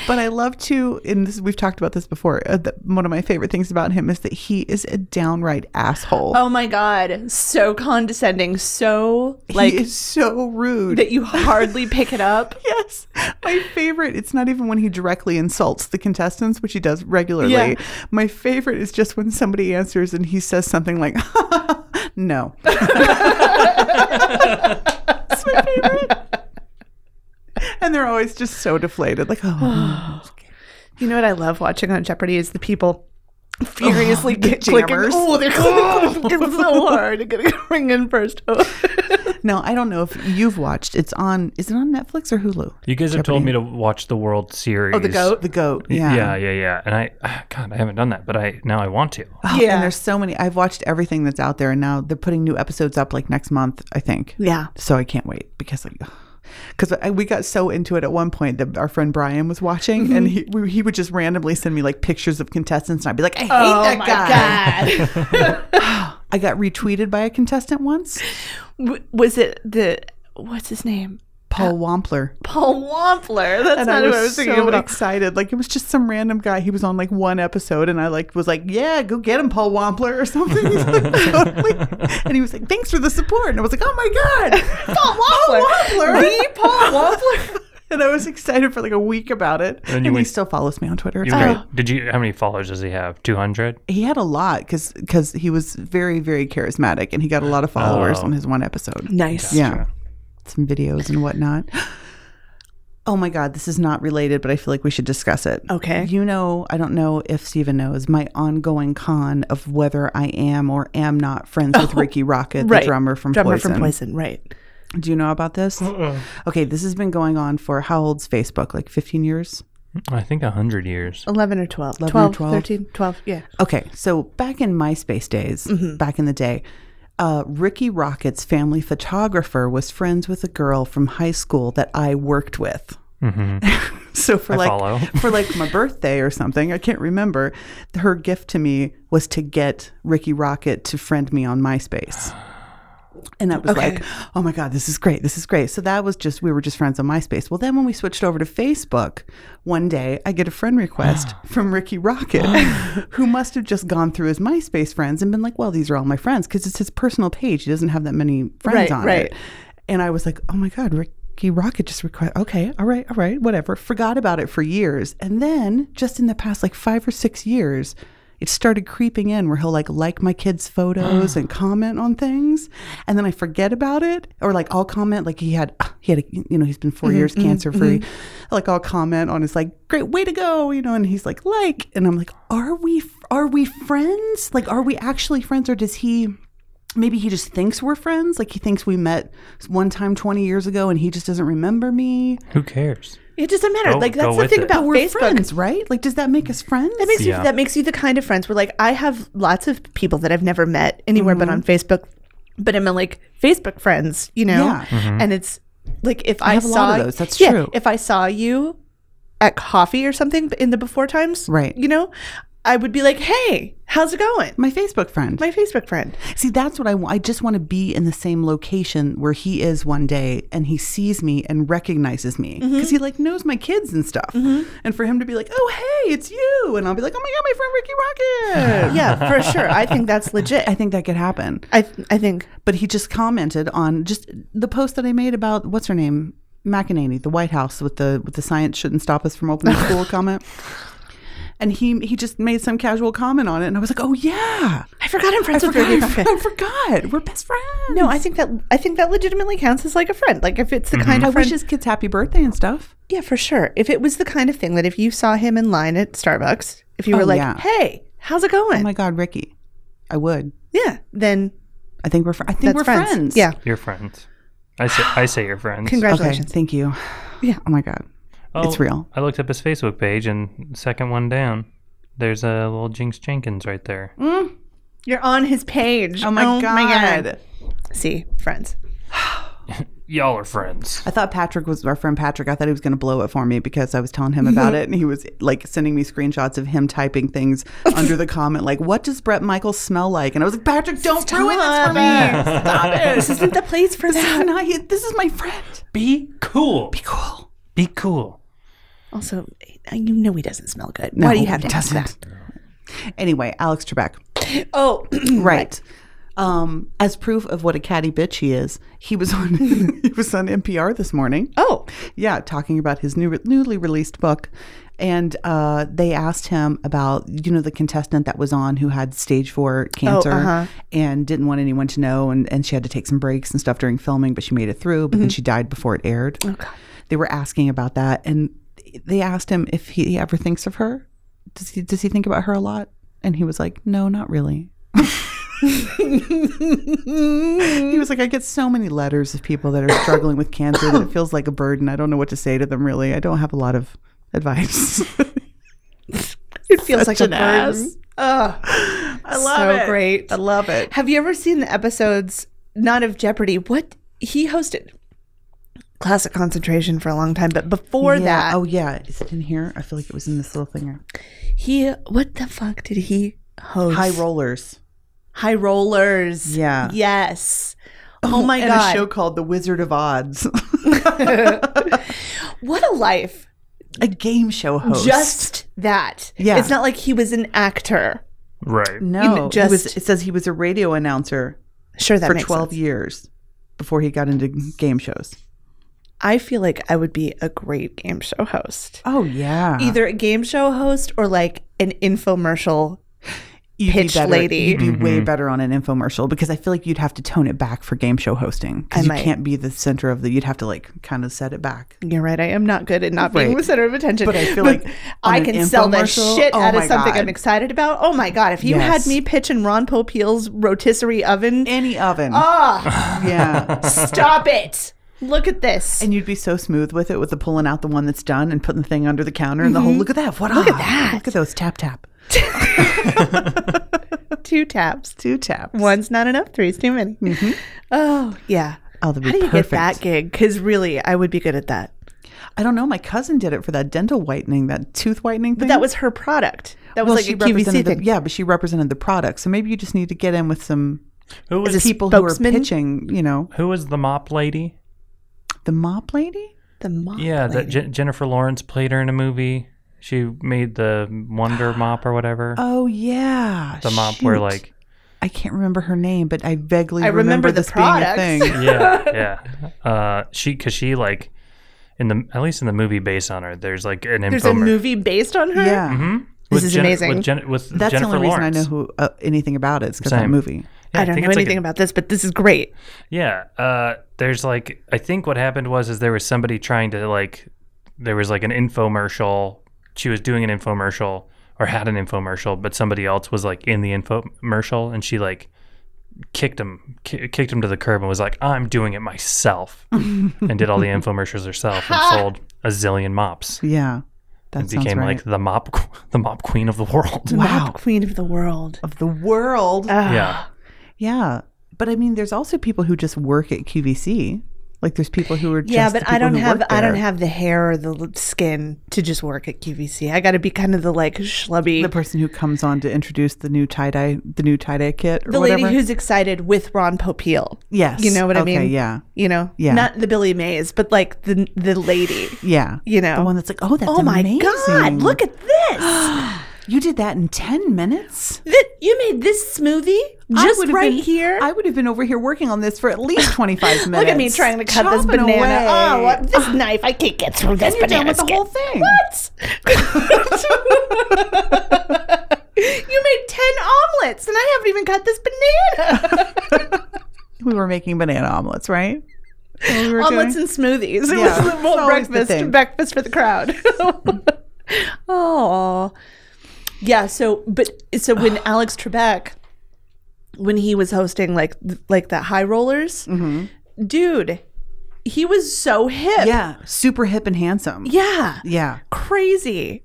Speaker 3: but I love to, and this, we've talked about this before. Uh, that one of my favorite things about him is that he is a downright asshole.
Speaker 4: Oh my god, so condescending, so
Speaker 3: like,
Speaker 4: like
Speaker 3: he is [LAUGHS] so rude.
Speaker 4: that you hardly pick it up.
Speaker 3: [LAUGHS] yes, my favorite. It's not even when he directly insults the contestants, which he does regularly.
Speaker 4: Yeah.
Speaker 3: My favorite is just when somebody answers and he says something like, [LAUGHS] "No." [LAUGHS] That's my favorite. And they're always just so deflated, like, "Oh."
Speaker 4: You know what I love watching on Jeopardy is the people [LAUGHS] furiously
Speaker 3: [LAUGHS] the
Speaker 4: get clicking.
Speaker 3: jammers.
Speaker 4: Oh,
Speaker 3: [LAUGHS]
Speaker 4: they're clicking [LAUGHS] it's so hard. I gotta ring in first. [LAUGHS]
Speaker 3: Oh,
Speaker 4: [SIGHS]
Speaker 3: No, I don't know if you've watched. It's on. Is it on Netflix or Hulu?
Speaker 5: You guys have told me to watch the World Series. Oh,
Speaker 4: the goat.
Speaker 3: The Goat. Yeah.
Speaker 5: Yeah. yeah, yeah, And I, [SIGHS] ah, God, I haven't done that, but I now I want to.
Speaker 3: Oh,
Speaker 4: Yeah.
Speaker 3: And there's so many. I've watched everything that's out there, and now they're putting new episodes up like next month, I think.
Speaker 4: yeah.
Speaker 3: So I can't wait because like. Because we got so into it at one point that our friend Brian was watching,
Speaker 4: Mm-hmm.
Speaker 3: and he we, he would just randomly send me like pictures of contestants, and I'd be like, "I hate that guy."
Speaker 4: Oh
Speaker 3: [LAUGHS]
Speaker 4: god.
Speaker 3: I got retweeted by a contestant once,
Speaker 4: W- was it the what's his name?
Speaker 3: Paul Wampler,
Speaker 4: Paul Wampler. That's
Speaker 3: and
Speaker 4: not
Speaker 3: I
Speaker 4: what
Speaker 3: was,
Speaker 4: I was thinking
Speaker 3: so
Speaker 4: about.
Speaker 3: excited. Like it was just some random guy. He was on like one episode, and I like was like, "Yeah, go get him, Paul Wampler or something." [LAUGHS] He's like, totally. And he was like, "Thanks for the support." And I was like, "Oh my
Speaker 4: [LAUGHS]
Speaker 3: god,
Speaker 4: Paul Wampler. The [LAUGHS] Paul Wampler.
Speaker 3: [LAUGHS] And I was excited for like a week about it.
Speaker 5: then
Speaker 3: And,
Speaker 5: you
Speaker 3: he
Speaker 5: went-
Speaker 3: still follows me on Twitter.
Speaker 5: You
Speaker 3: It's
Speaker 5: guys-
Speaker 3: great.
Speaker 5: did you? How many followers does he have? Two hundred.
Speaker 3: He had a lot because he was very very charismatic, and he got a lot of followers
Speaker 5: Oh.
Speaker 3: on his one episode.
Speaker 4: Nice.
Speaker 3: Yeah, some videos and whatnot. [GASPS] Oh my God, this is not related, but I feel like we should discuss it.
Speaker 4: Okay.
Speaker 3: You know, I don't know if Steven knows my ongoing con of whether I am or am not friends with Ricky Rocket, the drummer from
Speaker 4: Oh, drummer
Speaker 3: Poison.
Speaker 4: from Poison, right?
Speaker 3: Do you know about this? Okay, this has been going on for how old's Facebook? Like 15 years?
Speaker 5: I think a hundred years.
Speaker 4: Eleven or 12.
Speaker 3: 11 or
Speaker 4: 12,
Speaker 3: 12?
Speaker 4: 13, 12, Yeah.
Speaker 3: Okay, so back in MySpace days, back in the day, uh, Ricky Rocket's family photographer was friends with a girl from high school that I worked with. [LAUGHS] so for like
Speaker 5: follow.
Speaker 3: for like my birthday or something, I can't remember. Her gift to me was to get Ricky Rocket to friend me on MySpace. And I was like, oh my God, this is great. This is great. So that was just, we were just friends on MySpace. Well, then when we switched over to Facebook, one day I get a friend request from Ricky Rocket, who must have just gone through his MySpace friends and been like, well, these are all my friends because it's his personal page. He doesn't have that many friends
Speaker 4: Right,
Speaker 3: on
Speaker 4: right.
Speaker 3: it. And I was like, oh my God, Ricky Rocket just request. Okay, all right, all right, whatever. Forgot about it for years. And then just in the past like five or six years, it started creeping in where he'll like like my kids' photos and comment on things, and then I forget about it, or like I'll comment like he had [SIGHS] he had a, you know he's been 4 years cancer free, like I'll comment on his like great way to go you know, and he's like like, and I'm like are we are we friends like are we actually friends or does he maybe he just thinks we're friends. Like he thinks we met one time 20 years ago and he just doesn't remember me.
Speaker 5: Who cares?
Speaker 4: It doesn't matter.
Speaker 5: Go-
Speaker 4: like
Speaker 5: go
Speaker 4: that's the
Speaker 5: with
Speaker 4: thing
Speaker 5: it.
Speaker 4: about
Speaker 3: We're
Speaker 4: Oh, Facebook.
Speaker 3: friends, right? Like, does that make us friends?
Speaker 4: That makes you
Speaker 5: Yeah.
Speaker 4: that makes you the kind of friends where like I have lots of people that I've never met anywhere
Speaker 3: Mm-hmm.
Speaker 4: but on Facebook, but I'm like Facebook friends, you know.
Speaker 3: Yeah.
Speaker 4: And it's like if I,
Speaker 3: have a
Speaker 4: saw
Speaker 3: lot of those. That's
Speaker 4: yeah,
Speaker 3: true.
Speaker 4: If I saw you at coffee or something in the before times,
Speaker 3: Right.
Speaker 4: You know, I would be like, "Hey, how's it going?"
Speaker 3: my Facebook friend.
Speaker 4: My Facebook friend.
Speaker 3: See, that's what I want. I just want to be in the same location where he is one day and he sees me and recognizes me
Speaker 4: Mm-hmm.
Speaker 3: because he like knows my kids and stuff. And for him to be like, oh, hey, it's you. And I'll be like, oh my God, my friend Ricky
Speaker 4: [SIGHS]
Speaker 3: Rocket.
Speaker 4: yeah, for sure. I
Speaker 3: [LAUGHS]
Speaker 4: think that's legit.
Speaker 3: I think that could happen.
Speaker 4: I th- I think
Speaker 3: but he just commented on just the post that I made about what's her name McEnany, the White House with the with the science shouldn't stop us from opening school comment. And he he just made some casual comment on it, and I was like, oh yeah,
Speaker 4: I forgot I'm
Speaker 3: I
Speaker 4: friends with
Speaker 3: forgot, [LAUGHS]
Speaker 4: Ricky.
Speaker 3: I,
Speaker 4: Rocket.
Speaker 3: forgot, we're best friends.
Speaker 4: No, I think that I think that legitimately counts as like a friend. Like if it's the kind
Speaker 3: I
Speaker 4: of friend
Speaker 3: wish his kids happy birthday and stuff.
Speaker 4: Yeah, for sure. If it was the kind of thing that if you saw him in line at Starbucks, if you were
Speaker 3: Oh,
Speaker 4: like,
Speaker 3: yeah.
Speaker 4: "Hey, how's it going?"
Speaker 3: Oh my God, Ricky, I would.
Speaker 4: yeah, then
Speaker 3: I think we're fr- I think
Speaker 4: that's
Speaker 3: we're
Speaker 4: friends.
Speaker 3: friends.
Speaker 4: Yeah,
Speaker 5: You're friends. I say I say you're friends.
Speaker 3: Okay.
Speaker 4: congratulations.
Speaker 3: Thank you. Yeah. Oh my God.
Speaker 5: Oh,
Speaker 3: It's real.
Speaker 5: I looked up his Facebook page and second one down. There's a little Jinx Jenkins right there.
Speaker 4: You're on his page.
Speaker 3: Oh my God.
Speaker 4: See, friends.
Speaker 5: Y'all are friends.
Speaker 3: I thought Patrick was our friend Patrick. I thought he was going to blow it for me because I was telling him about it, and he was like sending me screenshots of him typing [LAUGHS] things under the comment, like "What does Brett Michaels smell like?" And I was like, "Patrick, don't ruin this for me. [LAUGHS] Stop it.
Speaker 4: This isn't the place for
Speaker 3: This is
Speaker 4: that.
Speaker 3: not. you- This is my friend.
Speaker 5: Be cool. Be,
Speaker 3: Cool.
Speaker 5: cool.
Speaker 4: Also, you know he doesn't smell good. Why do you have
Speaker 3: he
Speaker 4: to ask that?
Speaker 3: Anyway, Alex Trebek.
Speaker 4: Oh, [CLEARS THROAT]
Speaker 3: Mm, Right. Um, as proof of what a catty bitch he is, he was on [LAUGHS] he was on NPR this morning.
Speaker 4: oh,
Speaker 3: yeah, talking about his new newly released book. And uh, they asked him about, you know, the contestant that was on who had stage four cancer
Speaker 4: uh-huh.
Speaker 3: and didn't want anyone to know. And, and she had to take some breaks and stuff during filming, but she made it through. But then she died before it aired. They were asking about that. And they asked him if he ever thinks of her. Does he, does he think about her a lot? And he was like, no, not really. He was like, I get so many letters of people that are struggling with cancer that [CLEARS THROAT] it feels like a burden. I don't know what to say to them, really. I don't have a lot of advice. [LAUGHS]
Speaker 4: it feels like a
Speaker 3: an ass.
Speaker 4: burden. Ugh, [SIGHS] I love so
Speaker 3: it.
Speaker 4: great.
Speaker 3: I love it.
Speaker 4: Have you ever seen the episodes not of Jeopardy? What he hosted classic concentration for a long time, but before
Speaker 3: Yeah.
Speaker 4: that,
Speaker 3: Oh, yeah. Is it in here? I feel like it was in this little thing. here.
Speaker 4: he what the fuck did he host?
Speaker 3: High rollers.
Speaker 4: High rollers.
Speaker 3: Yeah.
Speaker 4: Yes. Oh, my
Speaker 3: and
Speaker 4: god.
Speaker 3: a show called The Wizard of Odds.
Speaker 4: what a life.
Speaker 3: [LAUGHS] a game show host.
Speaker 4: Just that.
Speaker 3: Yeah.
Speaker 4: It's not like he was an actor.
Speaker 5: Right.
Speaker 3: no.
Speaker 4: you know,
Speaker 3: he was-
Speaker 4: just-
Speaker 3: it says he was a radio announcer
Speaker 4: Sure that
Speaker 3: for
Speaker 4: makes
Speaker 3: 12
Speaker 4: sense.
Speaker 3: years before he got into game shows.
Speaker 4: I feel like I would be a great game show host.
Speaker 3: Oh, yeah.
Speaker 4: Either a game show host or like an infomercial
Speaker 3: you'd
Speaker 4: pitch
Speaker 3: be better,
Speaker 4: lady.
Speaker 3: You'd be way better on an infomercial because I feel like you'd have to tone it back for game show hosting
Speaker 4: I
Speaker 3: because you
Speaker 4: might.
Speaker 3: can't be the center of the. You'd have to like kind of set it back.
Speaker 4: You're right. I am not good at not being
Speaker 3: Right.
Speaker 4: the center of attention.
Speaker 3: But I feel like on
Speaker 4: [LAUGHS] I
Speaker 3: an
Speaker 4: can sell the
Speaker 3: infomercial,
Speaker 4: shit
Speaker 3: oh
Speaker 4: out of
Speaker 3: my
Speaker 4: something
Speaker 3: God.
Speaker 4: I'm excited about. Oh my god! If you
Speaker 3: Yes.
Speaker 4: had me pitching Ron Popeil's rotisserie oven,
Speaker 3: Any oven,
Speaker 4: [LAUGHS] ah,
Speaker 3: yeah.
Speaker 4: stop it! Look at this.
Speaker 3: And you'd be so smooth with it, with the pulling out the one that's done and putting the thing under the counter and the
Speaker 4: Mm-hmm.
Speaker 3: whole look at that. What look at that? Look at those tap tap
Speaker 4: Two taps.
Speaker 3: two taps.
Speaker 4: One's not enough. Three's too many. Oh yeah.
Speaker 3: Oh, that'd Mm-hmm. be
Speaker 4: How do you
Speaker 3: perfect.
Speaker 4: get that gig? Because really, I would be good at that.
Speaker 3: I don't know. My cousin did it for that dental whitening, that tooth whitening thing.
Speaker 4: That was her product. That was
Speaker 3: Well,
Speaker 4: like
Speaker 3: she
Speaker 4: a QVC
Speaker 3: represented the-
Speaker 4: thing.
Speaker 3: yeah, but she represented the product. So maybe you just need to get in with some
Speaker 5: Who
Speaker 4: Is
Speaker 5: was
Speaker 4: this-
Speaker 3: people who are
Speaker 4: Spokesman?
Speaker 3: pitching. You know,
Speaker 5: who was the mop lady?
Speaker 3: the mop lady.
Speaker 4: The mop.
Speaker 5: Yeah, that
Speaker 4: lady.
Speaker 5: Je- Jennifer Lawrence played her in a movie. She made the
Speaker 4: [GASPS]
Speaker 5: Wonder Mop or whatever.
Speaker 3: Oh yeah,
Speaker 5: the mop where
Speaker 3: shoot.
Speaker 5: like
Speaker 3: I can't remember her name, but I vaguely
Speaker 4: I remember
Speaker 3: remember,
Speaker 4: the
Speaker 3: this being a
Speaker 4: product. [LAUGHS]
Speaker 3: thing.
Speaker 5: yeah, yeah. Uh, she because she like in the at least in the movie based on her, there's like an
Speaker 4: There's a
Speaker 5: infomer-
Speaker 4: movie based on her.
Speaker 3: yeah,
Speaker 5: with
Speaker 4: This is
Speaker 5: Jen-
Speaker 4: amazing.
Speaker 5: With, Jen- with
Speaker 3: that's
Speaker 5: Mm-hmm. Jennifer
Speaker 3: the only reason
Speaker 5: Lawrence.
Speaker 3: I know who uh, anything about it. It's because that
Speaker 5: Same.
Speaker 3: movie.
Speaker 5: Yeah,
Speaker 4: I don't
Speaker 5: think
Speaker 4: know
Speaker 5: it's, like,
Speaker 4: anything about this, but this is great.
Speaker 5: Yeah. Uh, there's like I think what happened was is there was somebody trying to like there was like an infomercial. She was doing an infomercial or had an infomercial, but somebody else was like in the infomercial and she like kicked him ki- kicked him to the curb and was like I'm doing it myself and did
Speaker 3: [LAUGHS]
Speaker 5: all the infomercials herself and sold a zillion mops.
Speaker 3: Yeah, that
Speaker 5: And
Speaker 3: sounds
Speaker 5: became
Speaker 3: right.
Speaker 5: like the mop qu- [LAUGHS] the mop queen of the world.
Speaker 3: wow
Speaker 4: Queen of the world.
Speaker 3: of the world.
Speaker 5: [LAUGHS]
Speaker 4: Uh.
Speaker 5: Yeah.
Speaker 3: yeah, but I mean, there's also people who just work at QVC. Like there's people who are just
Speaker 4: yeah,
Speaker 3: the
Speaker 4: but
Speaker 3: people
Speaker 4: I don't
Speaker 3: who
Speaker 4: have
Speaker 3: work
Speaker 4: I don't
Speaker 3: there.
Speaker 4: have the hair or the l- skin to just work at QVC. I got to be kind of the like schlubby,
Speaker 3: the
Speaker 4: the,
Speaker 3: person who comes on to introduce the new tie dye the new tie dye kit or
Speaker 4: lady
Speaker 3: whatever.
Speaker 4: who's excited with Ron Popeil.
Speaker 3: yes,
Speaker 4: you know what I
Speaker 3: Okay,
Speaker 4: mean?
Speaker 3: Yeah,
Speaker 4: You know,
Speaker 3: Yeah.
Speaker 4: not the Billy Mays, but like the the
Speaker 3: [GASPS]
Speaker 4: lady.
Speaker 3: yeah.
Speaker 4: You know.
Speaker 3: the one that's like, oh, that's
Speaker 4: oh my
Speaker 3: amazing.
Speaker 4: God! Look at
Speaker 3: [GASPS]
Speaker 4: this.
Speaker 3: you did that in ten minutes.
Speaker 4: Th- you made this smoothie
Speaker 3: I
Speaker 4: just
Speaker 3: would've
Speaker 4: right
Speaker 3: been-
Speaker 4: here.
Speaker 3: I would have been over here working on this for at least
Speaker 4: [LAUGHS]
Speaker 3: 25 minutes.
Speaker 4: Look at me trying to cut this
Speaker 3: chopping
Speaker 4: banana.
Speaker 3: away.
Speaker 4: Oh, what-
Speaker 3: [GASPS]
Speaker 4: this knife! I can't get through this
Speaker 3: and you're done
Speaker 4: banana
Speaker 3: with the
Speaker 4: skin.
Speaker 3: whole thing.
Speaker 4: What? you made 10 omelets and I haven't even cut this banana.
Speaker 3: We were making banana omelets, right? That's
Speaker 4: Oh,
Speaker 3: what we were
Speaker 4: omelets
Speaker 3: doing?
Speaker 4: and smoothies. It
Speaker 3: Yeah,
Speaker 4: was the
Speaker 3: it's
Speaker 4: whole
Speaker 3: always the
Speaker 4: breakfast,
Speaker 3: thing.
Speaker 4: breakfast for the [LAUGHS] crowd. oh. Yeah, so but so when Alex Trebek when he was hosting like like the high rollers, dude, he was so hip.
Speaker 3: yeah, [LAUGHS] super hip and handsome.
Speaker 4: Yeah.
Speaker 3: Yeah.
Speaker 4: crazy.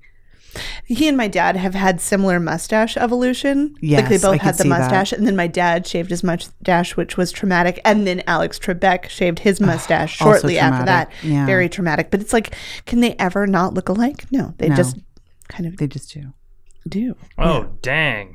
Speaker 4: He and my dad have had similar mustache evolution. like they
Speaker 3: Yes,
Speaker 4: both
Speaker 3: I can
Speaker 4: had the
Speaker 3: see that.
Speaker 4: mustache, and then my dad shaved his mustache, which was traumatic, and then Alex Trebek shaved his mustache
Speaker 3: also
Speaker 4: shortly after that.
Speaker 3: traumatic, yeah.
Speaker 4: Very traumatic. But it's like, can they ever not look alike? No, they
Speaker 3: No.
Speaker 4: just kind of
Speaker 3: They just do.
Speaker 4: do.
Speaker 5: Oh
Speaker 3: [CLEARS THROAT]
Speaker 5: dang.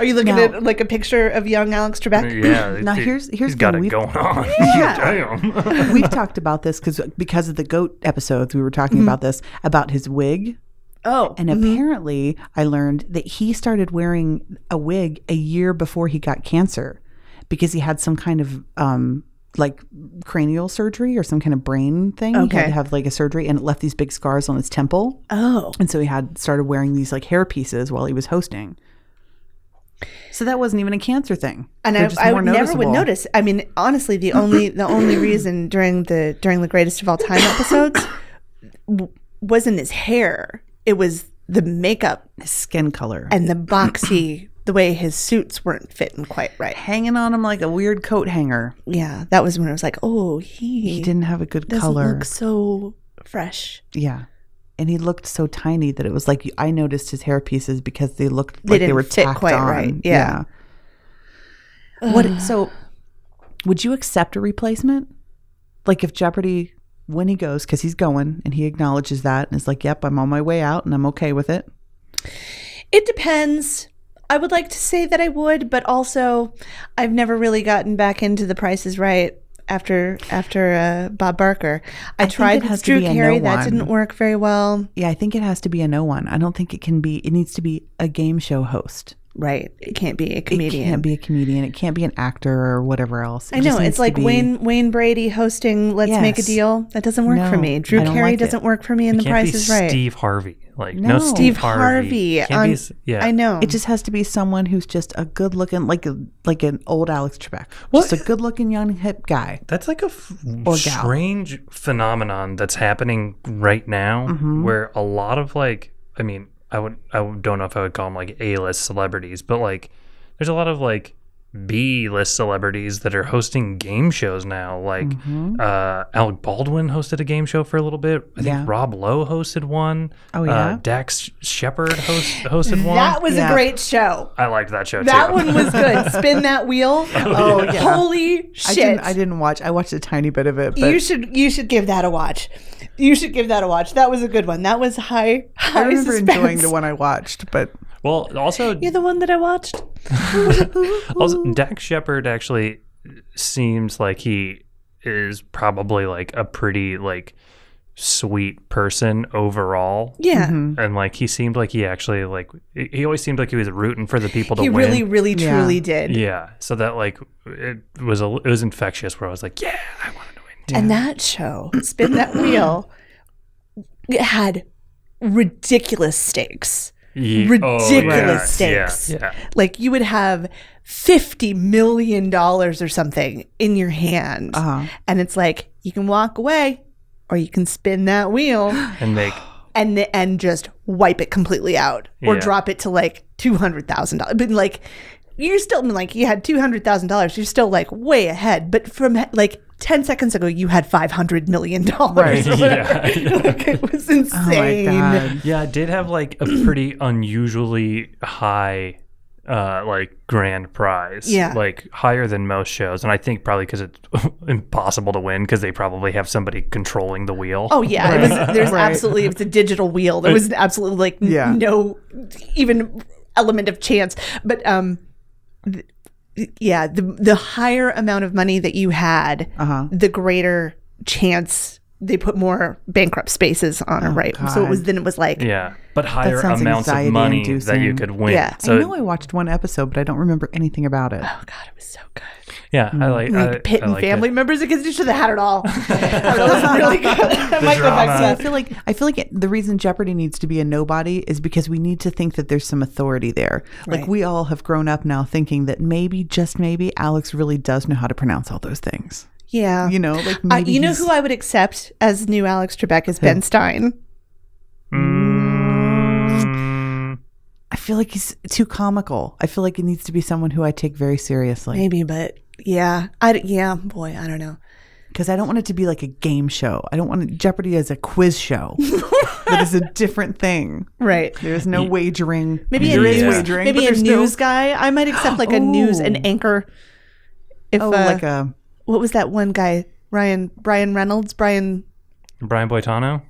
Speaker 4: Are you looking
Speaker 3: Now-
Speaker 4: at like a picture of young Alex Trebek?
Speaker 5: Yeah.
Speaker 3: Now
Speaker 5: he-
Speaker 3: here's- here's
Speaker 5: he's got
Speaker 3: the
Speaker 5: it
Speaker 3: weak-
Speaker 5: going on. [LAUGHS] Damn.
Speaker 3: We've talked about this because because of the goat episodes, we were talking
Speaker 4: Mm-hmm.
Speaker 3: about this about his wig.
Speaker 4: [LAUGHS] Oh,
Speaker 3: And apparently, I learned that he started wearing a wig a year before he got cancer because he had some kind of um, like cranial surgery or some kind of brain thing. He had
Speaker 4: Okay.
Speaker 3: to have like a surgery and it left these big scars on his temple.
Speaker 4: oh,
Speaker 3: And so he had started wearing these like hair pieces while he was hosting. So that wasn't even a cancer thing.
Speaker 4: and
Speaker 3: They're
Speaker 4: I,
Speaker 3: just
Speaker 4: I
Speaker 3: more
Speaker 4: would never would
Speaker 3: noticeable.
Speaker 4: notice. I mean, honestly, the only the
Speaker 3: [CLEARS THROAT]
Speaker 4: only reason during the during the greatest of all time episodes w- wasn't his hair; it was the makeup
Speaker 3: His skin color.
Speaker 4: and
Speaker 3: [CLEARS THROAT]
Speaker 4: the boxy, the way his suits weren't fitting quite right.
Speaker 3: Hanging on him like a weird coat hanger.
Speaker 4: Yeah, that was when I was like, oh, he,
Speaker 3: He didn't have a good
Speaker 4: doesn't
Speaker 3: color.
Speaker 4: look so fresh.
Speaker 3: Yeah. And he looked so tiny that it was like I noticed his hair pieces because they looked
Speaker 4: They
Speaker 3: like they
Speaker 4: didn't
Speaker 3: were
Speaker 4: fit
Speaker 3: tacked
Speaker 4: quite
Speaker 3: on.
Speaker 4: right. Yeah.
Speaker 3: Yeah. what so would you accept a replacement? Like if Jeopardy when he goes cuz he's going and he acknowledges that and is like, "Yep, I'm on my way out and I'm okay with it."
Speaker 4: It depends. I would like to say that I would, but also, I've never really gotten back into The Price is Right after after uh, Bob Barker. I,
Speaker 3: think
Speaker 4: tried
Speaker 3: it has
Speaker 4: with
Speaker 3: to
Speaker 4: Drew
Speaker 3: be a no
Speaker 4: Carey. that
Speaker 3: one.
Speaker 4: didn't work very well.
Speaker 3: Yeah, I think it has to be a no one. I don't think it can be it needs to be a game show host.
Speaker 4: right. It can't be a
Speaker 3: It
Speaker 4: comedian.
Speaker 3: can't be a comedian. It can't be an actor or whatever else. It
Speaker 4: I
Speaker 3: just
Speaker 4: know.
Speaker 3: needs
Speaker 4: It's
Speaker 3: to
Speaker 4: like
Speaker 3: be-
Speaker 4: Wayne Wayne Brady hosting Let's Make a
Speaker 3: Yes.
Speaker 4: Deal. That doesn't work for
Speaker 3: No,
Speaker 4: me. Drew
Speaker 3: I don't
Speaker 4: Carey
Speaker 3: like it.
Speaker 4: doesn't work for me and
Speaker 5: It
Speaker 4: The
Speaker 5: can't
Speaker 4: Price
Speaker 5: be
Speaker 4: is Right.
Speaker 5: Steve Harvey. Like no,
Speaker 3: No.
Speaker 5: Steve,
Speaker 4: Steve
Speaker 5: Harvey.
Speaker 4: Harvey.
Speaker 5: Can't
Speaker 4: on-
Speaker 5: be, s- yeah.
Speaker 4: I know.
Speaker 3: It just has to be someone who's just a good looking, like a, like an old Alex Trebek,
Speaker 5: What?
Speaker 3: just a good looking young hip guy.
Speaker 5: That's like a f-
Speaker 3: gal.
Speaker 5: strange phenomenon that's happening right now,
Speaker 4: Mm-hmm.
Speaker 5: where a lot of like, I mean, I would, I would- don't know if I would call them like A-list celebrities, but like, there's a lot of like B-list celebrities that are hosting game shows now. Like,
Speaker 4: Mm-hmm.
Speaker 5: uh, Alec Baldwin hosted a game show for a little bit. I think
Speaker 3: Yeah.
Speaker 5: Rob Lowe hosted one.
Speaker 3: Oh,
Speaker 5: uh,
Speaker 3: yeah?
Speaker 5: Dax Shepard host, hosted one.
Speaker 4: that was
Speaker 3: Yeah.
Speaker 4: a great show.
Speaker 5: I liked that show
Speaker 4: That
Speaker 5: too.
Speaker 4: one was
Speaker 5: [LAUGHS]
Speaker 4: good. Spin that wheel. Oh,
Speaker 3: yeah.
Speaker 4: holy
Speaker 3: I
Speaker 4: shit!
Speaker 3: didn't, I didn't watch. I watched a tiny bit of it, but
Speaker 4: you should you should give that a watch. You should give that a watch. That was a good one. That was high. high
Speaker 3: I remember
Speaker 4: suspense.
Speaker 3: enjoying
Speaker 4: [LAUGHS]
Speaker 3: the one I watched. But
Speaker 5: well, also
Speaker 4: You're the one that I watched.
Speaker 5: Also, Dak Shepard actually seems like he is probably like a pretty like sweet person overall,
Speaker 4: Yeah,
Speaker 3: Mm-hmm.
Speaker 5: and like he seemed like he actually like he he always seemed like he was rooting for the people to
Speaker 4: he
Speaker 5: win.
Speaker 4: really, really,
Speaker 3: Yeah.
Speaker 4: truly did.
Speaker 5: yeah, so that like it was a it was infectious where I was like, yeah, I wanted to win.
Speaker 4: And that show, Spin That Wheel, it had ridiculous stakes.
Speaker 5: Ye-
Speaker 4: Ridiculous
Speaker 5: oh, yeah,
Speaker 4: stakes.
Speaker 5: Yeah, yeah.
Speaker 4: Like you would have fifty million dollars or something in your hand,
Speaker 3: uh,
Speaker 4: and it's like you can walk away, or you can spin
Speaker 3: [GASPS]
Speaker 4: that wheel [GASPS] [SIGHS]
Speaker 5: and make
Speaker 4: and and just wipe it completely out, or
Speaker 5: Yeah.
Speaker 4: drop it to like two hundred thousand dollars. But like you're still like you had two hundred thousand dollars. You're still like way ahead. But from like ten seconds ago, you had five hundred million dollars.
Speaker 5: Right. [LAUGHS] Yeah, yeah.
Speaker 4: [LAUGHS] like, it was
Speaker 3: [LAUGHS] oh my
Speaker 4: insane.
Speaker 3: god,
Speaker 5: yeah, it did have like a pretty unusually high uh like grand prize
Speaker 4: Yeah.
Speaker 5: like higher than most shows and i think probably because it's [LAUGHS] impossible to win because they probably have somebody controlling the wheel
Speaker 4: Oh yeah, it was, there's
Speaker 3: Right.
Speaker 4: absolutely it's a digital wheel. There was absolutely like n-
Speaker 3: Yeah.
Speaker 4: no even element of chance. But um, th- yeah, the the higher amount of money that you had,
Speaker 3: Uh-huh.
Speaker 4: the greater chance they put more bankrupt spaces on
Speaker 3: Oh,
Speaker 4: it, right? So it was then it was like
Speaker 5: yeah but higher
Speaker 3: sounds
Speaker 5: amounts of money that you
Speaker 3: anxiety-inducing.
Speaker 5: could win
Speaker 4: Yeah. I
Speaker 5: so
Speaker 3: I know I watched one episode, but I don't remember anything about
Speaker 4: [SIGHS]
Speaker 3: it.
Speaker 4: oh god, it was so good.
Speaker 5: yeah i like, I-
Speaker 4: Mm, Like Pitt
Speaker 5: I
Speaker 4: and
Speaker 5: liked it.
Speaker 4: family members against each other had it
Speaker 5: [LAUGHS]
Speaker 4: all. that was really good. I might go
Speaker 5: drama.
Speaker 3: I
Speaker 4: back to [LAUGHS] that.
Speaker 3: feel like I feel like it, the reason Jeopardy needs to be a nobody is because we need to think that there's some authority there.
Speaker 4: Right.
Speaker 3: Like we all have grown up now thinking that maybe, just maybe, Alex really does know how to pronounce all those things.
Speaker 4: Yeah,
Speaker 3: You know, like
Speaker 4: Uh,
Speaker 3: maybe
Speaker 4: you know
Speaker 3: he's-
Speaker 4: who I would accept as new Alex Trebek is Ben Stein.
Speaker 5: Mm,
Speaker 3: I feel like he's too comical. I feel like it needs to be someone who I take very seriously
Speaker 4: Maybe, but yeah, I d- yeah, boy, I don't know.
Speaker 3: because I don't want it to be like a game show. I don't want it, Jeopardy as a quiz
Speaker 4: [LAUGHS]
Speaker 3: show. that is a different thing.
Speaker 4: Right.
Speaker 3: There's no wagering.
Speaker 4: Maybe a
Speaker 3: There is
Speaker 4: news,
Speaker 3: wagering, but
Speaker 4: maybe a
Speaker 3: there's no-
Speaker 4: news guy. I might accept like a news an
Speaker 3: Ooh.
Speaker 4: anchor. If
Speaker 3: oh,
Speaker 4: uh,
Speaker 3: like a
Speaker 4: what was that one guy? Ryan Brian Reynolds, Brian
Speaker 5: brian boitano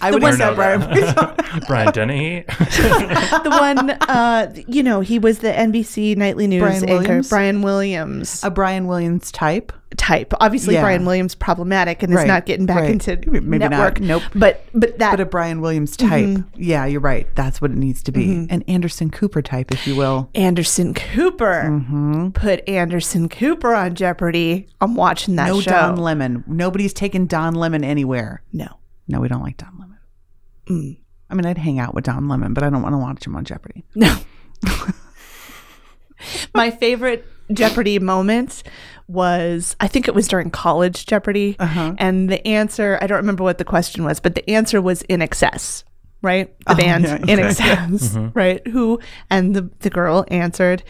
Speaker 3: I
Speaker 4: the
Speaker 3: would
Speaker 4: one-
Speaker 3: accept
Speaker 4: [LAUGHS]
Speaker 5: No,
Speaker 3: Brian.
Speaker 5: brian dennehy [LAUGHS]
Speaker 3: [LAUGHS]
Speaker 4: the one uh you know, he was the NBC nightly news
Speaker 3: Brian
Speaker 4: anchor,
Speaker 3: Williams?
Speaker 4: Brian Williams
Speaker 3: a Brian Williams type.
Speaker 4: type. Obviously
Speaker 3: Yeah.
Speaker 4: Brian Williams problematic and is
Speaker 3: Right,
Speaker 4: not getting back
Speaker 3: right.
Speaker 4: into
Speaker 3: Maybe not,
Speaker 4: network.
Speaker 3: nope.
Speaker 4: But but that
Speaker 3: but a Brian Williams type.
Speaker 4: Mm-hmm.
Speaker 3: Yeah, you're right. That's what it needs to be. An Anderson Cooper type, if you will.
Speaker 4: Anderson Cooper.
Speaker 3: Mm-hmm.
Speaker 4: Put Anderson Cooper on Jeopardy. I'm watching that
Speaker 3: No
Speaker 4: show.
Speaker 3: Don Lemon. Nobody's taken Don Lemon anywhere.
Speaker 4: no.
Speaker 3: No, we don't like Don Lemon.
Speaker 4: Mm.
Speaker 3: I mean, I'd hang out with Don Lemon, but I don't want to watch him on Jeopardy.
Speaker 4: No. My favorite Jeopardy moment was I think it was during college Jeopardy. And the answer, I don't remember what the question was, but the answer was in excess, right? The band
Speaker 3: yeah,
Speaker 4: in excess, right? Who and the, the girl answered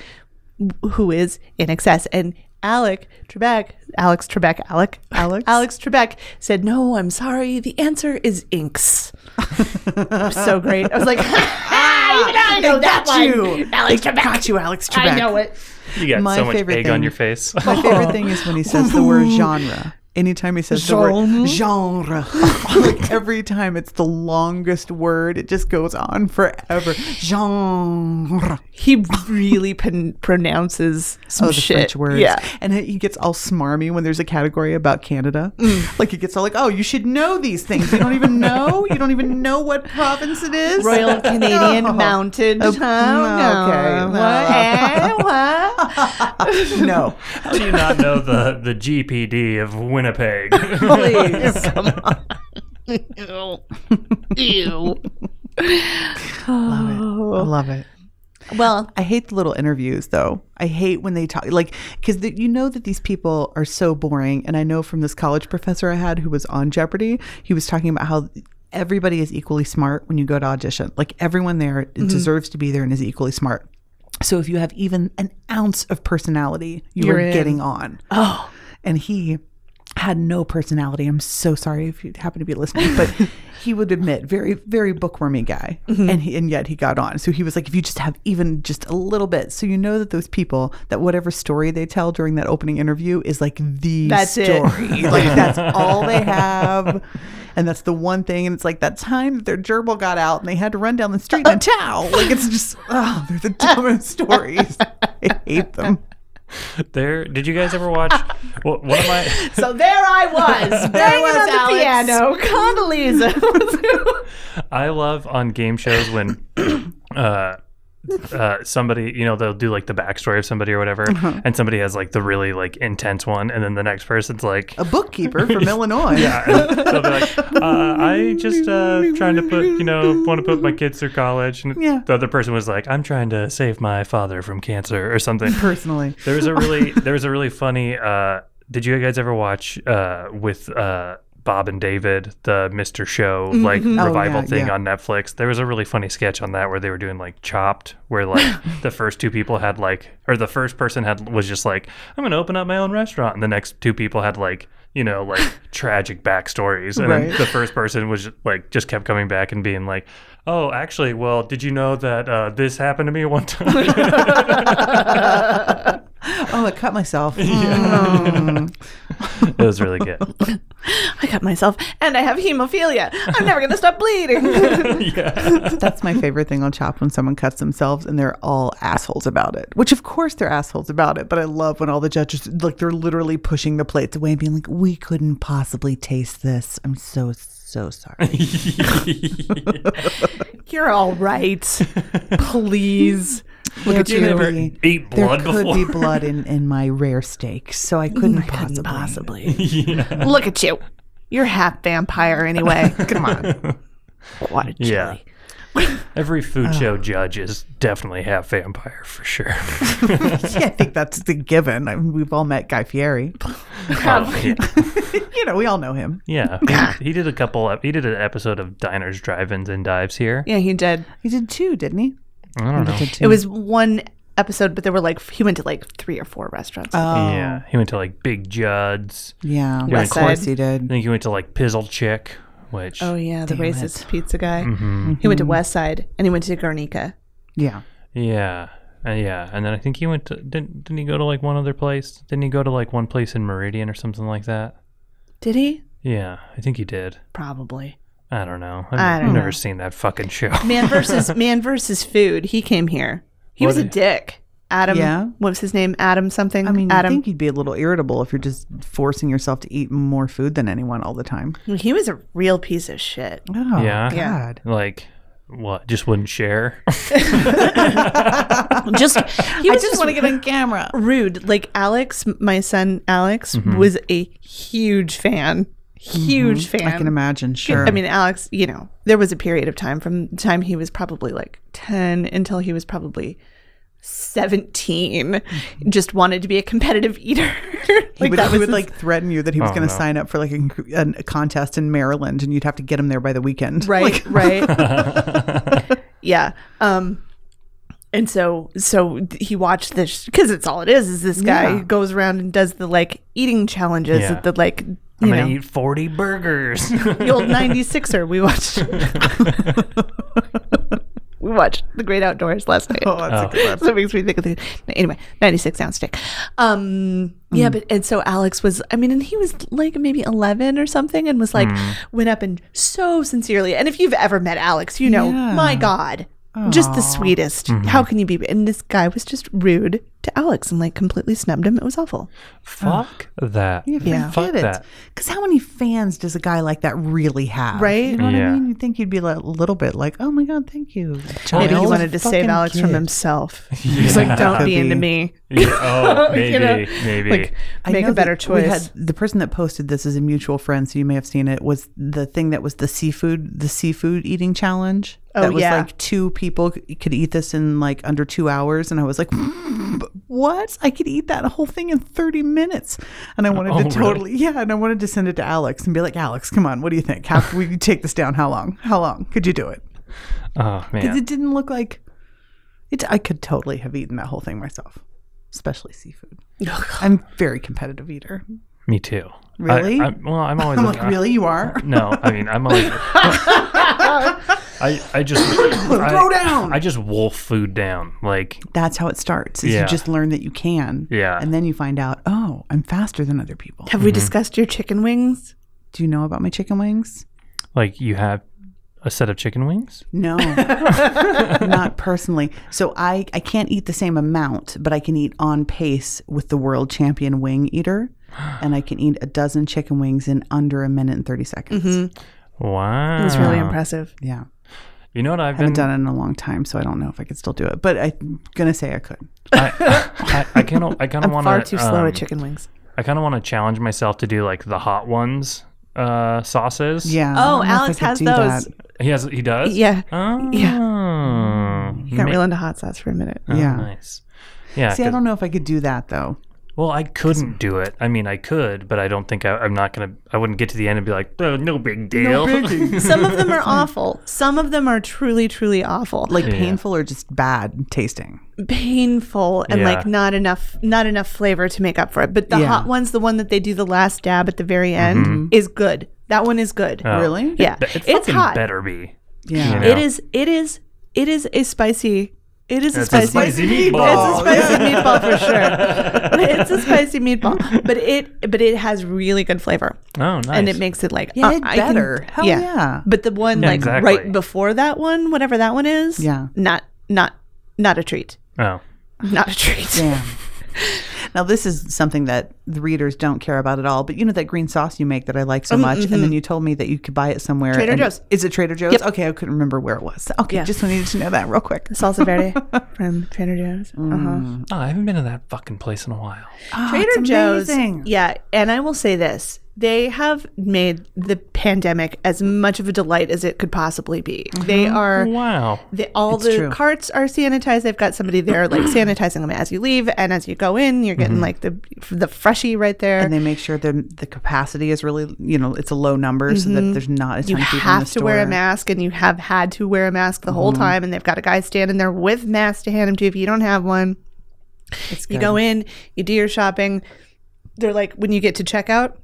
Speaker 4: who is in excess and Alec Trebek, Alex Trebek, Alec, Alex, Alex Trebek said, "No, I'm sorry. The answer is inks." [LAUGHS] It was so great. I was like, [LAUGHS] "Ah, you know, I know that
Speaker 3: got
Speaker 4: one.
Speaker 3: you.
Speaker 4: Alex Trebek.
Speaker 3: Got you, Alex Trebek.
Speaker 4: I know it.
Speaker 5: you got
Speaker 3: My
Speaker 5: so much
Speaker 3: favorite
Speaker 5: egg on
Speaker 3: thing-
Speaker 4: [LAUGHS]
Speaker 5: your face
Speaker 3: My favorite thing is when he says the word genre. anytime he says the word genre, [LAUGHS] like every time it's the longest word, it just goes on forever. Genre.
Speaker 4: He really pron- pronounces some
Speaker 3: oh, the
Speaker 4: shit.
Speaker 3: French words. [LAUGHS]
Speaker 4: Yeah.
Speaker 3: And he gets all smarmy when there's a category about Canada.
Speaker 4: Mm.
Speaker 3: Like he gets all like, oh, you should know these things. You don't even know. you don't even know what province it is. [LAUGHS]
Speaker 4: Royal Canadian Mountain.
Speaker 3: Oh,
Speaker 4: huh?
Speaker 3: okay.
Speaker 4: No.
Speaker 3: [LAUGHS]
Speaker 4: What? Eh? What?
Speaker 3: No.
Speaker 5: How do you not know the, the GPD of [LAUGHS] Winnipeg?
Speaker 4: Please. Come on. Ew. Ew.
Speaker 3: I love it.
Speaker 4: Oh. Well,
Speaker 3: I hate the little interviews though. I hate when they talk like because you know that these people are so boring. And I know from this college professor I had who was on Jeopardy, he was talking about how everybody is equally smart when you go to audition. Like everyone there
Speaker 4: Mm-hmm.
Speaker 3: deserves to be there and is equally smart. So if you have even an ounce of personality, you
Speaker 4: You're
Speaker 3: are
Speaker 4: in.
Speaker 3: getting on. Oh, and he had no personality. I'm so sorry if you happen to be listening,
Speaker 4: [LAUGHS]
Speaker 3: but he would admit very, very bookwormy guy,
Speaker 4: Mm-hmm.
Speaker 3: and he, and yet he got on. So he was like, if you just have even just a little bit, so you know that those people that whatever story they tell during that opening interview is like the
Speaker 4: That's it.
Speaker 3: story,
Speaker 4: [LAUGHS]
Speaker 3: like that's all they have. And that's the one thing, and it's like that time that their gerbil got out and they had to run down the street
Speaker 4: [LAUGHS]
Speaker 3: in a towel. Like it's just, oh, they're the dumbest stories. I hate them.
Speaker 5: there, did you guys ever watch? Well, one of my
Speaker 4: so there I was,
Speaker 3: [LAUGHS]
Speaker 4: banging
Speaker 3: was
Speaker 4: on the
Speaker 3: Alex.
Speaker 4: piano, Condoleezza.
Speaker 5: I love on game shows
Speaker 3: [COUGHS]
Speaker 5: when uh, uh, somebody, you know, they'll do like the backstory of somebody or whatever,
Speaker 3: Uh-huh.
Speaker 5: and somebody has like the really like intense one, and then the next person's like,
Speaker 3: A bookkeeper from Illinois.
Speaker 5: yeah, and [LAUGHS] they'll be like, uh, I just uh, trying to put, you know, want to put my kids through college, and
Speaker 3: Yeah.
Speaker 5: the other person was like, I'm trying to save my father from cancer or something.
Speaker 3: Personally.
Speaker 5: There was a
Speaker 3: [LAUGHS]
Speaker 5: really there was a really funny. Uh, did you guys ever watch uh, with uh, Bob and David the Mister Show like revival
Speaker 3: Mm-hmm. Oh, yeah,
Speaker 5: thing
Speaker 3: yeah.
Speaker 5: on Netflix? There was a really funny sketch on that where they were doing like Chopped, where
Speaker 3: [LAUGHS]
Speaker 5: like the first two people had like, or the first person had was just like, I'm gonna open up my own restaurant, and the next two people had like. You know, like
Speaker 3: [LAUGHS]
Speaker 5: tragic backstories, and then
Speaker 3: Right.
Speaker 5: the first person was like just kept coming back and being like, "Oh, actually, well, did you know that uh, this happened to me one [LAUGHS] time?"
Speaker 3: Oh, I cut
Speaker 5: [LAUGHS]
Speaker 3: myself. Mm.
Speaker 5: it was really good.
Speaker 4: [LAUGHS] I cut myself, and I have hemophilia. I'm never gonna stop bleeding.
Speaker 3: [LAUGHS]
Speaker 5: yeah.
Speaker 3: That's my favorite thing on Chopped when someone cuts themselves and they're all assholes about it. Which of course they're assholes about it, but I love when all the judges like they're literally pushing the plates away and being like, "We couldn't possibly taste this. I'm so so
Speaker 5: [LAUGHS]
Speaker 3: sorry."
Speaker 4: You're all right. Please.
Speaker 3: Look at
Speaker 5: you never ate
Speaker 3: There
Speaker 5: blood
Speaker 3: could
Speaker 5: before?
Speaker 3: be blood in, in my rare steak, so
Speaker 5: [LAUGHS]
Speaker 3: I couldn't possibly.
Speaker 4: Possibly. Look at you. You're half vampire anyway.
Speaker 3: [LAUGHS]
Speaker 4: Come on. What a
Speaker 5: Yeah.
Speaker 4: chili.
Speaker 5: Every food show judge is definitely half vampire
Speaker 4: [LAUGHS]
Speaker 5: for sure.
Speaker 3: [LAUGHS]
Speaker 5: [LAUGHS]
Speaker 3: yeah, I think that's the given. I mean, we've all met Guy
Speaker 5: [LAUGHS]
Speaker 3: Fieri. [LAUGHS]
Speaker 5: Oh, yeah.
Speaker 3: you know, we all know him.
Speaker 4: [LAUGHS]
Speaker 5: Yeah. He, he did a couple of, he did an episode of Diners, Drive-Ins and Dives here.
Speaker 4: Yeah, he did.
Speaker 3: He did two, didn't he?
Speaker 5: I don't know.
Speaker 4: It was one episode, but there were like he went to like three or four restaurants.
Speaker 5: Yeah. He went to like Big Judd's.
Speaker 3: Yeah,
Speaker 5: West
Speaker 3: of course
Speaker 4: Side.
Speaker 3: he
Speaker 5: I
Speaker 3: did.
Speaker 5: think he went to like Pizzle Chick, which
Speaker 4: oh yeah, the racist pizza guy. He went to West Side and he went to Guernica.
Speaker 3: Yeah.
Speaker 5: yeah. Uh, yeah, and then I think he went to didn't didn't he go to like one other place? Didn't he go to like one place in Meridian or something like that?
Speaker 4: Did he?
Speaker 5: Yeah, I think he did.
Speaker 4: Probably.
Speaker 5: I don't know. I've,
Speaker 4: I don't
Speaker 5: never
Speaker 4: know.
Speaker 5: seen that fucking show.
Speaker 4: Man [LAUGHS] versus man versus food. He came here. He was a dick. Adam.
Speaker 3: Yeah.
Speaker 4: What was his name? Adam something.
Speaker 3: I mean, I
Speaker 4: Adam.
Speaker 3: think you'd be a little irritable if you're just forcing yourself to eat more food than anyone all the time.
Speaker 4: he was a real piece of shit.
Speaker 3: Oh,
Speaker 5: Yeah. Yeah.
Speaker 3: God.
Speaker 5: like what just wouldn't share [LAUGHS]
Speaker 4: Just he was
Speaker 3: just want to get on
Speaker 4: Uh,
Speaker 3: camera.
Speaker 4: rude. Like Alex, my son Alex was a huge fan. Huge fan.
Speaker 3: I can imagine, sure.
Speaker 4: Mm-hmm. I mean, Alex, you know, there was a period of time from the time he was probably like 10 until he was probably 17, just wanted to be a competitive eater. [LAUGHS]
Speaker 3: he would,
Speaker 4: [LAUGHS] like, that
Speaker 3: Mm-hmm. he
Speaker 4: was
Speaker 3: would
Speaker 4: his-
Speaker 3: like threaten you that he was
Speaker 5: Oh,
Speaker 3: going to
Speaker 5: no.
Speaker 3: sign up for like a, a, contest in Maryland and you'd have to get him there by the weekend. [LAUGHS]
Speaker 4: right, right. yeah. Um, and so, so he watched this because it's all it is. Is this guy
Speaker 3: Yeah.
Speaker 4: goes around and does the like eating challenges
Speaker 5: Yeah.
Speaker 4: at the like you
Speaker 5: i'm
Speaker 4: know
Speaker 5: gonna eat 40 burgers
Speaker 4: the old 96er [LAUGHS] we watched we watched The Great Outdoors last night.
Speaker 3: Oh, that's a good one.
Speaker 4: so it makes me think of the anyway 96 ounce stick um yeah
Speaker 3: Mm.
Speaker 4: but and so alex was i mean and he was like maybe 11 or something and was like
Speaker 3: Mm.
Speaker 4: went up and so sincerely and if you've ever met alex you know
Speaker 3: Yeah. Mm-hmm.
Speaker 4: my god just the sweetest how can you be and this guy was just rude to alex and like completely snubbed him it was awful
Speaker 5: Fuck that.
Speaker 3: You
Speaker 4: Yeah.
Speaker 5: Fuck
Speaker 3: forget it.
Speaker 5: that.
Speaker 3: Because how many fans does a guy like that really have?
Speaker 4: Right?
Speaker 3: You know what
Speaker 5: Yeah.
Speaker 3: I mean? You'd think you'd be like, a little bit like, oh my God, thank you.
Speaker 4: maybe he
Speaker 3: Child
Speaker 4: wanted to save
Speaker 3: fucking
Speaker 4: alex from
Speaker 3: kid. [LAUGHS]
Speaker 4: himself he's like don't
Speaker 3: Could be.
Speaker 4: be into me
Speaker 5: Yeah, oh,
Speaker 4: [LAUGHS]
Speaker 5: maybe,
Speaker 4: You know,
Speaker 5: maybe.
Speaker 4: like
Speaker 3: I
Speaker 4: make
Speaker 3: know
Speaker 4: a better
Speaker 3: that we
Speaker 4: choice
Speaker 3: had- the person that posted this is a mutual friend, so you may have seen it. Was the thing that was the seafood, the seafood eating challenge?
Speaker 4: Oh,
Speaker 3: that was
Speaker 4: yeah.
Speaker 3: like two people c- could eat this in like under two hours, and I was like, "But "What? I could eat that whole thing in thirty minutes!"
Speaker 4: [LAUGHS]
Speaker 3: And I wanted
Speaker 5: Oh, really?
Speaker 3: to totally, yeah, and I wanted to send it to Alex and be like, "Alex, come on, what do you think? How we [LAUGHS] could take this down? How long? How long could you do it?"
Speaker 5: oh man.
Speaker 3: It didn't look like it. I could totally have eaten that whole thing myself, especially seafood. I'm a very competitive eater.
Speaker 5: Me too. I-
Speaker 3: Really?
Speaker 5: I, well, I'm always
Speaker 3: I'm like, really? You are?
Speaker 5: No, I mean, I'm always. I, I just
Speaker 3: Throw
Speaker 5: [COUGHS] I,
Speaker 3: down!
Speaker 5: I just wolf food down. Like,
Speaker 3: [LAUGHS] That's how it starts. Is
Speaker 5: Yeah.
Speaker 3: you just learn that you can.
Speaker 5: Yeah.
Speaker 3: And then you find out, oh, I'm faster than other people.
Speaker 4: have we
Speaker 5: Mm-hmm.
Speaker 4: discussed your chicken wings
Speaker 3: Do you know about my chicken wings?
Speaker 5: like you have a set of chicken wings.
Speaker 4: [LAUGHS]
Speaker 3: No, not personally. So I, I can't eat the same amount, but I can eat on pace with the world champion wing eater. And I can eat a dozen chicken wings in under a minute and 30 seconds.
Speaker 4: Mm-hmm.
Speaker 5: Wow.
Speaker 4: it was really impressive
Speaker 3: Yeah.
Speaker 5: You know what I've
Speaker 3: I haven't
Speaker 5: been
Speaker 3: done it in a long time, so I don't know if I could still do it. But I'm gonna say I could.
Speaker 5: I, I, I kind of I kind
Speaker 4: i'm
Speaker 5: of want
Speaker 4: far too slow
Speaker 5: um,
Speaker 4: at chicken wings
Speaker 5: I kind of want to challenge myself to do like the hot ones uh sauces.
Speaker 3: Yeah. I don't
Speaker 4: Oh,
Speaker 3: know if I
Speaker 4: Alex
Speaker 3: could
Speaker 4: has
Speaker 3: do
Speaker 4: those.
Speaker 3: that.
Speaker 5: He has. He does.
Speaker 4: yeah
Speaker 5: Oh.
Speaker 4: Yeah.
Speaker 5: Yeah.
Speaker 4: got real into hot sauce for a minute
Speaker 3: Yeah.
Speaker 5: Nice. Yeah.
Speaker 3: See, I
Speaker 5: 'cause-
Speaker 3: don't know if I could do that though.
Speaker 5: Well, I couldn't do it. I mean, I could, but I don't think I, I'm not gonna. I wouldn't get to the end and be like, oh, no big deal. [LAUGHS]
Speaker 4: Some [LAUGHS] of them are awful. Some of them are truly, truly awful. Like
Speaker 3: Like painful or just bad tasting.
Speaker 4: painful and
Speaker 5: Yeah.
Speaker 4: like not enough not enough flavor to make up for it. But the
Speaker 3: Yeah.
Speaker 4: hot one's the one that they do the last dab at the very end is good. That one is good.
Speaker 5: Mm-hmm. Oh.
Speaker 3: Really?
Speaker 4: yeah.
Speaker 5: But
Speaker 4: It's,
Speaker 5: it fucking
Speaker 4: hot.
Speaker 5: better be.
Speaker 3: Yeah.
Speaker 5: You
Speaker 4: It
Speaker 5: know?
Speaker 4: is it is it is a spicy it is a
Speaker 5: It's
Speaker 4: spicy,
Speaker 5: a spicy
Speaker 4: It's a
Speaker 5: meatball.
Speaker 4: spicy meatball for
Speaker 5: [LAUGHS]
Speaker 4: sure. it's a spicy meatball. But it but it has really good flavor.
Speaker 5: Oh, nice.
Speaker 4: and it makes it like
Speaker 3: Yeah,
Speaker 4: uh,
Speaker 3: it
Speaker 4: I can-
Speaker 3: better. Hell yeah.
Speaker 4: But the one
Speaker 5: Yeah,
Speaker 4: like
Speaker 5: exactly.
Speaker 4: right before that one, whatever that one is,
Speaker 3: Yeah.
Speaker 4: not not not a treat,
Speaker 5: Oh.
Speaker 4: not a treat. [LAUGHS]
Speaker 3: Damn. now this is something that the readers don't care about at all. But you know that green sauce you make that I like so much, and then you told me that you could buy it somewhere.
Speaker 4: Mm-hmm, Trader
Speaker 3: and-
Speaker 4: Joe's.
Speaker 3: Is it Trader Joe's? Okay, I couldn't remember where it was. Okay,
Speaker 4: Yeah.
Speaker 3: just needed to know that real quick. [LAUGHS]
Speaker 4: Salsa verde from Trader Joe's. Uh-huh.
Speaker 5: Oh, I haven't been to that fucking place in a while.
Speaker 3: Oh,
Speaker 4: Trader
Speaker 3: it's
Speaker 4: Joe's.
Speaker 3: amazing.
Speaker 4: Yeah, and I will say this. They have made the pandemic as much of a delight as it could possibly be. They are
Speaker 5: Wow.
Speaker 4: The, all the
Speaker 3: Mm-hmm. true.
Speaker 4: carts are sanitized. They've got somebody there, like sanitizing them as you leave and as you go in. You're
Speaker 3: Mm-hmm.
Speaker 4: getting like the the freshie right there.
Speaker 3: And they make sure the the capacity is really you know it's a low number so that there's not a ton
Speaker 4: Mm-hmm. you
Speaker 3: of people in the
Speaker 4: have to
Speaker 3: store. Mm-hmm.
Speaker 4: wear a mask and you have had to wear a mask the whole time and they've got a guy standing there with masks to hand him to if you don't have one you go in you do your shopping they're like when you get to checkout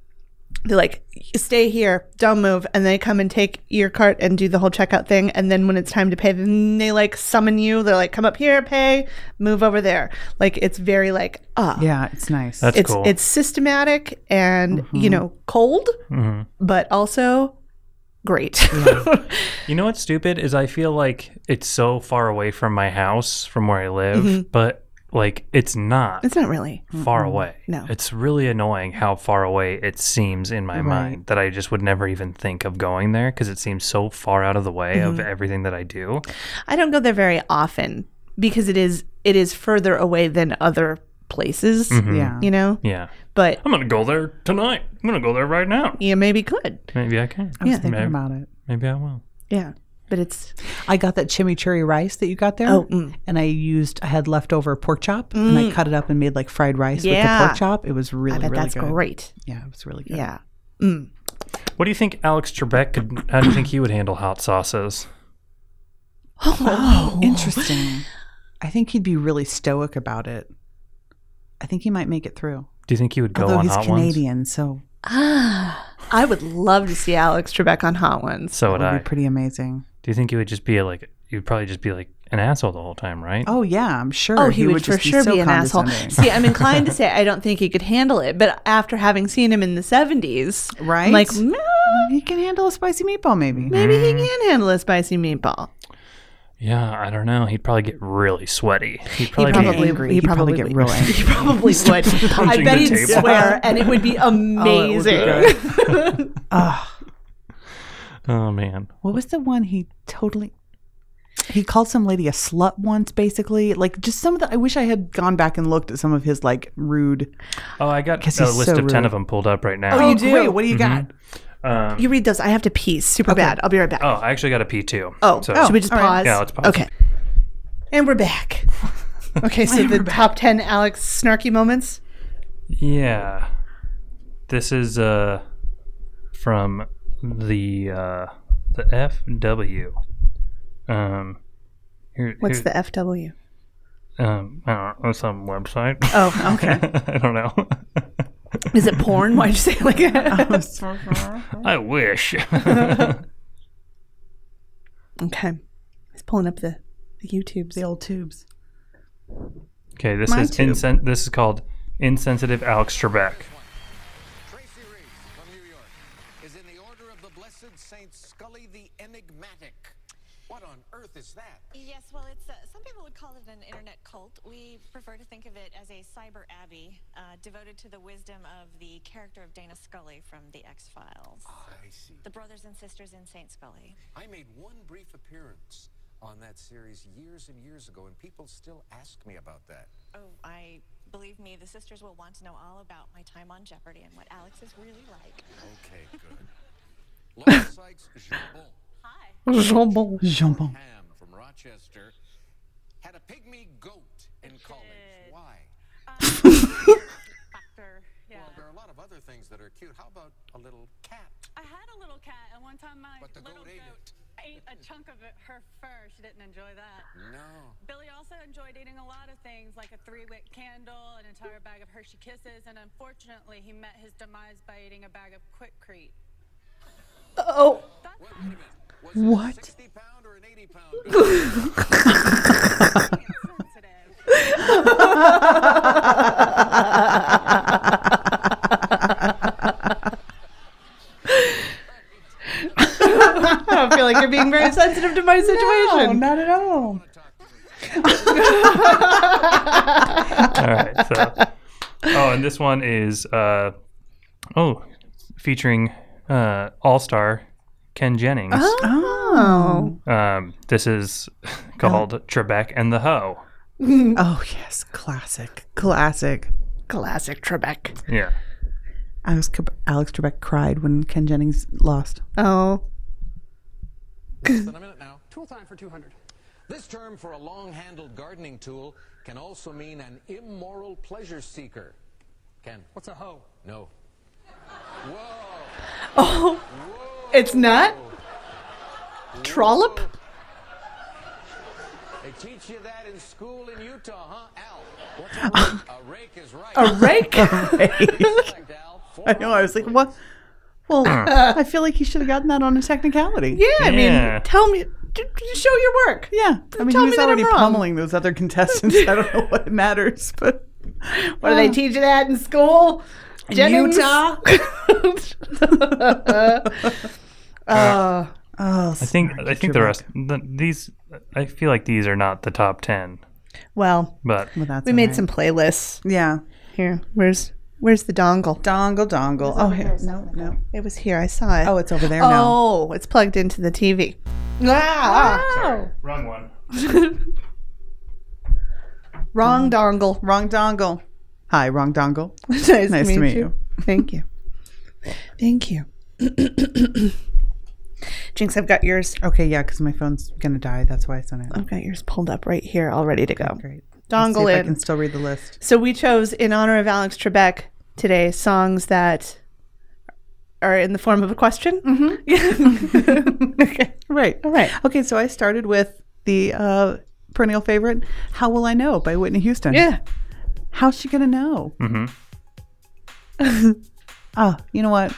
Speaker 4: they're like stay here don't move and they come and take your cart and do the whole checkout thing and then when it's time to pay then they like summon you they're like come up here pay move over there like it's very like ah
Speaker 3: Yeah, it's nice.
Speaker 5: That's
Speaker 4: it's
Speaker 5: cool. Mm-hmm.
Speaker 4: it's systematic and you know cold but also great
Speaker 5: you know what's stupid is I feel like it's so far away from my house, from where I live,
Speaker 4: Mm-hmm.
Speaker 5: but like it's not
Speaker 4: [LAUGHS] It's not really.
Speaker 5: far away.
Speaker 4: No.
Speaker 5: It's really annoying how far away it seems in my mind that I just would never even think of going there because it seems so far out of the way of
Speaker 3: Mm-hmm.
Speaker 5: everything that I do.
Speaker 4: I don't go there very often because it is it is further away than other places,
Speaker 3: yeah.
Speaker 4: you know.
Speaker 5: Mm-hmm. Yeah.
Speaker 4: But
Speaker 5: I'm going to go there tonight. I'm going to go there right now.
Speaker 4: you maybe could.
Speaker 5: Maybe I can.
Speaker 3: I was thinking
Speaker 5: Maybe,
Speaker 3: about it.
Speaker 5: maybe I will.
Speaker 4: Yeah. But it's
Speaker 3: I got that chimichurri rice that you got there,
Speaker 4: Oh, mm.
Speaker 3: and I used I had leftover pork chop, and I cut it up and made like fried rice with
Speaker 4: Yeah.
Speaker 3: the pork chop. It was really
Speaker 4: I bet
Speaker 3: really
Speaker 4: that's
Speaker 3: good.
Speaker 4: great.
Speaker 3: Yeah, it was really good.
Speaker 4: Yeah.
Speaker 5: What do you think Alex Trebek could? How do you think he would handle hot sauces?
Speaker 3: Oh, interesting. I think he'd be really stoic about it. I think he might make it through.
Speaker 5: Do you think he would go
Speaker 3: Although
Speaker 5: on
Speaker 3: he's
Speaker 5: hot ones?
Speaker 3: Canadian, so
Speaker 4: I would love to see Alex Trebek on Hot Ones.
Speaker 5: So would
Speaker 3: that would
Speaker 5: I.
Speaker 3: be pretty amazing.
Speaker 5: do you think he would just be like? You'd probably just be like, an asshole the whole time, right?
Speaker 3: Oh yeah, I'm sure.
Speaker 4: Oh, he, would, for
Speaker 3: just
Speaker 4: sure
Speaker 3: so
Speaker 4: be an asshole.
Speaker 3: condescending. [LAUGHS]
Speaker 4: See, I'm inclined to say I don't think he could handle it, but after having seen him in the 70s,
Speaker 3: Right?
Speaker 4: I'm like, "Mm, no,
Speaker 3: he can handle a spicy meatball, maybe.
Speaker 4: maybe he can handle a spicy meatball.
Speaker 5: Yeah, I don't know. He'd probably get really sweaty.
Speaker 4: He
Speaker 5: He'd probably, be-
Speaker 4: probably,
Speaker 3: angry.
Speaker 4: he
Speaker 3: He'd probably
Speaker 4: probably
Speaker 3: get real angry.
Speaker 4: [LAUGHS] He probably would. I
Speaker 5: punching
Speaker 4: bet
Speaker 5: the
Speaker 4: he'd [LAUGHS]
Speaker 5: table.
Speaker 4: swear, and it would be
Speaker 3: Oh, it would be
Speaker 4: amazing.
Speaker 3: great.
Speaker 5: Oh man.
Speaker 3: What was the one he totally? He called some lady a slut once, basically. Like just some of the. I wish I had gone back and looked at some of his like rude.
Speaker 5: Oh, I got
Speaker 3: Because
Speaker 5: a
Speaker 3: he's
Speaker 5: list
Speaker 3: so
Speaker 5: of ten
Speaker 3: rude.
Speaker 5: of them pulled up right
Speaker 3: Oh,
Speaker 5: now.
Speaker 3: you do? Great. What do you got?
Speaker 5: Um,
Speaker 4: [LAUGHS] you read those. I have to pee super bad. I'll be right back.
Speaker 5: oh, I actually got a P two.
Speaker 4: Oh, should we just
Speaker 3: all right.
Speaker 4: pause?
Speaker 5: Yeah, let's pause.
Speaker 4: Okay. And we're [LAUGHS] back. Okay, so the top 10 Alex snarky moments.
Speaker 5: Yeah. This is uh from the uh the FW. Um here,
Speaker 4: What's
Speaker 5: here-
Speaker 4: the FW?
Speaker 5: um I don't know, some website. [LAUGHS]
Speaker 4: Oh, okay.
Speaker 5: I don't know.
Speaker 4: [LAUGHS] Is it porn? Why'd you say it like [LAUGHS] that?
Speaker 5: I wish. [LAUGHS]
Speaker 4: okay. He's pulling up the, the YouTubes. The old tubes.
Speaker 5: okay, this
Speaker 3: Mine
Speaker 5: is
Speaker 3: too.
Speaker 5: insen- this is called insensitive Alex Trebek.
Speaker 6: Tracy Reeves from New York is in the order of the blessed Saint Scully the Enigmatic. What on earth is that?
Speaker 7: Yes, well, it's uh, some people would call it an internet cult. We prefer to think of it as a cyber abbey uh, devoted to the wisdom of the character of Dana Scully from The X Files,
Speaker 6: Ah, I see.
Speaker 7: the brothers and sisters in Saint Scully.
Speaker 6: I made one brief appearance on that series years and years ago, and people still ask me about that.
Speaker 7: Oh, I believe me, the sisters will want to know all about my time on Jeopardy and what Alex is really like.
Speaker 6: [LAUGHS] Okay, good. Laura Sykes Jambon,
Speaker 7: Hi.
Speaker 4: Jambon.
Speaker 3: Jambon.
Speaker 6: Ham from Rochester, had a pygmy goat in college. Why?
Speaker 7: Doctor. Yeah.
Speaker 6: Well, there are a lot of other things that are cute. How about a little cat?
Speaker 8: I had a little cat, and one time my
Speaker 6: But the
Speaker 8: little
Speaker 6: goat ate
Speaker 8: goat,
Speaker 6: it. Hmm?
Speaker 8: ate a chunk of it, her fur. She didn't enjoy that.
Speaker 6: No.
Speaker 8: Billy also enjoyed eating a lot of things, like a three-wick candle, an entire bag of Hershey Kisses, and unfortunately, he met his demise by eating a bag of Quikrete.
Speaker 4: Oh,
Speaker 6: Wait a minute. Was it a
Speaker 3: What?
Speaker 6: 60 pound or an 80 pound? goat? [LAUGHS]
Speaker 8: Sensitive.
Speaker 4: I don't feel like you're being [LAUGHS] very sensitive to my
Speaker 3: Oh,
Speaker 4: situation.
Speaker 3: not at all.
Speaker 5: All right.
Speaker 3: [LAUGHS]
Speaker 5: So, oh, and this one is uh, oh, featuring uh, all star Ken Jennings.
Speaker 3: Oh.
Speaker 5: Um, this is [LAUGHS] called Trebek and the Hoe.
Speaker 3: Oh yes, classic, classic.
Speaker 4: Classic Trebek.
Speaker 5: Yeah.
Speaker 3: Alex, Alex Trebek cried when Ken Jennings lost. [LAUGHS]
Speaker 4: Oh.
Speaker 6: Less than a minute now. Tool time for 200. This term for a long handled gardening tool can also mean an immoral pleasure seeker. Ken. What's a hoe? No. Whoa.
Speaker 4: [LAUGHS] It's not? Trollop?
Speaker 6: They teach you that in school in Utah, huh, Al?
Speaker 3: [LAUGHS]
Speaker 6: What's a rake? a rake is right. A
Speaker 5: [LAUGHS]
Speaker 4: Rake?
Speaker 6: rake? Al.
Speaker 3: I know. I was like, what?
Speaker 4: [LAUGHS]
Speaker 3: Well, I feel like he should have gotten that on a technicality.
Speaker 4: Yeah, I
Speaker 5: Yeah.
Speaker 4: mean, tell me, d- d- show your work.
Speaker 3: Yeah. I mean,
Speaker 4: Tell
Speaker 3: he
Speaker 4: me
Speaker 3: was
Speaker 4: that I'm
Speaker 3: already
Speaker 4: wrong.
Speaker 3: pummeling those other contestants. I don't know what matters, but
Speaker 4: What do
Speaker 5: Uh.
Speaker 4: they teach you that in school? Jennings?
Speaker 3: Utah?
Speaker 4: uh,
Speaker 3: oh,
Speaker 5: I think I think the rest the, these I feel like these are not the top ten,
Speaker 4: well,
Speaker 5: but
Speaker 3: that's
Speaker 4: we made some playlists.
Speaker 3: yeah
Speaker 4: Here, where's where's the dongle?
Speaker 3: dongle dongle. Oh here, no, no.
Speaker 4: It was here. I saw it.
Speaker 3: Oh, it's over there now.
Speaker 4: Oh, it's plugged into the TV. Ah! Wow.
Speaker 5: wrong one.
Speaker 4: [LAUGHS] Wrong dongle. [LAUGHS]
Speaker 3: Wrong dongle. Hi, wrong dongle.
Speaker 4: nice,
Speaker 3: Nice to meet
Speaker 4: [LAUGHS]
Speaker 3: you.
Speaker 4: Thank you. Thank you. [COUGHS] Jinx, I've got yours.
Speaker 3: Okay, yeah, because my phone's gonna die. That's why I sent it.
Speaker 4: I've got yours pulled up right here, all ready to go.
Speaker 3: Great. Let's see
Speaker 4: Dongle
Speaker 3: if I
Speaker 4: in.
Speaker 3: can still read the list.
Speaker 4: So we chose in honor of Alex Trebek today songs that are in the form of a question. [LAUGHS]
Speaker 3: [LAUGHS]
Speaker 4: Mm-hmm. okay.
Speaker 3: Right.
Speaker 4: All right.
Speaker 3: Okay, so I started with the uh, perennial favorite, "How Will I Know" by Whitney Houston.
Speaker 4: Yeah.
Speaker 3: [LAUGHS] How's she gonna know? Mm-hmm. oh, Ah, you know what?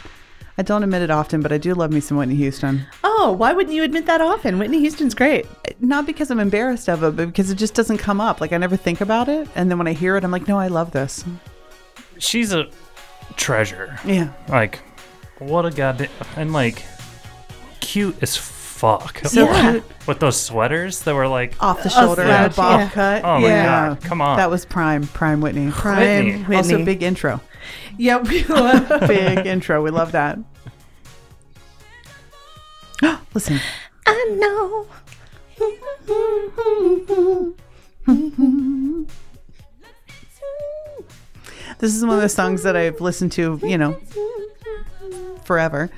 Speaker 3: I don't admit it often, but I do love me some Whitney Houston.
Speaker 4: Oh, why wouldn't you admit that often? Whitney Houston's great.
Speaker 3: Not because I'm embarrassed of it, but because it just doesn't come up. Like I never think about it, and then when I hear it, I'm like, no, I love this.
Speaker 5: She's a treasure.
Speaker 3: Yeah.
Speaker 5: Like, what a goddamn. And like, cute as fuck. [LAUGHS]
Speaker 3: So
Speaker 5: Like,
Speaker 3: cute.
Speaker 5: With those sweaters that were like,
Speaker 3: Off the shoulder,
Speaker 5: yeah.
Speaker 3: and a bob
Speaker 4: Yeah.
Speaker 3: cut.
Speaker 5: Oh my
Speaker 3: yeah.
Speaker 5: God, come on.
Speaker 3: That was prime, prime Whitney.
Speaker 5: Whitney.
Speaker 4: Whitney.
Speaker 3: Also, big
Speaker 5: [LAUGHS]
Speaker 3: intro.
Speaker 4: Yep.
Speaker 3: [LAUGHS] Big intro. We love that. [GASPS] Listen.
Speaker 4: I know.
Speaker 3: This is one of those songs that I've listened to, you know, forever.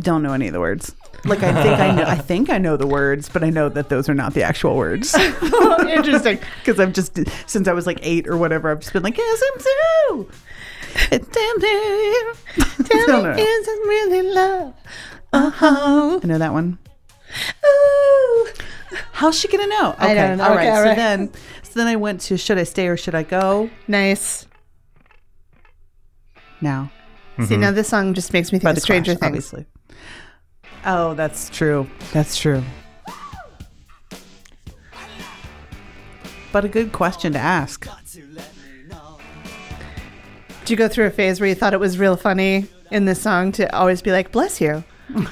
Speaker 3: Don't know any of the words. Like I think I know I think I know the words, but I know that those are not the actual words. [LAUGHS]
Speaker 5: [LAUGHS]
Speaker 4: Interesting.
Speaker 3: Because I've just since I was like eight or whatever, I've just been like, yes, I'm so [LAUGHS] Damn it.
Speaker 4: Tell
Speaker 3: No, no,
Speaker 4: me,
Speaker 3: no.
Speaker 4: is this really love? Uh huh.
Speaker 3: I know that one.
Speaker 4: Ooh.
Speaker 3: How's she gonna know?
Speaker 4: I don't know.
Speaker 3: All
Speaker 4: Okay,
Speaker 3: right.
Speaker 4: all
Speaker 3: so
Speaker 4: right.
Speaker 3: then so then I went to should I stay or should I go?
Speaker 4: Nice.
Speaker 3: Now.
Speaker 4: See, now this song just makes me think
Speaker 3: Mm-hmm. by
Speaker 4: of
Speaker 3: the
Speaker 4: Stranger
Speaker 3: Clash,
Speaker 4: Things.
Speaker 3: obviously. Oh, that's true. That's true. But a good question to ask.
Speaker 4: Did you go through a phase where you thought it was real funny in this song to always be like, bless you?
Speaker 3: No,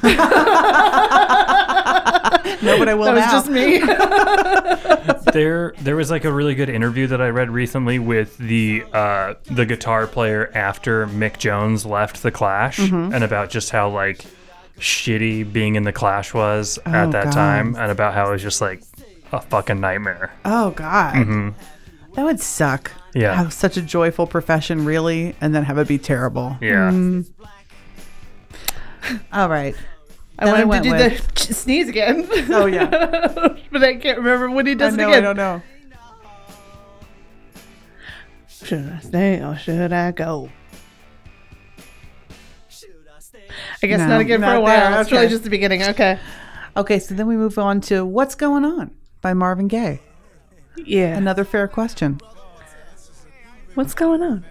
Speaker 3: but I will
Speaker 4: That was
Speaker 3: now.
Speaker 4: just
Speaker 3: [LAUGHS]
Speaker 4: me.
Speaker 5: there there was like a really good interview that I read recently with the uh, the guitar player after Mick Jones left the Clash
Speaker 3: Mm-hmm.
Speaker 5: and about just how like shitty being in the Clash was
Speaker 3: Oh,
Speaker 5: at that
Speaker 3: God.
Speaker 5: time and about how it was just like a fucking nightmare.
Speaker 3: oh God, that would suck.
Speaker 5: Yeah.
Speaker 3: have such a joyful profession, really, and then have it be terrible.
Speaker 5: Yeah.
Speaker 3: Um, All right.
Speaker 4: I wanted
Speaker 3: went
Speaker 4: to do
Speaker 3: with-
Speaker 4: [LAUGHS] the sneeze again,
Speaker 3: Oh
Speaker 4: [LAUGHS]
Speaker 3: yeah.
Speaker 4: but I can't remember when he
Speaker 3: I
Speaker 4: does
Speaker 3: know.
Speaker 4: it again.
Speaker 3: I don't know.
Speaker 4: Should I stay or should I go? I guess
Speaker 3: No,
Speaker 4: not again for
Speaker 3: not
Speaker 4: a while.
Speaker 3: there.
Speaker 4: That's really
Speaker 3: Okay.
Speaker 4: just the beginning. Okay.
Speaker 3: Okay, so then we move on to "What's Going On" by Marvin Gaye.
Speaker 4: Yeah.
Speaker 3: Another fair question.
Speaker 4: What's going on?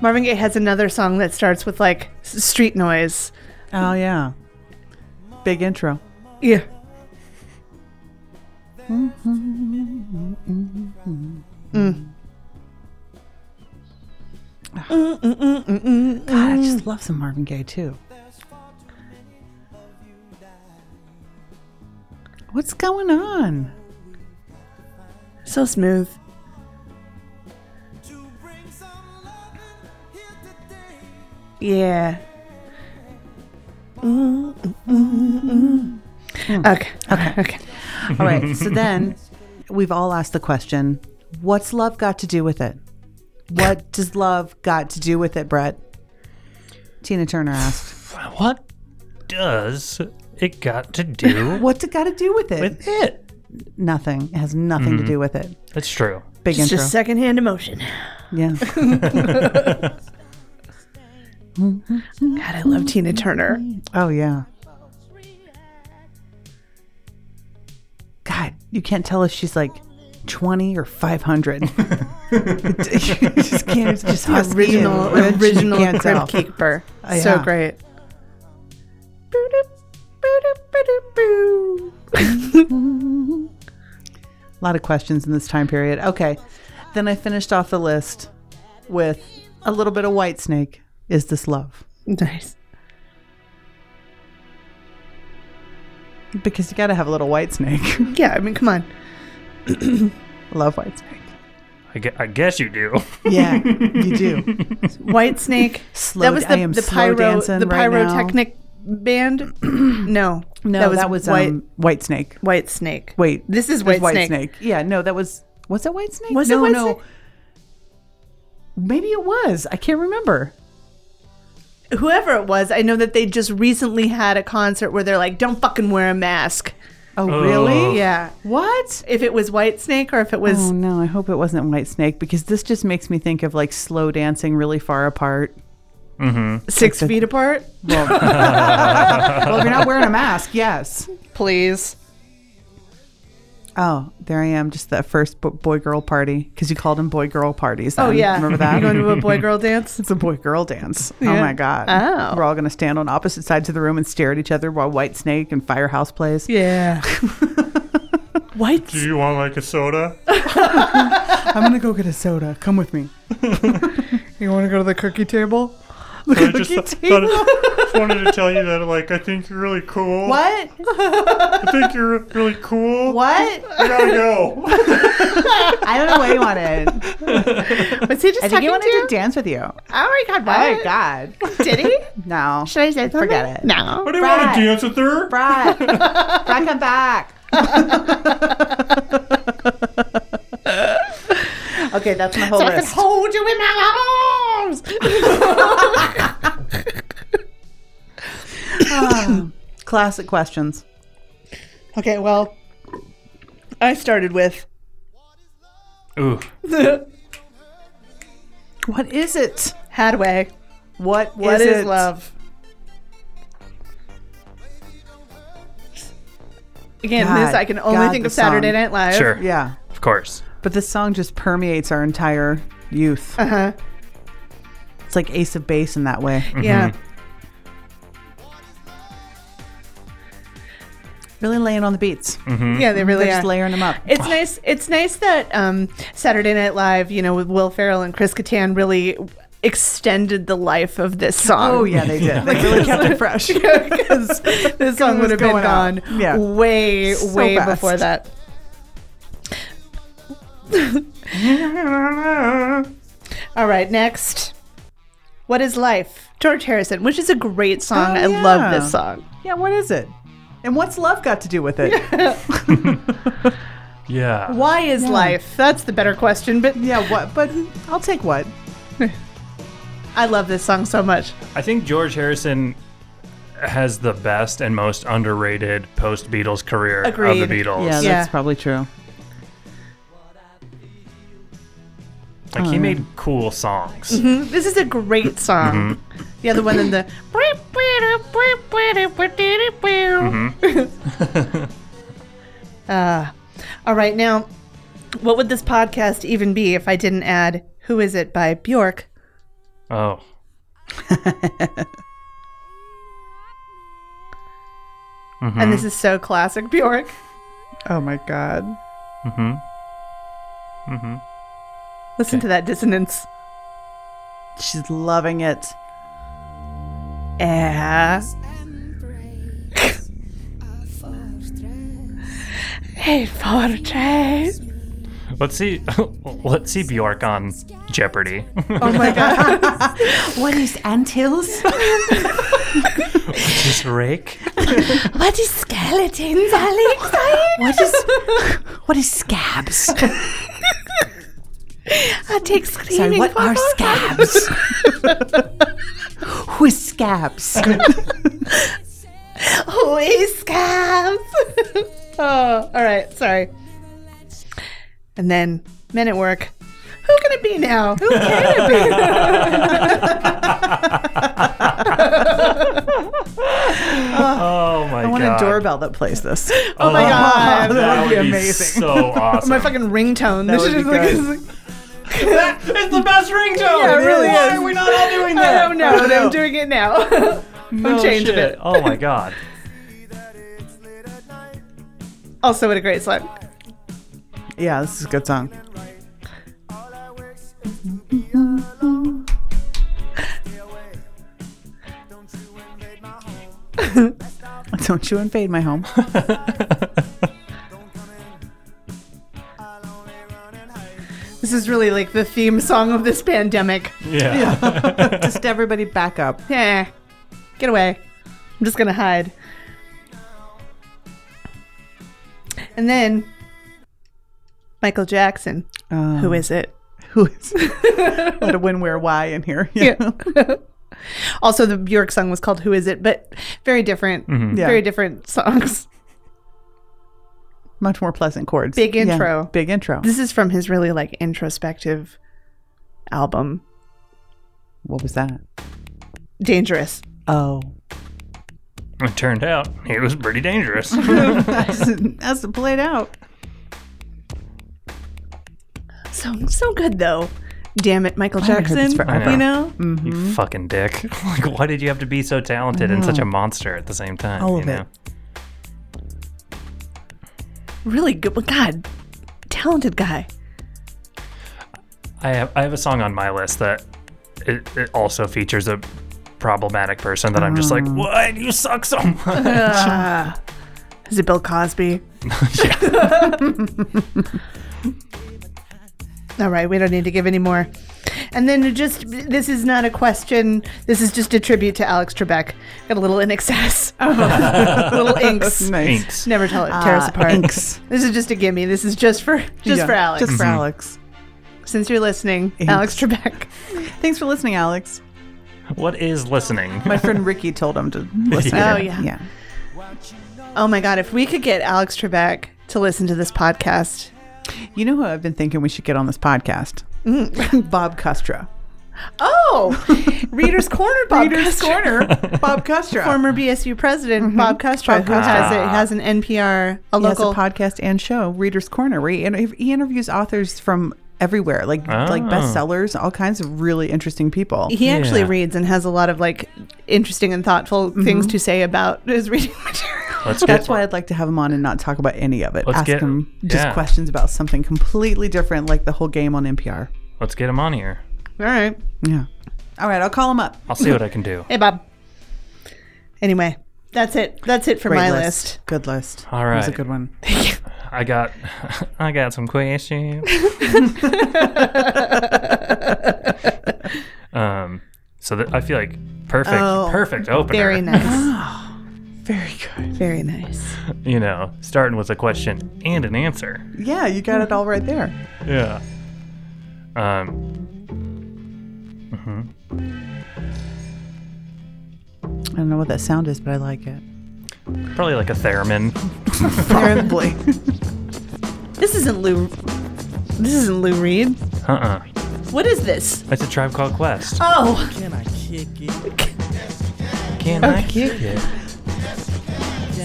Speaker 4: Marvin Gaye has another song that starts with like s- street noise.
Speaker 3: Oh yeah. Big intro.
Speaker 4: Yeah.
Speaker 3: God, I just love some Marvin Gaye too. What's going on?
Speaker 4: So smooth. Yeah. Okay. Mm-hmm. Okay. Okay.
Speaker 3: All right, so then we've all asked the question what's love got to do with it? What does love got to do with it, Brett? Tina Turner asked.
Speaker 5: What does it got
Speaker 3: [LAUGHS]
Speaker 5: to do
Speaker 3: What's it got to do with it?
Speaker 5: with it?
Speaker 3: nothing. It has nothing to do with it.
Speaker 5: That's true.
Speaker 3: Big
Speaker 4: It's
Speaker 3: intro.
Speaker 4: just secondhand emotion.
Speaker 3: yeah.
Speaker 4: God, I love Tina Turner.
Speaker 3: Oh, yeah. God, you can't tell if she's like 20 or [LAUGHS] 500. you just can't. It's just husky
Speaker 4: Original,
Speaker 3: and rich. You [LAUGHS]
Speaker 4: original
Speaker 3: can't tell.
Speaker 4: Crypt Keeper.
Speaker 3: Oh,
Speaker 4: So
Speaker 3: yeah.
Speaker 4: great.
Speaker 3: A lot of questions in this time period. Okay. Then I finished off the list with a little bit of White Snake. Is this love?
Speaker 4: Nice.
Speaker 3: Because you got to have a little White Snake. [LAUGHS]
Speaker 4: Yeah, I mean, come on.
Speaker 3: love White Snake.
Speaker 5: I, gue- I guess you do.
Speaker 3: Yeah, you [LAUGHS] do.
Speaker 4: White Snake.
Speaker 3: [LAUGHS] Slow- I am slow dancing
Speaker 4: the
Speaker 3: right now.
Speaker 4: pyrotechnic band. [CLEARS THROAT] no,
Speaker 3: No, that was,
Speaker 4: White
Speaker 3: um, White Snake.
Speaker 4: White Snake.
Speaker 3: Wait,
Speaker 4: this is
Speaker 3: it
Speaker 4: White,
Speaker 3: was
Speaker 4: Snake.
Speaker 3: Yeah, no, that was was it White Snake?
Speaker 4: Was it
Speaker 3: no,
Speaker 4: White
Speaker 3: no.
Speaker 4: Snake?
Speaker 3: Maybe it was. I can't remember.
Speaker 4: Whoever it was, I know that they just recently had a concert where they're like, "Don't fucking wear a mask."
Speaker 3: Oh, [LAUGHS] really?
Speaker 4: Yeah.
Speaker 3: What?
Speaker 4: If it was White Snake or if it was
Speaker 3: Oh no, I hope it wasn't White Snake because this just makes me think of like slow dancing really far apart.
Speaker 4: six feet apart,
Speaker 3: [LAUGHS] Well, if you're not wearing a mask, yes.
Speaker 4: please.
Speaker 3: Oh, there I am, just that first boy girl party because you called them boy girl parties.
Speaker 4: Oh
Speaker 3: then.
Speaker 4: yeah,
Speaker 3: Um, remember
Speaker 4: You
Speaker 3: [LAUGHS] that?
Speaker 4: going to a boy girl
Speaker 3: [LAUGHS]
Speaker 4: dance?
Speaker 3: it's a boy girl dance. Oh
Speaker 4: Yeah.
Speaker 3: my god!
Speaker 4: Oh.
Speaker 3: we're all gonna stand on opposite sides of the room and stare at each other while White Snake and Firehouse plays.
Speaker 4: Yeah. White.
Speaker 5: you want like
Speaker 3: [LAUGHS]
Speaker 5: a soda?
Speaker 3: I'm gonna go get a soda. Come with me.
Speaker 4: You want to go to the cookie table?
Speaker 5: I just, [LAUGHS] wanted to tell you that like I think you're really cool.
Speaker 3: What?
Speaker 5: I think you're really cool.
Speaker 3: What? [LAUGHS]
Speaker 5: I gotta go.
Speaker 3: I don't know what you
Speaker 4: [LAUGHS]
Speaker 3: wanted.
Speaker 4: Was he just
Speaker 3: I think
Speaker 4: talking
Speaker 3: he wanted
Speaker 4: to
Speaker 3: to
Speaker 4: you?
Speaker 3: dance with you.
Speaker 4: oh my god! What?
Speaker 3: Oh my
Speaker 4: [LAUGHS]
Speaker 3: god!
Speaker 4: Did he?
Speaker 3: No.
Speaker 4: Should I say something?
Speaker 3: Forget it.
Speaker 4: No.
Speaker 5: I didn't want
Speaker 3: Brad.
Speaker 5: to dance with her.
Speaker 3: Brad, Brad, come
Speaker 4: [LAUGHS]
Speaker 3: back. okay, that's my whole
Speaker 4: So I can
Speaker 3: list.
Speaker 4: hold you in my arms.
Speaker 3: Classic questions.
Speaker 4: Okay, well, I started with
Speaker 5: Ooh,
Speaker 3: What is it?
Speaker 4: Hadway.
Speaker 3: What,
Speaker 4: What is,
Speaker 3: it?
Speaker 4: love? Again, this
Speaker 3: God,
Speaker 4: I can only
Speaker 3: God,
Speaker 4: think of
Speaker 3: the song.
Speaker 4: Saturday Night Live.
Speaker 5: sure,
Speaker 3: Yeah,
Speaker 5: of course.
Speaker 3: but this song just permeates our entire youth.
Speaker 4: Uh huh.
Speaker 3: It's like Ace of Base in that way.
Speaker 4: Yeah.
Speaker 3: Really laying on the beats.
Speaker 4: Yeah, they really
Speaker 3: Mm-hmm. They're just
Speaker 4: are.
Speaker 3: layering them up.
Speaker 4: It's nice. It's nice that um, Saturday Night Live, you know, with Will Ferrell and Chris Kattan, really extended the life of this song.
Speaker 3: oh yeah, they did. They really kept it fresh.
Speaker 4: [LAUGHS] because this song
Speaker 3: was
Speaker 4: would have been
Speaker 3: going
Speaker 4: gone
Speaker 3: out. Yeah.
Speaker 4: way,
Speaker 3: So
Speaker 4: way
Speaker 3: fast.
Speaker 4: before that. All right, next. What is life? George Harrison, which is a great song.
Speaker 3: Oh,
Speaker 4: I love
Speaker 3: yeah.
Speaker 4: this song.
Speaker 3: yeah, what is it? And what's love got to do with it?
Speaker 5: Yeah.
Speaker 4: Why is life? That's the better question, but
Speaker 3: yeah, what? But I'll take what.
Speaker 4: [LAUGHS] I love this song so much.
Speaker 5: I think George Harrison has the best and most underrated post Beatles career
Speaker 4: Agreed.
Speaker 5: of the Beatles.
Speaker 3: Yeah, that's
Speaker 4: Yeah.
Speaker 3: probably true.
Speaker 5: Like
Speaker 3: Uh-huh.
Speaker 5: he made cool songs.
Speaker 4: This is a great song. The other one in the. [LAUGHS] uh, all right, now, what would this podcast even be if I didn't add Who Is It by Bjork?
Speaker 3: Mm-hmm.
Speaker 5: Oh.
Speaker 4: And this is so classic Bjork.
Speaker 3: Oh my god.
Speaker 5: Mm-hmm.
Speaker 4: Listen to that dissonance.
Speaker 3: She's loving it.
Speaker 4: Eh. Hey, Fortress.
Speaker 5: Let's see. [LAUGHS] Let's see Bjork on Jeopardy.
Speaker 3: Oh
Speaker 5: [LAUGHS]
Speaker 3: What is antilles?
Speaker 5: Just rake.
Speaker 4: What is skeletons, Alex?
Speaker 3: What is what is scabs?
Speaker 4: I take
Speaker 3: Sorry,
Speaker 4: screaming.
Speaker 3: what are scabs? Who is scabs?
Speaker 4: Who is scabs? [LAUGHS] oh, all right. Sorry. And then men at work. Who can it be now? Who can it
Speaker 3: [LAUGHS]
Speaker 4: be?
Speaker 5: Oh my god.
Speaker 3: I want a doorbell that plays this. [LAUGHS]
Speaker 5: Oh,
Speaker 4: my God.
Speaker 5: That,
Speaker 3: That would be
Speaker 5: would be
Speaker 3: amazing.
Speaker 5: So awesome.
Speaker 4: My fucking ringtone. This
Speaker 3: would be
Speaker 4: is like,
Speaker 3: great.
Speaker 4: this is like-
Speaker 1: It's the best ringtone.
Speaker 4: Yeah, it really
Speaker 1: Why
Speaker 4: is.
Speaker 1: are we not all doing
Speaker 4: [LAUGHS] I
Speaker 1: that?
Speaker 4: don't know. but I'm doing it now. [LAUGHS] I'm changing it.
Speaker 5: Oh my god.
Speaker 4: Also, what a great song.
Speaker 3: Yeah, this is a good song. [LAUGHS] Don't you invade my home. [LAUGHS]
Speaker 4: This is really like the theme song of this pandemic.
Speaker 5: Yeah.
Speaker 3: Just everybody back up.
Speaker 4: Yeah. Get away. I'm just gonna hide. And then Michael Jackson.
Speaker 3: Oh.
Speaker 4: Who is it? [LAUGHS]
Speaker 3: Who is [LAUGHS] Let a win where why in here. [LAUGHS] Yeah.
Speaker 4: Yeah. also, the Bjork song was called "Who Is It," but very different,
Speaker 3: Yeah.
Speaker 4: very different songs.
Speaker 3: Much more pleasant chords.
Speaker 4: Big
Speaker 3: Yeah,
Speaker 4: intro.
Speaker 3: Big intro.
Speaker 4: This is from his really like introspective album,
Speaker 3: What was that?
Speaker 4: "Dangerous."
Speaker 3: Oh. [LAUGHS]
Speaker 5: It turned out it was pretty dangerous. [LAUGHS]
Speaker 3: That's it played out.
Speaker 4: so so good though. Damn it, Michael
Speaker 3: I heard
Speaker 4: Jackson.
Speaker 3: this forever.
Speaker 4: You know?
Speaker 3: Mm-hmm.
Speaker 5: You fucking dick. [LAUGHS] Like, why did you have to be so talented and such a monster at the same time?
Speaker 3: All
Speaker 5: you
Speaker 3: of
Speaker 5: know?
Speaker 3: it.
Speaker 4: Really good well, God. Talented guy.
Speaker 5: I have I have a song on my list that it, it also features a problematic person that I'm just
Speaker 3: Mm.
Speaker 5: like, what? You suck
Speaker 3: [LAUGHS]
Speaker 5: so much.
Speaker 4: Is it Bill Cosby? [LAUGHS] All right, we don't need to give any more. And then it just this is not a question. This is just a tribute to Alex Trebek. Got a little in excess, [LAUGHS] little inks.
Speaker 3: Nice.
Speaker 5: Thanks.
Speaker 4: Never tell tear us
Speaker 3: Ah,
Speaker 4: apart.
Speaker 3: inks.
Speaker 4: This is just a gimme. This is
Speaker 3: [LAUGHS]
Speaker 4: just for [LAUGHS] just
Speaker 3: Yeah,
Speaker 4: for Alex. Mm-hmm.
Speaker 3: Just for Alex.
Speaker 4: Since you're listening,
Speaker 3: Inks.
Speaker 4: Alex Trebek.
Speaker 3: Thanks for listening, Alex.
Speaker 5: What is listening?
Speaker 3: My friend Ricky told him to listen.
Speaker 4: Yeah.
Speaker 3: to it.
Speaker 4: Oh, yeah.
Speaker 3: Yeah.
Speaker 4: Oh my God! If we could get Alex Trebek to listen to this podcast,
Speaker 3: You know who I've been thinking we should get on this podcast?
Speaker 4: Mm. [LAUGHS]
Speaker 3: Bob Custra.
Speaker 4: oh, [LAUGHS] Reader's Corner,
Speaker 3: [LAUGHS]
Speaker 4: Bob
Speaker 3: Reader's
Speaker 4: Custer. [LAUGHS]
Speaker 3: Corner. Bob Custra.
Speaker 4: former BSU president Mm-hmm. Bob Castro, who has a, has an NPR, a
Speaker 3: he has a
Speaker 4: local.
Speaker 3: podcast and show, Reader's Corner, where he, inter- he interviews authors from everywhere, like like
Speaker 5: Oh.
Speaker 3: bestsellers, all kinds of really interesting people.
Speaker 4: he actually
Speaker 5: Yeah.
Speaker 4: reads and has a lot of like interesting and thoughtful things to say about his [LAUGHS] reading material.
Speaker 5: Let's get
Speaker 3: That's why I'd like to have him on and not talk about any of it.
Speaker 5: Let's
Speaker 3: Ask
Speaker 5: get-
Speaker 3: him just
Speaker 5: yeah.
Speaker 3: questions about something completely different, like the whole game on NPR.
Speaker 5: let's get him on here.
Speaker 4: All right,
Speaker 3: Yeah. All right, I'll call him up.
Speaker 5: I'll see what I
Speaker 3: [LAUGHS]
Speaker 5: can do.
Speaker 4: hey Bob. Anyway, that's it. That's it for
Speaker 3: Great
Speaker 4: my list.
Speaker 3: Good list.
Speaker 5: All
Speaker 3: That was a
Speaker 5: right.
Speaker 3: good
Speaker 5: [LAUGHS]
Speaker 3: one.
Speaker 5: I got [LAUGHS] I got some
Speaker 4: [LAUGHS]
Speaker 5: questions. um so that I feel like perfect
Speaker 4: Oh,
Speaker 5: perfect opener.
Speaker 4: Very nice. [GASPS]
Speaker 3: Very good.
Speaker 4: Very nice.
Speaker 5: You know, starting with a question and an answer.
Speaker 3: Yeah, you got it all right there.
Speaker 5: Yeah. Um
Speaker 3: I don't know what that sound is, but I like it.
Speaker 5: probably like a theremin.
Speaker 3: [LAUGHS] Probably.
Speaker 4: This isn't Lou. This isn't Lou Reed.
Speaker 5: Uh-uh.
Speaker 4: What is this?
Speaker 5: It's a tribe called Quest.
Speaker 4: Oh,
Speaker 5: Can I kick it?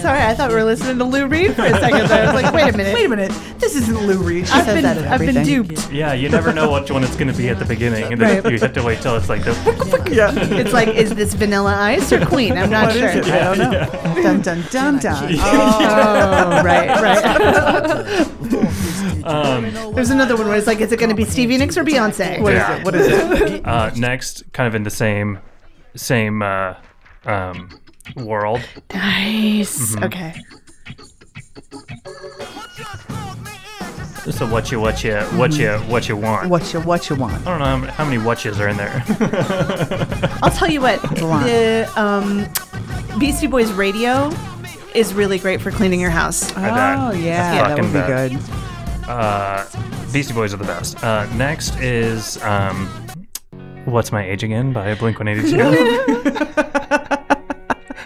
Speaker 4: sorry. I thought we were listening to Lou Reed for a second. There. I was like, wait a minute.
Speaker 3: Wait a minute. This isn't Lou Reed. She
Speaker 4: I've
Speaker 3: says
Speaker 4: been,
Speaker 3: that at
Speaker 4: I've
Speaker 3: everything.
Speaker 4: been duped.
Speaker 5: Yeah, you never know which one it's going to be at the beginning, and then you have to wait till it's like the.
Speaker 4: It's like, is this Vanilla Ice or Queen? I'm not
Speaker 3: What
Speaker 4: sure.
Speaker 3: is it? I don't know. Dun dun [LAUGHS] dun dun.
Speaker 4: Oh, right, right.
Speaker 3: [LAUGHS]
Speaker 5: Um,
Speaker 4: There's another one where it's like, is it going to be Stevie Nicks or Beyonce?
Speaker 3: What is
Speaker 5: Yeah.
Speaker 3: it? What is it?
Speaker 5: [LAUGHS] uh, next, kind of in the same, same uh, um, world.
Speaker 4: Nice.
Speaker 3: Mm-hmm.
Speaker 4: Okay.
Speaker 5: So what you, what you, what you, what you want.
Speaker 3: Oh, What Oh, you what you
Speaker 5: [LAUGHS]
Speaker 3: want?
Speaker 5: I don't know how many- how many whatches are in there. [LAUGHS]
Speaker 4: I'll tell you what.
Speaker 3: lot.
Speaker 4: The um, Beastie Boys radio is really great for cleaning your house.
Speaker 5: I
Speaker 3: Oh
Speaker 5: bet. I
Speaker 3: yeah, that
Speaker 5: fucking
Speaker 3: would be
Speaker 5: bet.
Speaker 3: good.
Speaker 5: Uh, Beastie Boys are the best. Uh, next is um, "What's My Age Again" by Blink One
Speaker 3: [LAUGHS]
Speaker 5: Eighty Two.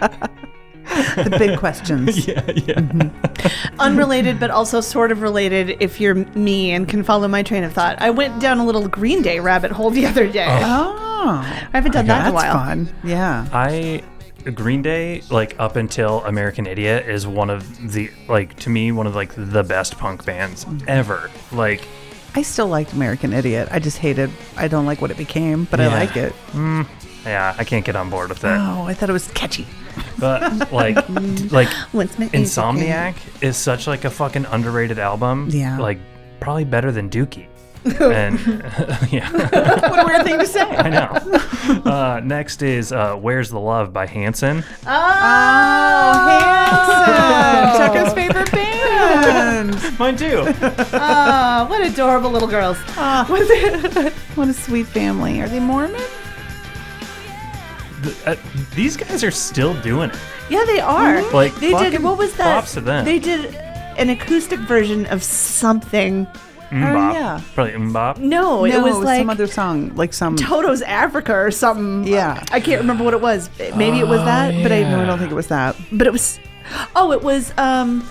Speaker 3: The big questions.
Speaker 5: [LAUGHS] Yeah, yeah.
Speaker 4: Unrelated, but also sort of related if you're me and can follow my train of thought. I went down a little Green Day rabbit hole the other day.
Speaker 3: Oh,
Speaker 4: I haven't done that
Speaker 3: that's
Speaker 4: in a while.
Speaker 3: fun. Yeah.
Speaker 5: I Green Day, like up until American Idiot, is one of the like to me one of like the best punk bands ever. Like
Speaker 3: I still liked American Idiot. I just hated. I don't like what it became, but I
Speaker 5: Yeah.
Speaker 3: like it.
Speaker 5: Yeah, I can't get on board with that.
Speaker 3: Oh, I thought it was catchy. [LAUGHS]
Speaker 5: But like, d- like
Speaker 4: What's my age again?
Speaker 5: Insomniac is such like a fucking underrated album.
Speaker 3: Yeah.
Speaker 5: like probably better than
Speaker 3: [LAUGHS]
Speaker 5: Dookie. and [LAUGHS] yeah,
Speaker 3: What a weird thing to say.
Speaker 5: I know. Uh, next is uh, "Where's the Love" by Hanson.
Speaker 4: [LAUGHS] Oh, handsome.
Speaker 3: Tucker's favorite
Speaker 4: [LAUGHS]
Speaker 3: band.
Speaker 5: Mine too.
Speaker 3: [LAUGHS]
Speaker 4: Oh, what adorable little girls.
Speaker 3: Ah.
Speaker 4: [LAUGHS]
Speaker 3: what a sweet family. Are they Mormon?
Speaker 5: Th- uh, these guys are still doing it.
Speaker 4: Yeah, they are.
Speaker 3: Mm-hmm.
Speaker 5: Like,
Speaker 4: they did.
Speaker 5: fucking
Speaker 4: What was that?
Speaker 5: props to them.
Speaker 4: They did an acoustic version of something.
Speaker 5: Mbop.
Speaker 3: Oh, yeah.
Speaker 5: probably Mbop.
Speaker 3: no,
Speaker 4: No, it was like
Speaker 3: some other song, like some.
Speaker 4: Toto's Africa or something.
Speaker 3: Yeah.
Speaker 4: I can't remember what it was. Maybe it was
Speaker 5: Oh,
Speaker 4: that, but I
Speaker 3: no, I don't think it was that.
Speaker 4: But it was. Oh, it was um,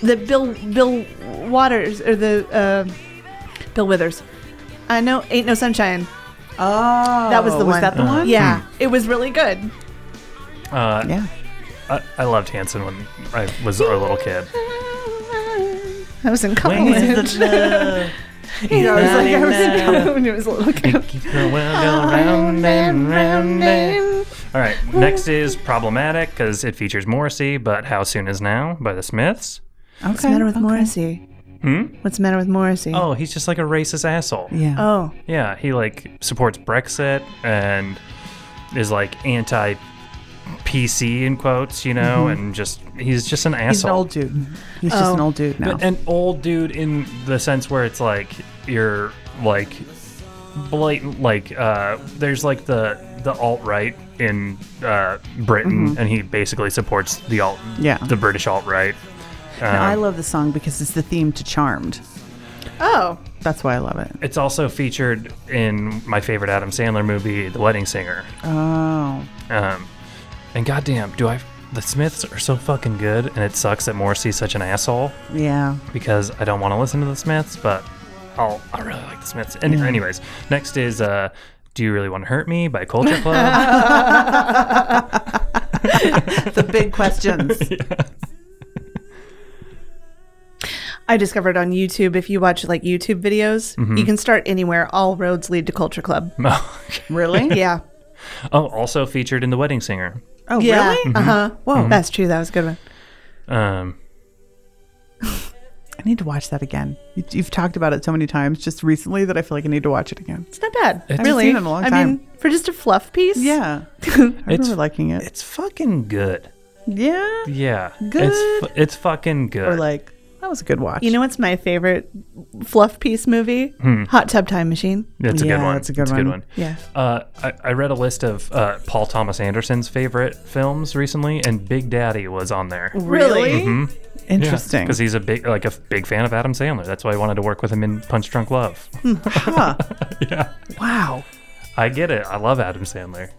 Speaker 4: the Bill Bill Waters or the uh, Bill Withers. I know, ain't no sunshine.
Speaker 3: Oh,
Speaker 4: That was the
Speaker 3: was
Speaker 4: one.
Speaker 3: that the one?
Speaker 4: Yeah,
Speaker 5: Hmm.
Speaker 4: it was really good.
Speaker 5: Uh,
Speaker 3: Yeah.
Speaker 5: I-, I loved Hanson when I was a little kid.
Speaker 4: I was in
Speaker 5: Where's
Speaker 4: college. [LAUGHS]
Speaker 5: the love?
Speaker 4: You know, I was like, I was
Speaker 5: Na, na, na.
Speaker 4: when it was a little kid.
Speaker 5: Keep the world go round and round and- All right, next is Problematic because it features Morrissey, but How Soon Is Now by the Smiths.
Speaker 4: What's the matter with Morrissey?
Speaker 5: Hmm?
Speaker 4: What's the matter with Morrissey?
Speaker 5: Oh, he's just like a racist asshole.
Speaker 3: Yeah.
Speaker 4: Oh,
Speaker 5: Yeah, he like supports Brexit and is like anti PC in quotes, you know, and just Mm-hmm. he's just an asshole.
Speaker 3: He's an old dude. He's just an
Speaker 4: Oh.
Speaker 3: old dude now.
Speaker 5: But an old dude in the sense where it's like you're like blatant like uh there's like the the alt right in uh Britain and he basically supports the alt
Speaker 3: Mm-hmm. Yeah.
Speaker 5: the British Um, alt right.
Speaker 3: I love the song because it's the theme to Charmed.
Speaker 4: oh,
Speaker 3: That's why I love it.
Speaker 5: It's also featured in my favorite Adam Sandler movie, The Wedding Singer.
Speaker 3: Oh,
Speaker 5: Um and goddamn, do I the Smiths are so fucking good and it sucks that Morrissey's such an asshole.
Speaker 3: yeah.
Speaker 5: because I don't want to listen to the Smiths, but I'll, I really like the Smiths. Any,
Speaker 3: Mm.
Speaker 5: Anyways, next is uh, Do You Really Want to Hurt Me
Speaker 3: [LAUGHS]
Speaker 5: by Culture Club. [LAUGHS]
Speaker 3: The big questions.
Speaker 4: I discovered on YouTube if you watch like YouTube videos,
Speaker 3: Mm-hmm.
Speaker 4: you can start anywhere. All roads lead to Culture Club.
Speaker 5: oh,
Speaker 3: really?
Speaker 4: [LAUGHS] Yeah.
Speaker 5: also featured in The Wedding Singer.
Speaker 3: Oh,
Speaker 4: yeah.
Speaker 3: really?
Speaker 4: Uh huh.
Speaker 3: Mm-hmm.
Speaker 4: Whoa, that's true. That was a good one.
Speaker 5: Um,
Speaker 3: I need to watch that again. You, you've talked about it so many times just recently that I feel like I need to watch it again.
Speaker 4: It's not bad.
Speaker 5: It's-
Speaker 4: really.
Speaker 3: I haven't seen it in a long
Speaker 4: I mean, for just a fluff piece.
Speaker 3: Yeah. I remember
Speaker 5: It's-
Speaker 3: liking it.
Speaker 5: it's fucking good.
Speaker 3: Yeah.
Speaker 5: Yeah,
Speaker 3: Good?
Speaker 5: It's fu- it's fucking good.
Speaker 3: Or like, that was a good watch.
Speaker 4: [LAUGHS] You know what's my favorite fluff piece movie? Hot Tub Time Machine.
Speaker 5: it's a
Speaker 3: Hmm. Yeah,
Speaker 5: good one.
Speaker 3: it's a good one.
Speaker 4: Yeah.
Speaker 5: Uh, I, I read a list of uh, Paul Thomas Anderson's favorite films recently, and Big Daddy was on there.
Speaker 4: Really?
Speaker 3: Mm-hmm. Interesting.
Speaker 5: Because he's a big, like a f- big fan of Adam Sandler. That's why I wanted to work with him in Punch Drunk Love.
Speaker 3: Huh.
Speaker 5: yeah.
Speaker 3: Wow.
Speaker 5: I get it. I love Adam Sandler.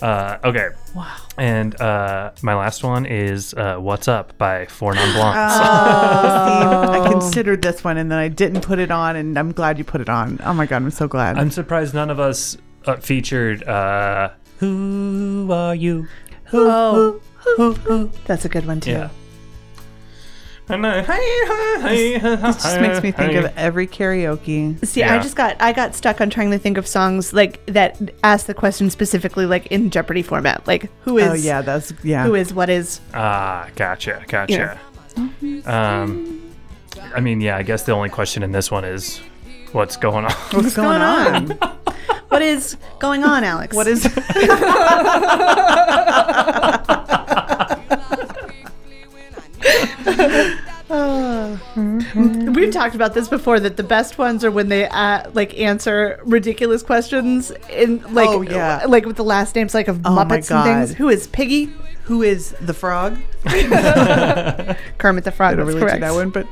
Speaker 5: Uh, okay. Wow. And uh, my last one is uh, "What's Up" by Four Non Blondes.
Speaker 4: Oh.
Speaker 3: I considered this one and then I didn't put it on, and I'm glad you put it on. Oh my God, I'm so glad.
Speaker 5: I'm surprised none of us uh, featured. Uh, Who are you? Who?
Speaker 4: Oh. [LAUGHS] That's a good one too.
Speaker 5: Yeah. uh, [LAUGHS] This
Speaker 3: just makes me think of every karaoke.
Speaker 4: See, I
Speaker 5: Yeah.
Speaker 4: just got I got stuck on trying to think of songs like that ask the question specifically like in Jeopardy format, like who is
Speaker 3: Oh yeah, that's yeah.
Speaker 4: who is what is
Speaker 5: Ah, gotcha, gotcha. Um, I mean, yeah. I guess the only question in this one is, what's going on?
Speaker 3: What's going on?
Speaker 4: what is going on,
Speaker 3: [LAUGHS]
Speaker 4: Alex?
Speaker 3: what is?
Speaker 4: [LAUGHS] We've talked about this before that the best ones are when they uh, like answer ridiculous questions in like
Speaker 3: Oh, yeah. Oh,
Speaker 4: like with the last names like of
Speaker 3: my
Speaker 4: Muppets and
Speaker 3: God.
Speaker 4: things. Who is Piggy?
Speaker 3: Who is the frog?
Speaker 4: Kermit the Frog.
Speaker 3: I don't
Speaker 4: That's
Speaker 3: really
Speaker 4: correct.
Speaker 3: do that one, but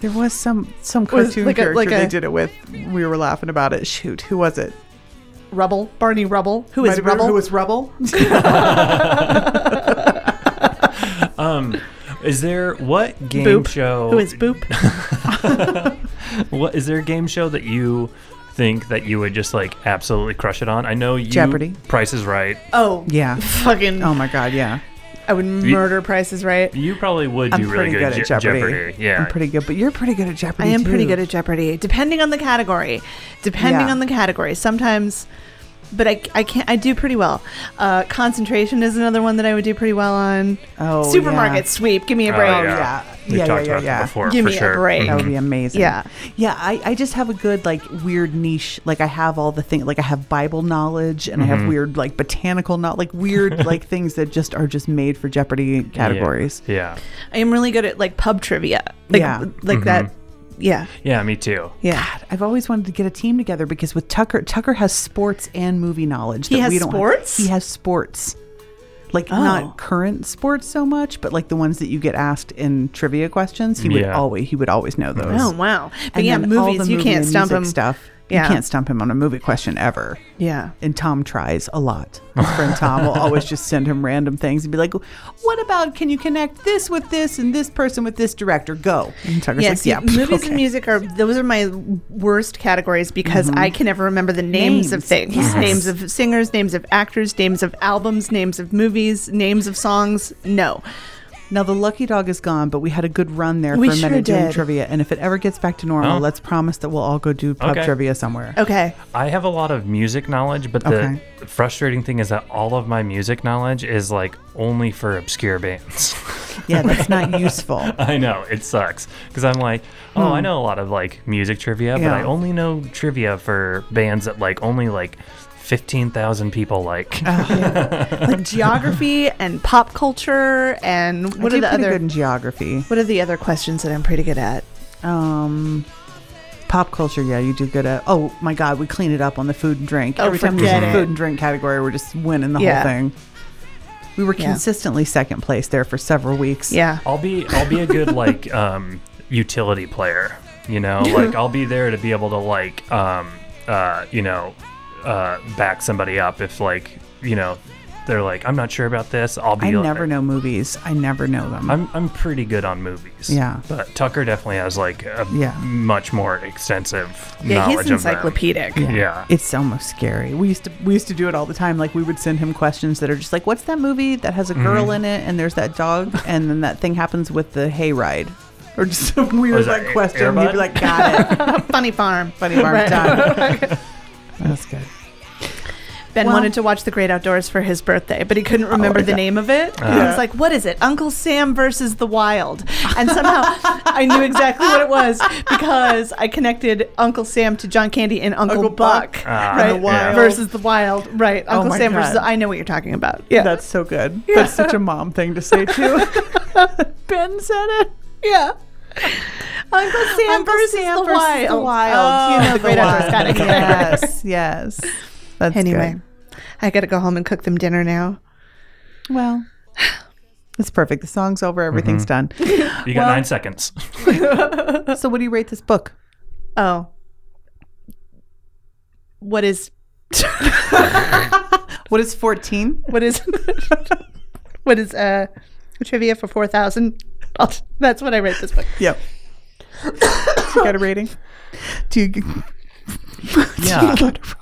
Speaker 3: there was some some
Speaker 4: Was
Speaker 3: cartoon
Speaker 4: like a-
Speaker 3: character
Speaker 4: like
Speaker 3: they
Speaker 4: a-
Speaker 3: did it with. We were laughing about it. Shoot, who was it?
Speaker 4: Rubble. Barney Rubble. Who
Speaker 3: Might
Speaker 4: is
Speaker 3: have been-
Speaker 4: Rubble?
Speaker 3: Who was Rubble?
Speaker 5: Is there what game
Speaker 4: Boop.
Speaker 5: show?
Speaker 4: Who is Boop?
Speaker 5: What is there a game show that you think that you would just like absolutely crush it on? I know you
Speaker 3: Jeopardy.
Speaker 5: Price is Right.
Speaker 4: Oh
Speaker 3: Yeah.
Speaker 4: fucking.
Speaker 3: Oh my God, yeah.
Speaker 4: I would murder Prices Right.
Speaker 5: You probably would do
Speaker 3: I'm
Speaker 5: really
Speaker 3: pretty
Speaker 5: good,
Speaker 3: good,
Speaker 5: Je-
Speaker 3: at Jeopardy.
Speaker 5: Yeah.
Speaker 3: I'm pretty good, but you're pretty good at
Speaker 4: I
Speaker 3: Jeopardy.
Speaker 4: am pretty
Speaker 3: too.
Speaker 4: good at Jeopardy, depending on the category. Depending
Speaker 3: Yeah.
Speaker 4: on the category, sometimes. But I, I can't. I do pretty well. Uh, concentration is another one that I would do pretty well on.
Speaker 3: Oh,
Speaker 4: Supermarket
Speaker 3: yeah.
Speaker 4: sweep. Give me a
Speaker 5: Oh,
Speaker 4: break.
Speaker 3: yeah.
Speaker 5: We've
Speaker 3: Yeah,
Speaker 5: talked
Speaker 3: yeah,
Speaker 5: about
Speaker 3: yeah.
Speaker 5: that before
Speaker 4: Give
Speaker 5: for
Speaker 4: me a
Speaker 5: sure.
Speaker 4: break.
Speaker 5: Mhm.
Speaker 3: That would be amazing.
Speaker 4: Yeah.
Speaker 3: Yeah, I, I just have a good like weird niche. Like I have all the things like I have Bible knowledge and
Speaker 5: Mm-hmm.
Speaker 3: I have weird like botanical not like
Speaker 5: [LAUGHS]
Speaker 3: weird like things that just are just made for Jeopardy categories.
Speaker 5: Yeah.
Speaker 4: I am really good at like pub trivia. Like,
Speaker 3: Yeah.
Speaker 4: Like that. Yeah.
Speaker 5: yeah. me too.
Speaker 4: Yeah.
Speaker 3: I've always wanted to get a team together because with Tucker Tucker has sports and movie knowledge.
Speaker 4: He
Speaker 3: that
Speaker 4: has
Speaker 3: we don't have.
Speaker 4: sports?
Speaker 3: He has sports. Like
Speaker 4: Oh.
Speaker 3: not current sports so much, but like the ones that you get asked in trivia questions, he would
Speaker 5: Yeah.
Speaker 3: always he would always know those.
Speaker 4: Oh wow. But
Speaker 3: And
Speaker 4: yeah,
Speaker 3: then all the
Speaker 4: movies. you
Speaker 3: movie
Speaker 4: can't
Speaker 3: and
Speaker 4: stump
Speaker 3: music
Speaker 4: him.
Speaker 3: Stuff.
Speaker 4: Yeah.
Speaker 3: You can't stump him on a movie question ever.
Speaker 4: Yeah.
Speaker 3: And Tom tries a lot. His friend Tom will always just send him random things and be like, "What about can you connect this with this and this person with this director? Go." And Tucker's
Speaker 4: Yeah,
Speaker 3: like,
Speaker 4: see,
Speaker 3: "Yeah,
Speaker 4: movies
Speaker 3: [LAUGHS] okay."
Speaker 4: and music are those are my worst categories because I can never remember the names, of
Speaker 3: Mm-hmm. Names,
Speaker 4: things,
Speaker 3: yes.
Speaker 4: names of singers, names of actors, names of albums, names of movies, names of songs. No,
Speaker 3: Now the lucky dog is gone, but we had a good run there
Speaker 4: We
Speaker 3: for a
Speaker 4: sure
Speaker 3: minute doing
Speaker 4: did.
Speaker 3: trivia. And if it ever gets back to normal,
Speaker 5: Oh.
Speaker 3: let's promise that we'll all go do pub
Speaker 5: Okay.
Speaker 3: trivia somewhere.
Speaker 4: Okay.
Speaker 5: I have a lot of music knowledge, but the
Speaker 3: Okay.
Speaker 5: frustrating thing is that all of my music knowledge is like only for obscure bands. [LAUGHS]
Speaker 3: Yeah, that's not [LAUGHS] useful.
Speaker 5: I know it sucks because I'm like, oh, I know a lot of like music trivia, but
Speaker 3: Hmm. Yeah.
Speaker 5: I only know trivia for bands that like only like fifteen thousand people like.
Speaker 3: Uh.
Speaker 4: Like geography and pop culture and what
Speaker 3: I
Speaker 4: are
Speaker 3: do
Speaker 4: the
Speaker 3: pretty
Speaker 4: other
Speaker 3: good in geography?
Speaker 4: what are the other questions that I'm pretty good at?
Speaker 3: Um, pop culture. Yeah, you do good at. Oh my God, we clean it up on the food and drink.
Speaker 4: Oh,
Speaker 3: Every time there's
Speaker 4: forget
Speaker 3: a
Speaker 4: it.
Speaker 3: food and drink category, we're just winning the
Speaker 4: Yeah.
Speaker 3: whole thing. We were
Speaker 4: Yeah.
Speaker 3: consistently second place there for several weeks.
Speaker 4: Yeah.
Speaker 5: I'll be I'll be a
Speaker 3: [LAUGHS]
Speaker 5: good like um, utility player. You know, like I'll be there to be able to like um, uh, you know uh, back somebody up if like you know they're like I'm not sure about this. I'll be.
Speaker 3: I
Speaker 5: like-
Speaker 3: never know movies. I never know them.
Speaker 5: I'm I'm pretty good on movies.
Speaker 3: Yeah.
Speaker 5: but Tucker definitely has like a
Speaker 3: Yeah.
Speaker 5: much more extensive
Speaker 4: Yeah,
Speaker 5: knowledge
Speaker 4: he's encyclopedic.
Speaker 5: of them. Yeah.
Speaker 3: It's almost scary. We used to we used to do it all the time. Like we would send him questions that are just like, "What's that movie that has a girl in it and there's that dog [LAUGHS] and then that thing happens with the hayride?" Or just a weird
Speaker 5: is that
Speaker 3: like
Speaker 5: Air-
Speaker 3: question.
Speaker 5: Air
Speaker 3: You'd be
Speaker 5: Bud?
Speaker 3: like, "Got it,
Speaker 4: Funny farm.
Speaker 3: funny farm
Speaker 4: Right.
Speaker 3: time." That's good.
Speaker 4: [LAUGHS] Ben
Speaker 3: Well-
Speaker 4: wanted to watch The Great Outdoors for his birthday, but he couldn't remember the name of it. He was like, "What is it? Uncle Sam versus the Wild?" And somehow [LAUGHS] I knew exactly what it was because I connected Uncle Sam to John Candy and Uncle,
Speaker 3: Uncle Buck.
Speaker 4: Buck, Oh
Speaker 5: Ah,
Speaker 4: right?
Speaker 5: And the Wild.
Speaker 4: versus the Wild, right? Uncle
Speaker 3: my
Speaker 4: Sam versus.
Speaker 3: God.
Speaker 4: I know what you're talking about. Yeah,
Speaker 3: That's so good. That's such a mom thing to say too.
Speaker 4: Ben said it. Yeah. Uncle Sam versus, the, wild.
Speaker 3: Wild.
Speaker 4: Oh,
Speaker 3: You know, the
Speaker 4: the Great Outdoors. Got it.
Speaker 3: wild. yes, [LAUGHS] yes. That's
Speaker 4: Anyway,
Speaker 3: good.
Speaker 4: I got to go home and cook them dinner now.
Speaker 3: Well, it's perfect. The song's over. Everything's done.
Speaker 5: You got nine [LAUGHS] seconds.
Speaker 3: So, what do you rate this book?
Speaker 4: Oh. What is
Speaker 3: [LAUGHS] What is fourteen?
Speaker 4: what is what is uh trivia for 4000? I'll- That's what I rate this book.
Speaker 3: Yep. you got a rating? Do you
Speaker 5: Yeah,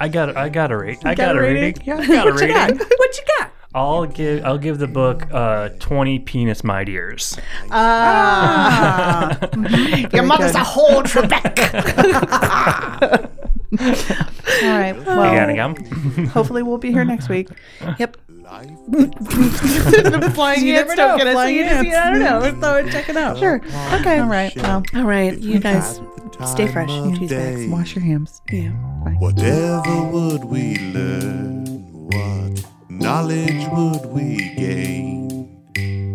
Speaker 5: I [LAUGHS] got I got a rate. I got, a rating. Yeah, [LAUGHS] I got a rating.
Speaker 3: what you got?
Speaker 5: I'll give I'll give the book uh, twenty penis my dears.
Speaker 4: Your mother's a whole Trebek.
Speaker 3: [LAUGHS] All right.
Speaker 5: You
Speaker 3: Well,
Speaker 5: gotta go.
Speaker 3: hopefully we'll be here next week.
Speaker 4: yep.
Speaker 2: Life uh.
Speaker 4: The flying
Speaker 3: You
Speaker 4: ants
Speaker 3: never know,
Speaker 4: don't get us.
Speaker 3: flying
Speaker 4: You just- I don't know. [LAUGHS]
Speaker 3: So check it out. Oh,
Speaker 4: Sure. Okay.
Speaker 3: All right. Well,
Speaker 4: All right. You guys
Speaker 2: the
Speaker 4: stay
Speaker 2: time
Speaker 4: fresh.
Speaker 2: of
Speaker 4: Cheese bags.
Speaker 2: day.
Speaker 3: wash your hands. Yeah.
Speaker 2: Whatever would we learn? What knowledge would we gain?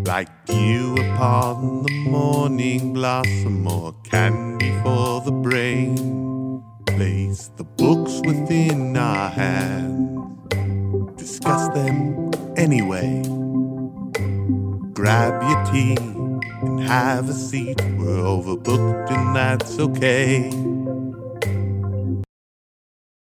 Speaker 2: Like dew upon the morning blossom or candy for the brain. Place the books within our hands. Discuss them anyway. Grab your tea and have a seat. We're overbooked and that's okay.